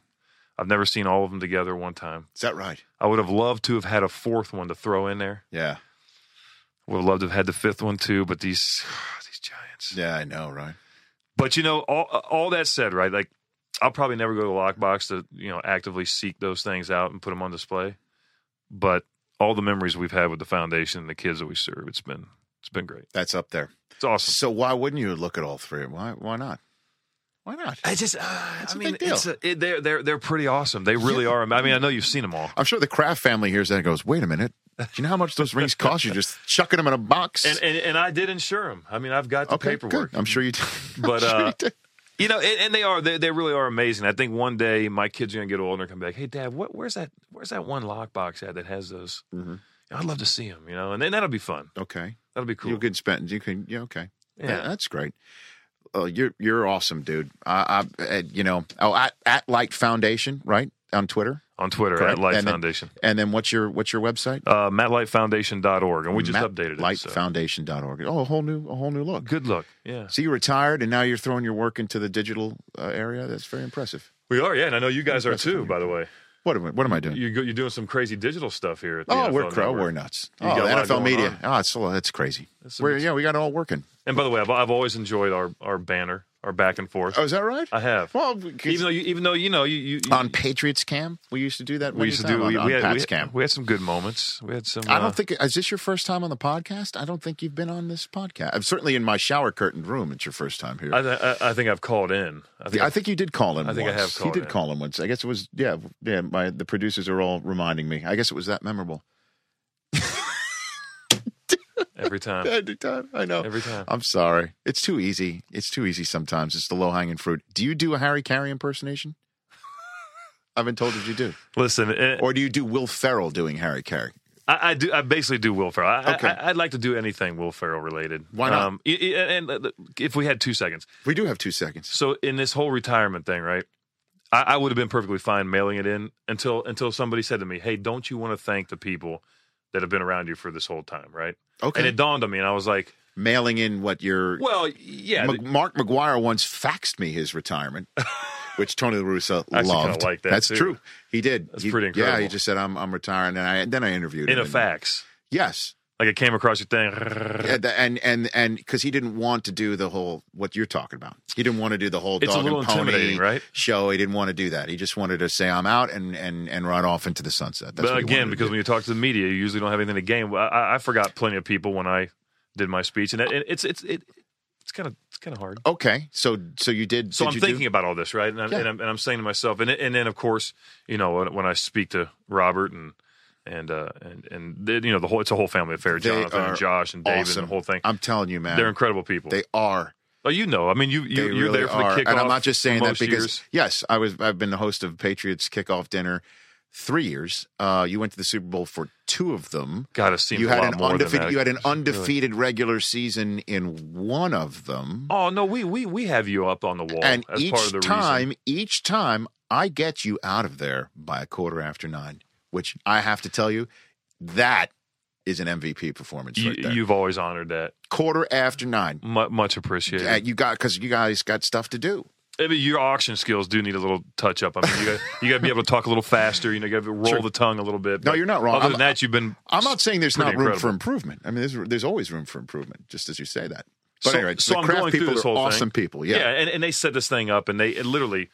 [SPEAKER 3] I've never seen all of them together one time.
[SPEAKER 5] Is that right?
[SPEAKER 3] I would have loved to have had a fourth one to throw in there.
[SPEAKER 5] Yeah.
[SPEAKER 3] Would have loved to have had the fifth one too, but these these giants.
[SPEAKER 5] Yeah, I know, right?
[SPEAKER 3] But you know, all all that said, right? Like, I'll probably never go to the lockbox to you know actively seek those things out and put them on display. But all the memories we've had with the foundation and the kids that we serve, it's been it's been great.
[SPEAKER 5] That's up there.
[SPEAKER 3] It's awesome.
[SPEAKER 5] So why wouldn't you look at all three? Why why not? Why not?
[SPEAKER 3] I just, uh,
[SPEAKER 5] It's
[SPEAKER 3] I
[SPEAKER 5] a
[SPEAKER 3] mean,
[SPEAKER 5] big deal.
[SPEAKER 3] it's a, it, they're they're they're pretty awesome. They really are. I mean, I know you've seen them all.
[SPEAKER 5] I'm sure the Kraft family hears that and goes, "Wait a minute, do you know how much those rings cost? You're just chucking them in a box."
[SPEAKER 3] And, and and I did insure them. I mean, I've got the
[SPEAKER 5] okay,
[SPEAKER 3] paperwork.
[SPEAKER 5] good. I'm sure you did. I'm
[SPEAKER 3] But,
[SPEAKER 5] sure you
[SPEAKER 3] uh,
[SPEAKER 5] did.
[SPEAKER 3] You know, and, and they are they, they really are amazing. I think one day my kids are gonna get older and come back. Hey, Dad, what where's that where's that one lockbox at that has those? I'd love to see them. You know, and then that'll be fun.
[SPEAKER 5] okay,
[SPEAKER 3] That'll be cool.
[SPEAKER 5] you can spend. You can. Yeah, okay.
[SPEAKER 3] Yeah.
[SPEAKER 5] That- that's great. Uh, you're you're awesome, dude. I, I uh, you know, oh, at, at Light Foundation, right on Twitter,
[SPEAKER 3] on Twitter
[SPEAKER 5] Correct.
[SPEAKER 3] at Light
[SPEAKER 5] And then-
[SPEAKER 3] Foundation.
[SPEAKER 5] and then what's your what's your website?
[SPEAKER 3] uh, mattlightfoundation.org, and we just
[SPEAKER 5] Matt-
[SPEAKER 3] updated it. so.
[SPEAKER 5] Lightfoundation.org. Oh, a whole new a whole new look.
[SPEAKER 3] Good look. Yeah.
[SPEAKER 5] So you retired, and now you're throwing your work into the digital uh, area. That's very impressive.
[SPEAKER 3] We are, yeah, and I know you guys are too, by the way.
[SPEAKER 5] What am I, what am I doing?
[SPEAKER 3] You go, you're doing some crazy digital stuff here. At the
[SPEAKER 5] oh,
[SPEAKER 3] NFL
[SPEAKER 5] we're crow,
[SPEAKER 3] Network.
[SPEAKER 5] we're nuts.
[SPEAKER 3] You
[SPEAKER 5] oh,
[SPEAKER 3] got a lot
[SPEAKER 5] NFL
[SPEAKER 3] going
[SPEAKER 5] media.
[SPEAKER 3] on.
[SPEAKER 5] Oh, it's so that's crazy.
[SPEAKER 3] That's
[SPEAKER 5] We're, yeah, we got it all working.
[SPEAKER 3] And by the way, I've, I've always enjoyed our, our banner, our back and forth.
[SPEAKER 5] Oh, is that right?
[SPEAKER 3] I have.
[SPEAKER 5] Well, because
[SPEAKER 3] even though you, even though you know you, you, you-
[SPEAKER 5] on Patriots Cam, we used to do that.
[SPEAKER 3] we used to do
[SPEAKER 5] on,
[SPEAKER 3] we,
[SPEAKER 5] on
[SPEAKER 3] we had,
[SPEAKER 5] Pats
[SPEAKER 3] we,
[SPEAKER 5] Cam.
[SPEAKER 3] we had some good moments. We had some.
[SPEAKER 5] I
[SPEAKER 3] uh,
[SPEAKER 5] don't think is this your first time on the podcast. I don't think you've been on this podcast. I'm certainly in my shower curtain room. It's your first time here.
[SPEAKER 3] I, th- I, I think I've called in. I think
[SPEAKER 5] I think you did call him.
[SPEAKER 3] I think I
[SPEAKER 5] once.
[SPEAKER 3] have called
[SPEAKER 5] You did
[SPEAKER 3] in.
[SPEAKER 5] call him once. I guess it was yeah yeah. My the producers are all reminding me. I guess it was that memorable.
[SPEAKER 3] every time.
[SPEAKER 5] Every time I know.
[SPEAKER 3] Every time.
[SPEAKER 5] I'm sorry. It's too easy. It's too easy sometimes. It's the low hanging fruit. Do you do a Harry Carey impersonation? I've been told that you do.
[SPEAKER 3] Listen, eh,
[SPEAKER 5] Or do you do Will Ferrell doing Harry Carey?
[SPEAKER 3] I, I do. I basically do Will Ferrell. I,
[SPEAKER 5] Okay.
[SPEAKER 3] I, I'd like to do anything Will Ferrell related.
[SPEAKER 5] Why not?
[SPEAKER 3] Um, y- y- and and, uh, if we had two seconds,
[SPEAKER 5] We do have two seconds.
[SPEAKER 3] So in this whole retirement thing, right? I, I would have been perfectly fine mailing it in until until somebody said to me, "Hey, don't you want to thank the people that have been around you for this whole time?" Right?
[SPEAKER 5] Okay.
[SPEAKER 3] And it dawned on me, and I was like,
[SPEAKER 5] Mailing in what your
[SPEAKER 3] "Well, yeah,
[SPEAKER 5] Mc- Mark McGuire once faxed me his retirement, which Tony La Russa
[SPEAKER 3] I actually kinda
[SPEAKER 5] loved.
[SPEAKER 3] like that,
[SPEAKER 5] That's
[SPEAKER 3] too.
[SPEAKER 5] true. He did.
[SPEAKER 3] That's
[SPEAKER 5] He-
[SPEAKER 3] pretty
[SPEAKER 5] Yeah,
[SPEAKER 3] incredible.
[SPEAKER 5] he just said I'm I'm retiring, and I and then I interviewed
[SPEAKER 3] in
[SPEAKER 5] him
[SPEAKER 3] a
[SPEAKER 5] and-
[SPEAKER 3] fax,
[SPEAKER 5] Yes,
[SPEAKER 3] like it came across your thing."
[SPEAKER 5] and and and and because he didn't want to do the whole what you're talking about. He didn't want to do the whole
[SPEAKER 3] It's a
[SPEAKER 5] dog
[SPEAKER 3] little
[SPEAKER 5] and pony
[SPEAKER 3] intimidating, right?
[SPEAKER 5] show. He didn't want to do that. He just wanted to say I'm out and and and run off into the sunset. That's
[SPEAKER 3] but
[SPEAKER 5] what he
[SPEAKER 3] again,
[SPEAKER 5] wanted to
[SPEAKER 3] because
[SPEAKER 5] do.
[SPEAKER 3] when you talk to the media, you usually don't have anything to gain. I- I, I forgot plenty of people when I did my speech, and it, it's it's it, it's kind of it's kind of hard.
[SPEAKER 5] okay, so so you did.
[SPEAKER 3] So
[SPEAKER 5] did
[SPEAKER 3] I'm
[SPEAKER 5] you do-
[SPEAKER 3] thinking about all this, right? And I'm,
[SPEAKER 5] Yeah.
[SPEAKER 3] and, I'm, and I'm saying to myself, and and then of course, you know, when, when I speak to Robert and and uh, and and they, you know, the whole it's a whole family affair.
[SPEAKER 5] They
[SPEAKER 3] Jonathan
[SPEAKER 5] are
[SPEAKER 3] and Josh and David
[SPEAKER 5] awesome.
[SPEAKER 3] and the whole thing.
[SPEAKER 5] I'm telling you, man,
[SPEAKER 3] They're incredible people.
[SPEAKER 5] They are.
[SPEAKER 3] oh, you know, I mean, you, you
[SPEAKER 5] They
[SPEAKER 3] you're
[SPEAKER 5] really
[SPEAKER 3] there for
[SPEAKER 5] are.
[SPEAKER 3] the kickoff,
[SPEAKER 5] And I'm not just saying
[SPEAKER 3] for
[SPEAKER 5] that
[SPEAKER 3] most
[SPEAKER 5] because
[SPEAKER 3] years.
[SPEAKER 5] yes, I was I've been the host of Patriots kickoff dinner three years. Uh, you went to the Super Bowl for two of them.
[SPEAKER 3] God, it seems
[SPEAKER 5] You
[SPEAKER 3] a
[SPEAKER 5] had
[SPEAKER 3] lot
[SPEAKER 5] an
[SPEAKER 3] more than
[SPEAKER 5] undefeated
[SPEAKER 3] that.
[SPEAKER 5] you had an
[SPEAKER 3] Really.
[SPEAKER 5] undefeated regular season in one of them.
[SPEAKER 3] Oh no, we we we have you up on the wall
[SPEAKER 5] and
[SPEAKER 3] as
[SPEAKER 5] each
[SPEAKER 3] part of the
[SPEAKER 5] time,
[SPEAKER 3] reason.
[SPEAKER 5] each time I get you out of there by a quarter after nine, which I have to tell you, that is an MVP performance
[SPEAKER 3] You,
[SPEAKER 5] right there.
[SPEAKER 3] you've always honored that.
[SPEAKER 5] quarter after nine.
[SPEAKER 3] Mu much appreciated.
[SPEAKER 5] Uh, You got because you guys got stuff to do.
[SPEAKER 3] I mean, your auction skills do need a little touch up. I mean, you got you got to be able to talk a little faster. You know, you got to roll
[SPEAKER 5] Sure.
[SPEAKER 3] the tongue a little bit.
[SPEAKER 5] No,
[SPEAKER 3] But
[SPEAKER 5] you're not wrong.
[SPEAKER 3] Other
[SPEAKER 5] I'm-
[SPEAKER 3] than that, you've been.
[SPEAKER 5] I'm not saying there's not
[SPEAKER 3] pretty
[SPEAKER 5] room for improvement. I mean, there's there's always room for improvement, just as you say that. But
[SPEAKER 3] so,
[SPEAKER 5] anyway,
[SPEAKER 3] so
[SPEAKER 5] the
[SPEAKER 3] I'm
[SPEAKER 5] craft
[SPEAKER 3] going
[SPEAKER 5] people
[SPEAKER 3] through this
[SPEAKER 5] are
[SPEAKER 3] whole thing.
[SPEAKER 5] awesome people. Yeah.
[SPEAKER 3] and, and they set this thing up, and they it literally,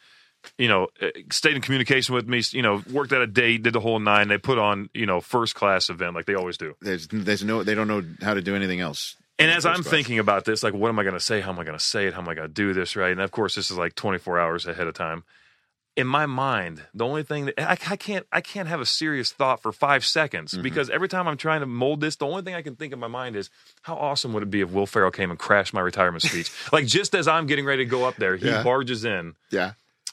[SPEAKER 3] you know, uh, stayed in communication with me. You know, worked out a date, did the whole nine. They put on you know first class event like they always do.
[SPEAKER 5] There's there's no they don't know how to do anything else.
[SPEAKER 3] And as
[SPEAKER 5] First
[SPEAKER 3] I'm
[SPEAKER 5] class.
[SPEAKER 3] thinking about this, like, what am I going to say? How am I going to say it? How am I going to do this? Right? And of course, this is like 24 hours ahead of time. In my mind, the only thing that I, I can't I can't have a serious thought for five seconds because every time I'm trying to mold this, the only thing I can think in my mind is how awesome would it be if Will Ferrell came and crashed my retirement speech? like just as I'm getting ready to go up there, he
[SPEAKER 5] Yeah.
[SPEAKER 3] barges in.
[SPEAKER 5] yeah,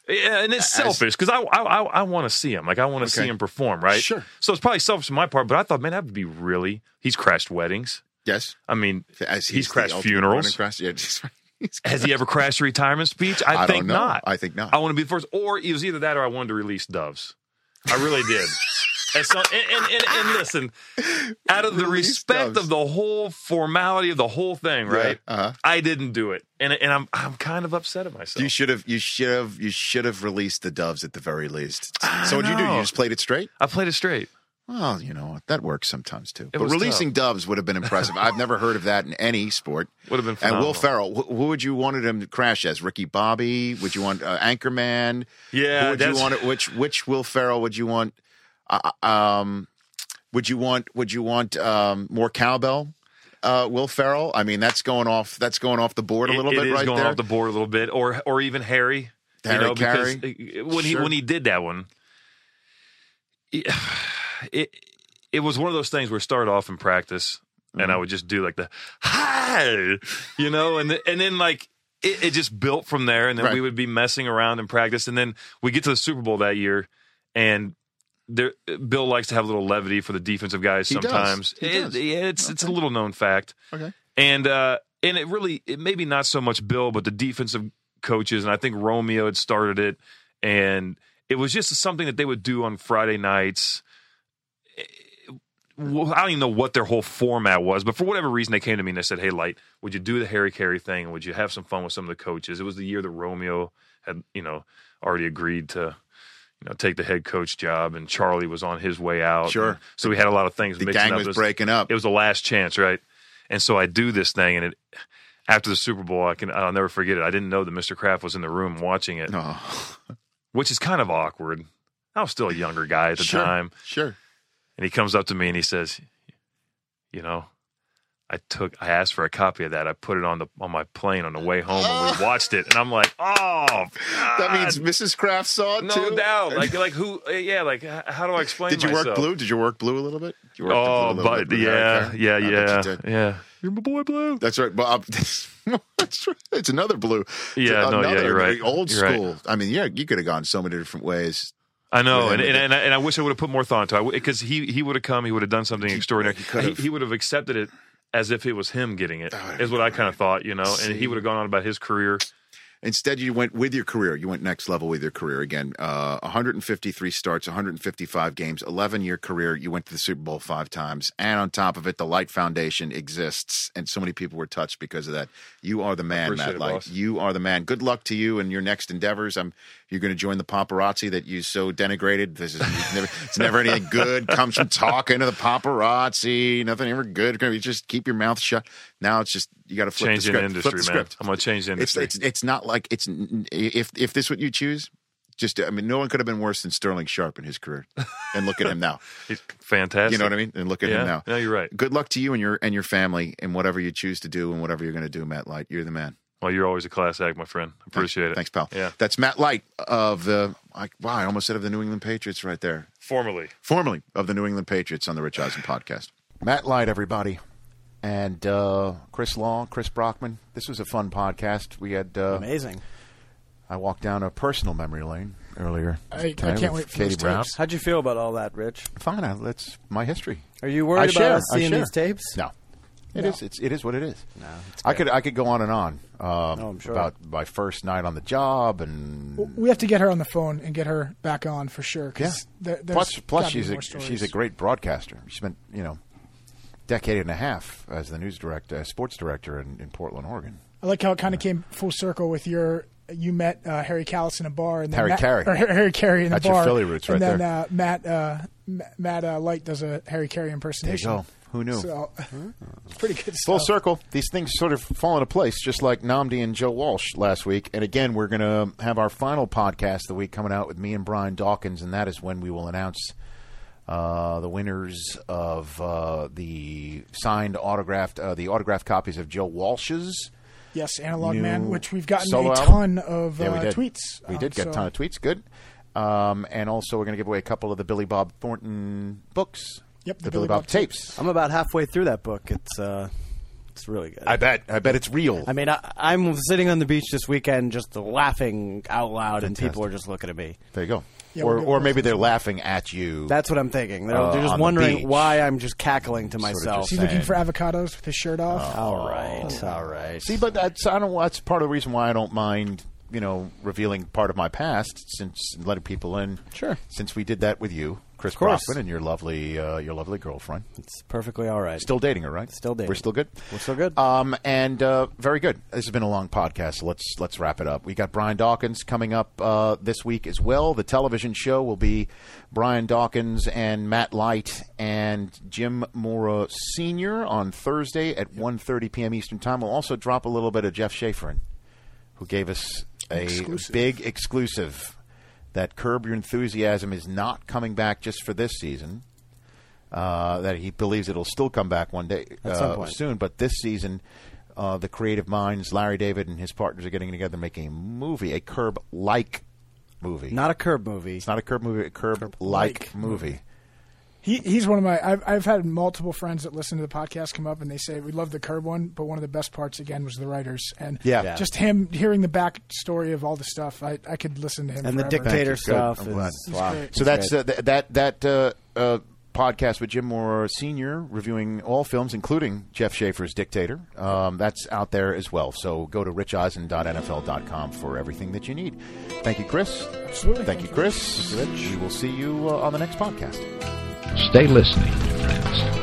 [SPEAKER 3] Yeah, and it's selfish because I I, I, I want to see him. Like I want to see
[SPEAKER 5] Okay.
[SPEAKER 3] him perform, right?
[SPEAKER 5] Sure.
[SPEAKER 3] So it's probably selfish on my part, but I thought, man, that would be really. He's crashed weddings.
[SPEAKER 5] yes.
[SPEAKER 3] I mean,
[SPEAKER 5] As
[SPEAKER 3] he's,
[SPEAKER 5] the
[SPEAKER 3] crashed
[SPEAKER 5] ultimate running
[SPEAKER 3] funerals.
[SPEAKER 5] Crash. Yeah, he's- he's-
[SPEAKER 3] Has he ever crashed a retirement speech? I,
[SPEAKER 5] I
[SPEAKER 3] think
[SPEAKER 5] don't know.
[SPEAKER 3] not.
[SPEAKER 5] I think not.
[SPEAKER 3] I want to be the first, or it was either that, or I wanted to release doves. I really did.
[SPEAKER 2] And, so, and, and, and, and listen, out of the respect of the whole formality of the whole thing, right?
[SPEAKER 11] uh-huh.
[SPEAKER 2] I didn't do it, and and I'm I'm kind of upset at myself.
[SPEAKER 11] You should have. You should have. You should have released the doves at the very least. So what did you do? You
[SPEAKER 2] know.
[SPEAKER 11] just played it straight.
[SPEAKER 2] I played it straight.
[SPEAKER 11] Well, you know what? That works sometimes too.
[SPEAKER 2] It
[SPEAKER 11] but
[SPEAKER 2] was
[SPEAKER 11] releasing doves would have been impressive. I've never heard of that in any sport.
[SPEAKER 2] Would have been
[SPEAKER 11] And Will Ferrell.
[SPEAKER 2] phenomenal.
[SPEAKER 11] Wh- who would you wanted him to crash as? Ricky Bobby? Would you want uh, Anchorman?
[SPEAKER 2] Yeah,
[SPEAKER 11] Who would you
[SPEAKER 2] that's-
[SPEAKER 11] want? it- Which Which Will Ferrell would you want? Uh, uh, um, would you want? Would you want um, more cowbell? Uh, Will Ferrell. I mean, that's going off. That's going off the board a little
[SPEAKER 2] It-
[SPEAKER 11] bit
[SPEAKER 2] it is
[SPEAKER 11] right
[SPEAKER 2] going
[SPEAKER 11] there.
[SPEAKER 2] off the board a little bit, or or even Harry.
[SPEAKER 11] Harry
[SPEAKER 2] you know, because
[SPEAKER 11] Carey.
[SPEAKER 2] uh, when he
[SPEAKER 11] Sure.
[SPEAKER 2] when he did that one, it it was one of those things where it started off in practice, and I
[SPEAKER 11] Mm-hmm.
[SPEAKER 2] would just do like the hi, you know, and th- and then like. It, it just built from there, and then
[SPEAKER 11] Right.
[SPEAKER 2] we would be messing around in practice, and then we get to the Super Bowl that year, and there, Bill likes to have a little levity for the defensive guys
[SPEAKER 11] He does.
[SPEAKER 2] sometimes.
[SPEAKER 11] He
[SPEAKER 2] It-
[SPEAKER 11] does.
[SPEAKER 2] yeah, it's it's a little known fact
[SPEAKER 11] okay.
[SPEAKER 2] and uh, and it really it maybe not so much Bill, but the defensive coaches, and I think Romeo had started it, and it was just something that they would do on Friday nights. Well, I don't even know what their whole format was, but for whatever reason, they came to me and they said, "Hey, Light, would you do the Harry Carey thing? and Would you have some fun with some of the coaches?" It was the year that Romeo had, you know, already agreed to, you know, take the head coach job, and Charlie was on his way out.
[SPEAKER 11] Sure.
[SPEAKER 2] so we had a lot of things.
[SPEAKER 11] The
[SPEAKER 2] mixing
[SPEAKER 11] gang
[SPEAKER 2] up.
[SPEAKER 11] was
[SPEAKER 2] It
[SPEAKER 11] breaking up.
[SPEAKER 2] It was the last chance, right? And so I do this thing, and it after the Super Bowl, I can I'll never forget it. I didn't know that Mr. Kraft was in the room watching it,
[SPEAKER 11] Oh,
[SPEAKER 2] which is kind of awkward. I was still a younger guy at the
[SPEAKER 11] Sure.
[SPEAKER 2] time,
[SPEAKER 11] sure.
[SPEAKER 2] and he comes up to me and he says, "You know, I took I asked for a copy of that. I put it on the on my plane on the way home, and we watched it. And I'm like, oh,
[SPEAKER 11] That means Mrs. Kraft saw it
[SPEAKER 2] no
[SPEAKER 11] too.
[SPEAKER 2] doubt. Like like who? eh, Yeah, like h- how do I explain?
[SPEAKER 11] Did you work
[SPEAKER 2] myself?
[SPEAKER 11] blue? Did you work blue a little bit? Did You work the
[SPEAKER 2] Oh,
[SPEAKER 11] blue a little
[SPEAKER 2] but
[SPEAKER 11] bit with
[SPEAKER 2] yeah,
[SPEAKER 11] Eric there?
[SPEAKER 2] yeah,
[SPEAKER 11] I bet
[SPEAKER 2] yeah,
[SPEAKER 11] you did.
[SPEAKER 2] yeah. You're my boy, blue.
[SPEAKER 11] That's right. Bob. That's right. It's another blue. It's
[SPEAKER 2] Yeah, no, yeah,
[SPEAKER 11] another
[SPEAKER 2] you're right.
[SPEAKER 11] Old
[SPEAKER 2] You're right.
[SPEAKER 11] school. I mean, yeah, you could have gone so many different ways.
[SPEAKER 2] I know,
[SPEAKER 11] with
[SPEAKER 2] and
[SPEAKER 11] him.
[SPEAKER 2] and, and, I, and I wish I would have put more thought into it because he he would have come, he would have done something extraordinary. He,
[SPEAKER 11] could've.
[SPEAKER 2] he would have accepted it as if it was him getting it, is what I kind of thought, you know. And he would have gone on about his career.
[SPEAKER 11] Instead, you went with your career. You went next level with your career again. Uh, 153 starts, 155 games, 11 year career. You went to the Super Bowl five times. And on top of it, the Light Foundation exists. And so many people were touched because of that. You are the man,
[SPEAKER 2] Appreciate
[SPEAKER 11] Matt
[SPEAKER 2] it,
[SPEAKER 11] Light.
[SPEAKER 2] boss.
[SPEAKER 11] You are the man. Good luck to you and your next endeavors. I'm, you're going to join the paparazzi that you so denigrated. This is it's never, it's never anything good. Comes from talking to the paparazzi. Nothing ever good. Gonna be- Just keep your mouth shut. Now it's just, you got to flip the
[SPEAKER 2] Changing
[SPEAKER 11] script.
[SPEAKER 2] the industry,
[SPEAKER 11] flip the
[SPEAKER 2] man.
[SPEAKER 11] script
[SPEAKER 2] I'm gonna change the
[SPEAKER 11] it's
[SPEAKER 2] industry.
[SPEAKER 11] it's it's not like it's if if this what you choose. Just I mean, no one could have been worse than Sterling Sharp in his career. And look at him now.
[SPEAKER 2] He's fantastic.
[SPEAKER 11] You know what I mean? And look at
[SPEAKER 2] yeah.
[SPEAKER 11] him now.
[SPEAKER 2] No, you're right.
[SPEAKER 11] Good luck to you and your and your family and whatever you choose to do and whatever you're going to do, Matt Light. You're the man.
[SPEAKER 2] Well, you're always a class act, my friend. Appreciate it.
[SPEAKER 11] Thanks, pal.
[SPEAKER 2] Yeah.
[SPEAKER 11] That's Matt Light of the. I, wow, I almost said of the New England Patriots right there.
[SPEAKER 2] Formally,
[SPEAKER 11] Formerly of the New England Patriots on the Rich Eisen podcast.
[SPEAKER 5] Matt Light, everybody, and uh, Chris Long, Chris Brockman. This was a fun podcast. We had uh,
[SPEAKER 9] Amazing.
[SPEAKER 5] I walked down a personal memory lane earlier.
[SPEAKER 8] I- I
[SPEAKER 5] today with
[SPEAKER 8] can't wait for
[SPEAKER 5] Katie
[SPEAKER 8] those
[SPEAKER 5] Brown.
[SPEAKER 8] tapes.
[SPEAKER 9] How'd you feel about all that, Rich?
[SPEAKER 5] Fine, I, that's my history.
[SPEAKER 9] Are you
[SPEAKER 5] I
[SPEAKER 9] worried about
[SPEAKER 5] share,
[SPEAKER 9] us
[SPEAKER 5] I
[SPEAKER 9] seeing
[SPEAKER 5] share.
[SPEAKER 9] these tapes?
[SPEAKER 5] No, it
[SPEAKER 8] No.
[SPEAKER 5] is. It's it is what it is. No,
[SPEAKER 9] it's
[SPEAKER 5] I could I could go on and on. Um,
[SPEAKER 9] Oh, I'm sure.
[SPEAKER 5] about my first night on the job and
[SPEAKER 8] We have to get her on the phone and get her back on for sure.
[SPEAKER 5] yeah.
[SPEAKER 8] 'cause there- there's
[SPEAKER 5] plus plus
[SPEAKER 8] gotta be
[SPEAKER 5] she's a
[SPEAKER 8] more stories.
[SPEAKER 5] she's a great broadcaster. She spent you know decade and a half as the news director, uh, sports director in, in Portland, Oregon.
[SPEAKER 8] I like how it kind of came full circle with your. You met uh, Harry Callis in a bar, and then
[SPEAKER 5] Harry
[SPEAKER 8] Matt,
[SPEAKER 5] Carey.
[SPEAKER 8] or Har- Harry Carey in a
[SPEAKER 5] That's your
[SPEAKER 8] bar.
[SPEAKER 5] Philly roots
[SPEAKER 8] and
[SPEAKER 5] right
[SPEAKER 8] then,
[SPEAKER 5] there.
[SPEAKER 8] Uh, Matt uh, M- Matt uh, Light does a Harry Carey
[SPEAKER 5] There you
[SPEAKER 8] impersonation.
[SPEAKER 5] go. Who knew?
[SPEAKER 8] So it's pretty good
[SPEAKER 5] Full
[SPEAKER 8] stuff.
[SPEAKER 5] circle. These things sort of fall into place, just like Namdi and Joe Walsh last week. And again, we're going to have our final podcast of the week coming out with me and Brian Dawkins, and that is when we will announce uh, the winners of uh, the signed autographed, uh, the autographed copies of Joe Walsh's.
[SPEAKER 8] Yes, Analog
[SPEAKER 5] new
[SPEAKER 8] Man, which we've gotten
[SPEAKER 5] solo
[SPEAKER 8] a
[SPEAKER 5] album.
[SPEAKER 8] ton of
[SPEAKER 5] Yeah, we
[SPEAKER 8] uh,
[SPEAKER 5] did.
[SPEAKER 8] tweets.
[SPEAKER 5] We
[SPEAKER 8] on,
[SPEAKER 5] did get
[SPEAKER 8] so
[SPEAKER 5] a ton of tweets. Good. Um, and also, we're going to give away a couple of the Billy Bob Thornton books.
[SPEAKER 8] Yep,
[SPEAKER 5] the, Billy, Bob, tapes.
[SPEAKER 9] I'm about halfway through that book. It's uh, it's really good.
[SPEAKER 5] I bet. I bet it's real.
[SPEAKER 9] I mean, I, I'm sitting on the beach this weekend, just laughing out loud, and people are just looking at me.
[SPEAKER 5] there you go.
[SPEAKER 8] Yeah,
[SPEAKER 5] or
[SPEAKER 8] we'll get
[SPEAKER 5] or
[SPEAKER 8] those
[SPEAKER 5] maybe they're laughing at you.
[SPEAKER 9] That's what I'm thinking. They're,
[SPEAKER 5] Uh,
[SPEAKER 9] they're just
[SPEAKER 5] on the
[SPEAKER 9] wondering
[SPEAKER 5] beach.
[SPEAKER 9] why I'm just cackling to
[SPEAKER 5] of
[SPEAKER 9] myself.
[SPEAKER 5] just
[SPEAKER 8] He's looking for avocados with his shirt
[SPEAKER 5] Uh,
[SPEAKER 8] off.
[SPEAKER 9] all right, all right.
[SPEAKER 5] See, but that's I don't. That's part of the reason why I don't mind, you know, revealing part of my past since and letting people in.
[SPEAKER 9] Sure.
[SPEAKER 5] Since we did that with you, Chris
[SPEAKER 9] Of course.
[SPEAKER 5] Brockman and your lovely uh, your lovely girlfriend.
[SPEAKER 9] It's perfectly all right.
[SPEAKER 5] Still dating her, right?
[SPEAKER 9] Still dating.
[SPEAKER 5] We're still good.
[SPEAKER 9] We're still good.
[SPEAKER 5] Um, and uh, very good. This has been a long podcast. So let's let's wrap it up. We got Brian Dawkins coming up uh, this week as well. The television show will be Brian Dawkins and Matt Light and Jim Mora Senior on Thursday at 1.30 p.m. Eastern Time. We'll also drop a little bit of Jeff Schaeferin, who gave us a
[SPEAKER 12] Exclusive.
[SPEAKER 5] big exclusive that Curb Your Enthusiasm is not coming back just for this season. Uh, that he believes it'll still come back one day
[SPEAKER 9] At some
[SPEAKER 5] uh,
[SPEAKER 9] point.
[SPEAKER 5] soon, but this season, uh, the creative minds Larry David and his partners are getting together, making a movie, a Curb-like movie.
[SPEAKER 9] Not a curb movie. It's
[SPEAKER 5] not a Curb movie, a Curb-like movie.
[SPEAKER 8] He, he's one of my. I've, I've had multiple friends that listen to the podcast come up and they say we love the curb one, but one of the best parts again was the writers and
[SPEAKER 5] Yeah. Yeah.
[SPEAKER 8] just him hearing the backstory of all the stuff. I, I could listen to him
[SPEAKER 9] And the
[SPEAKER 8] forever.
[SPEAKER 9] dictator
[SPEAKER 5] Thank you. Good.
[SPEAKER 9] stuff
[SPEAKER 5] I'm
[SPEAKER 9] is-
[SPEAKER 5] glad.
[SPEAKER 9] It's Wow. great.
[SPEAKER 5] So
[SPEAKER 9] It's
[SPEAKER 5] that's uh, th- that that uh, uh, podcast with Jim Moore Senior reviewing all films, including Jeff Schaefer's Dictator. Um, that's out there as well. So go to richeisen.nfl.com for everything that you need. Thank you, Chris.
[SPEAKER 8] Absolutely.
[SPEAKER 5] Thank you, Chris. Rich. We will see you uh, on the next podcast.
[SPEAKER 7] Stay listening, friends.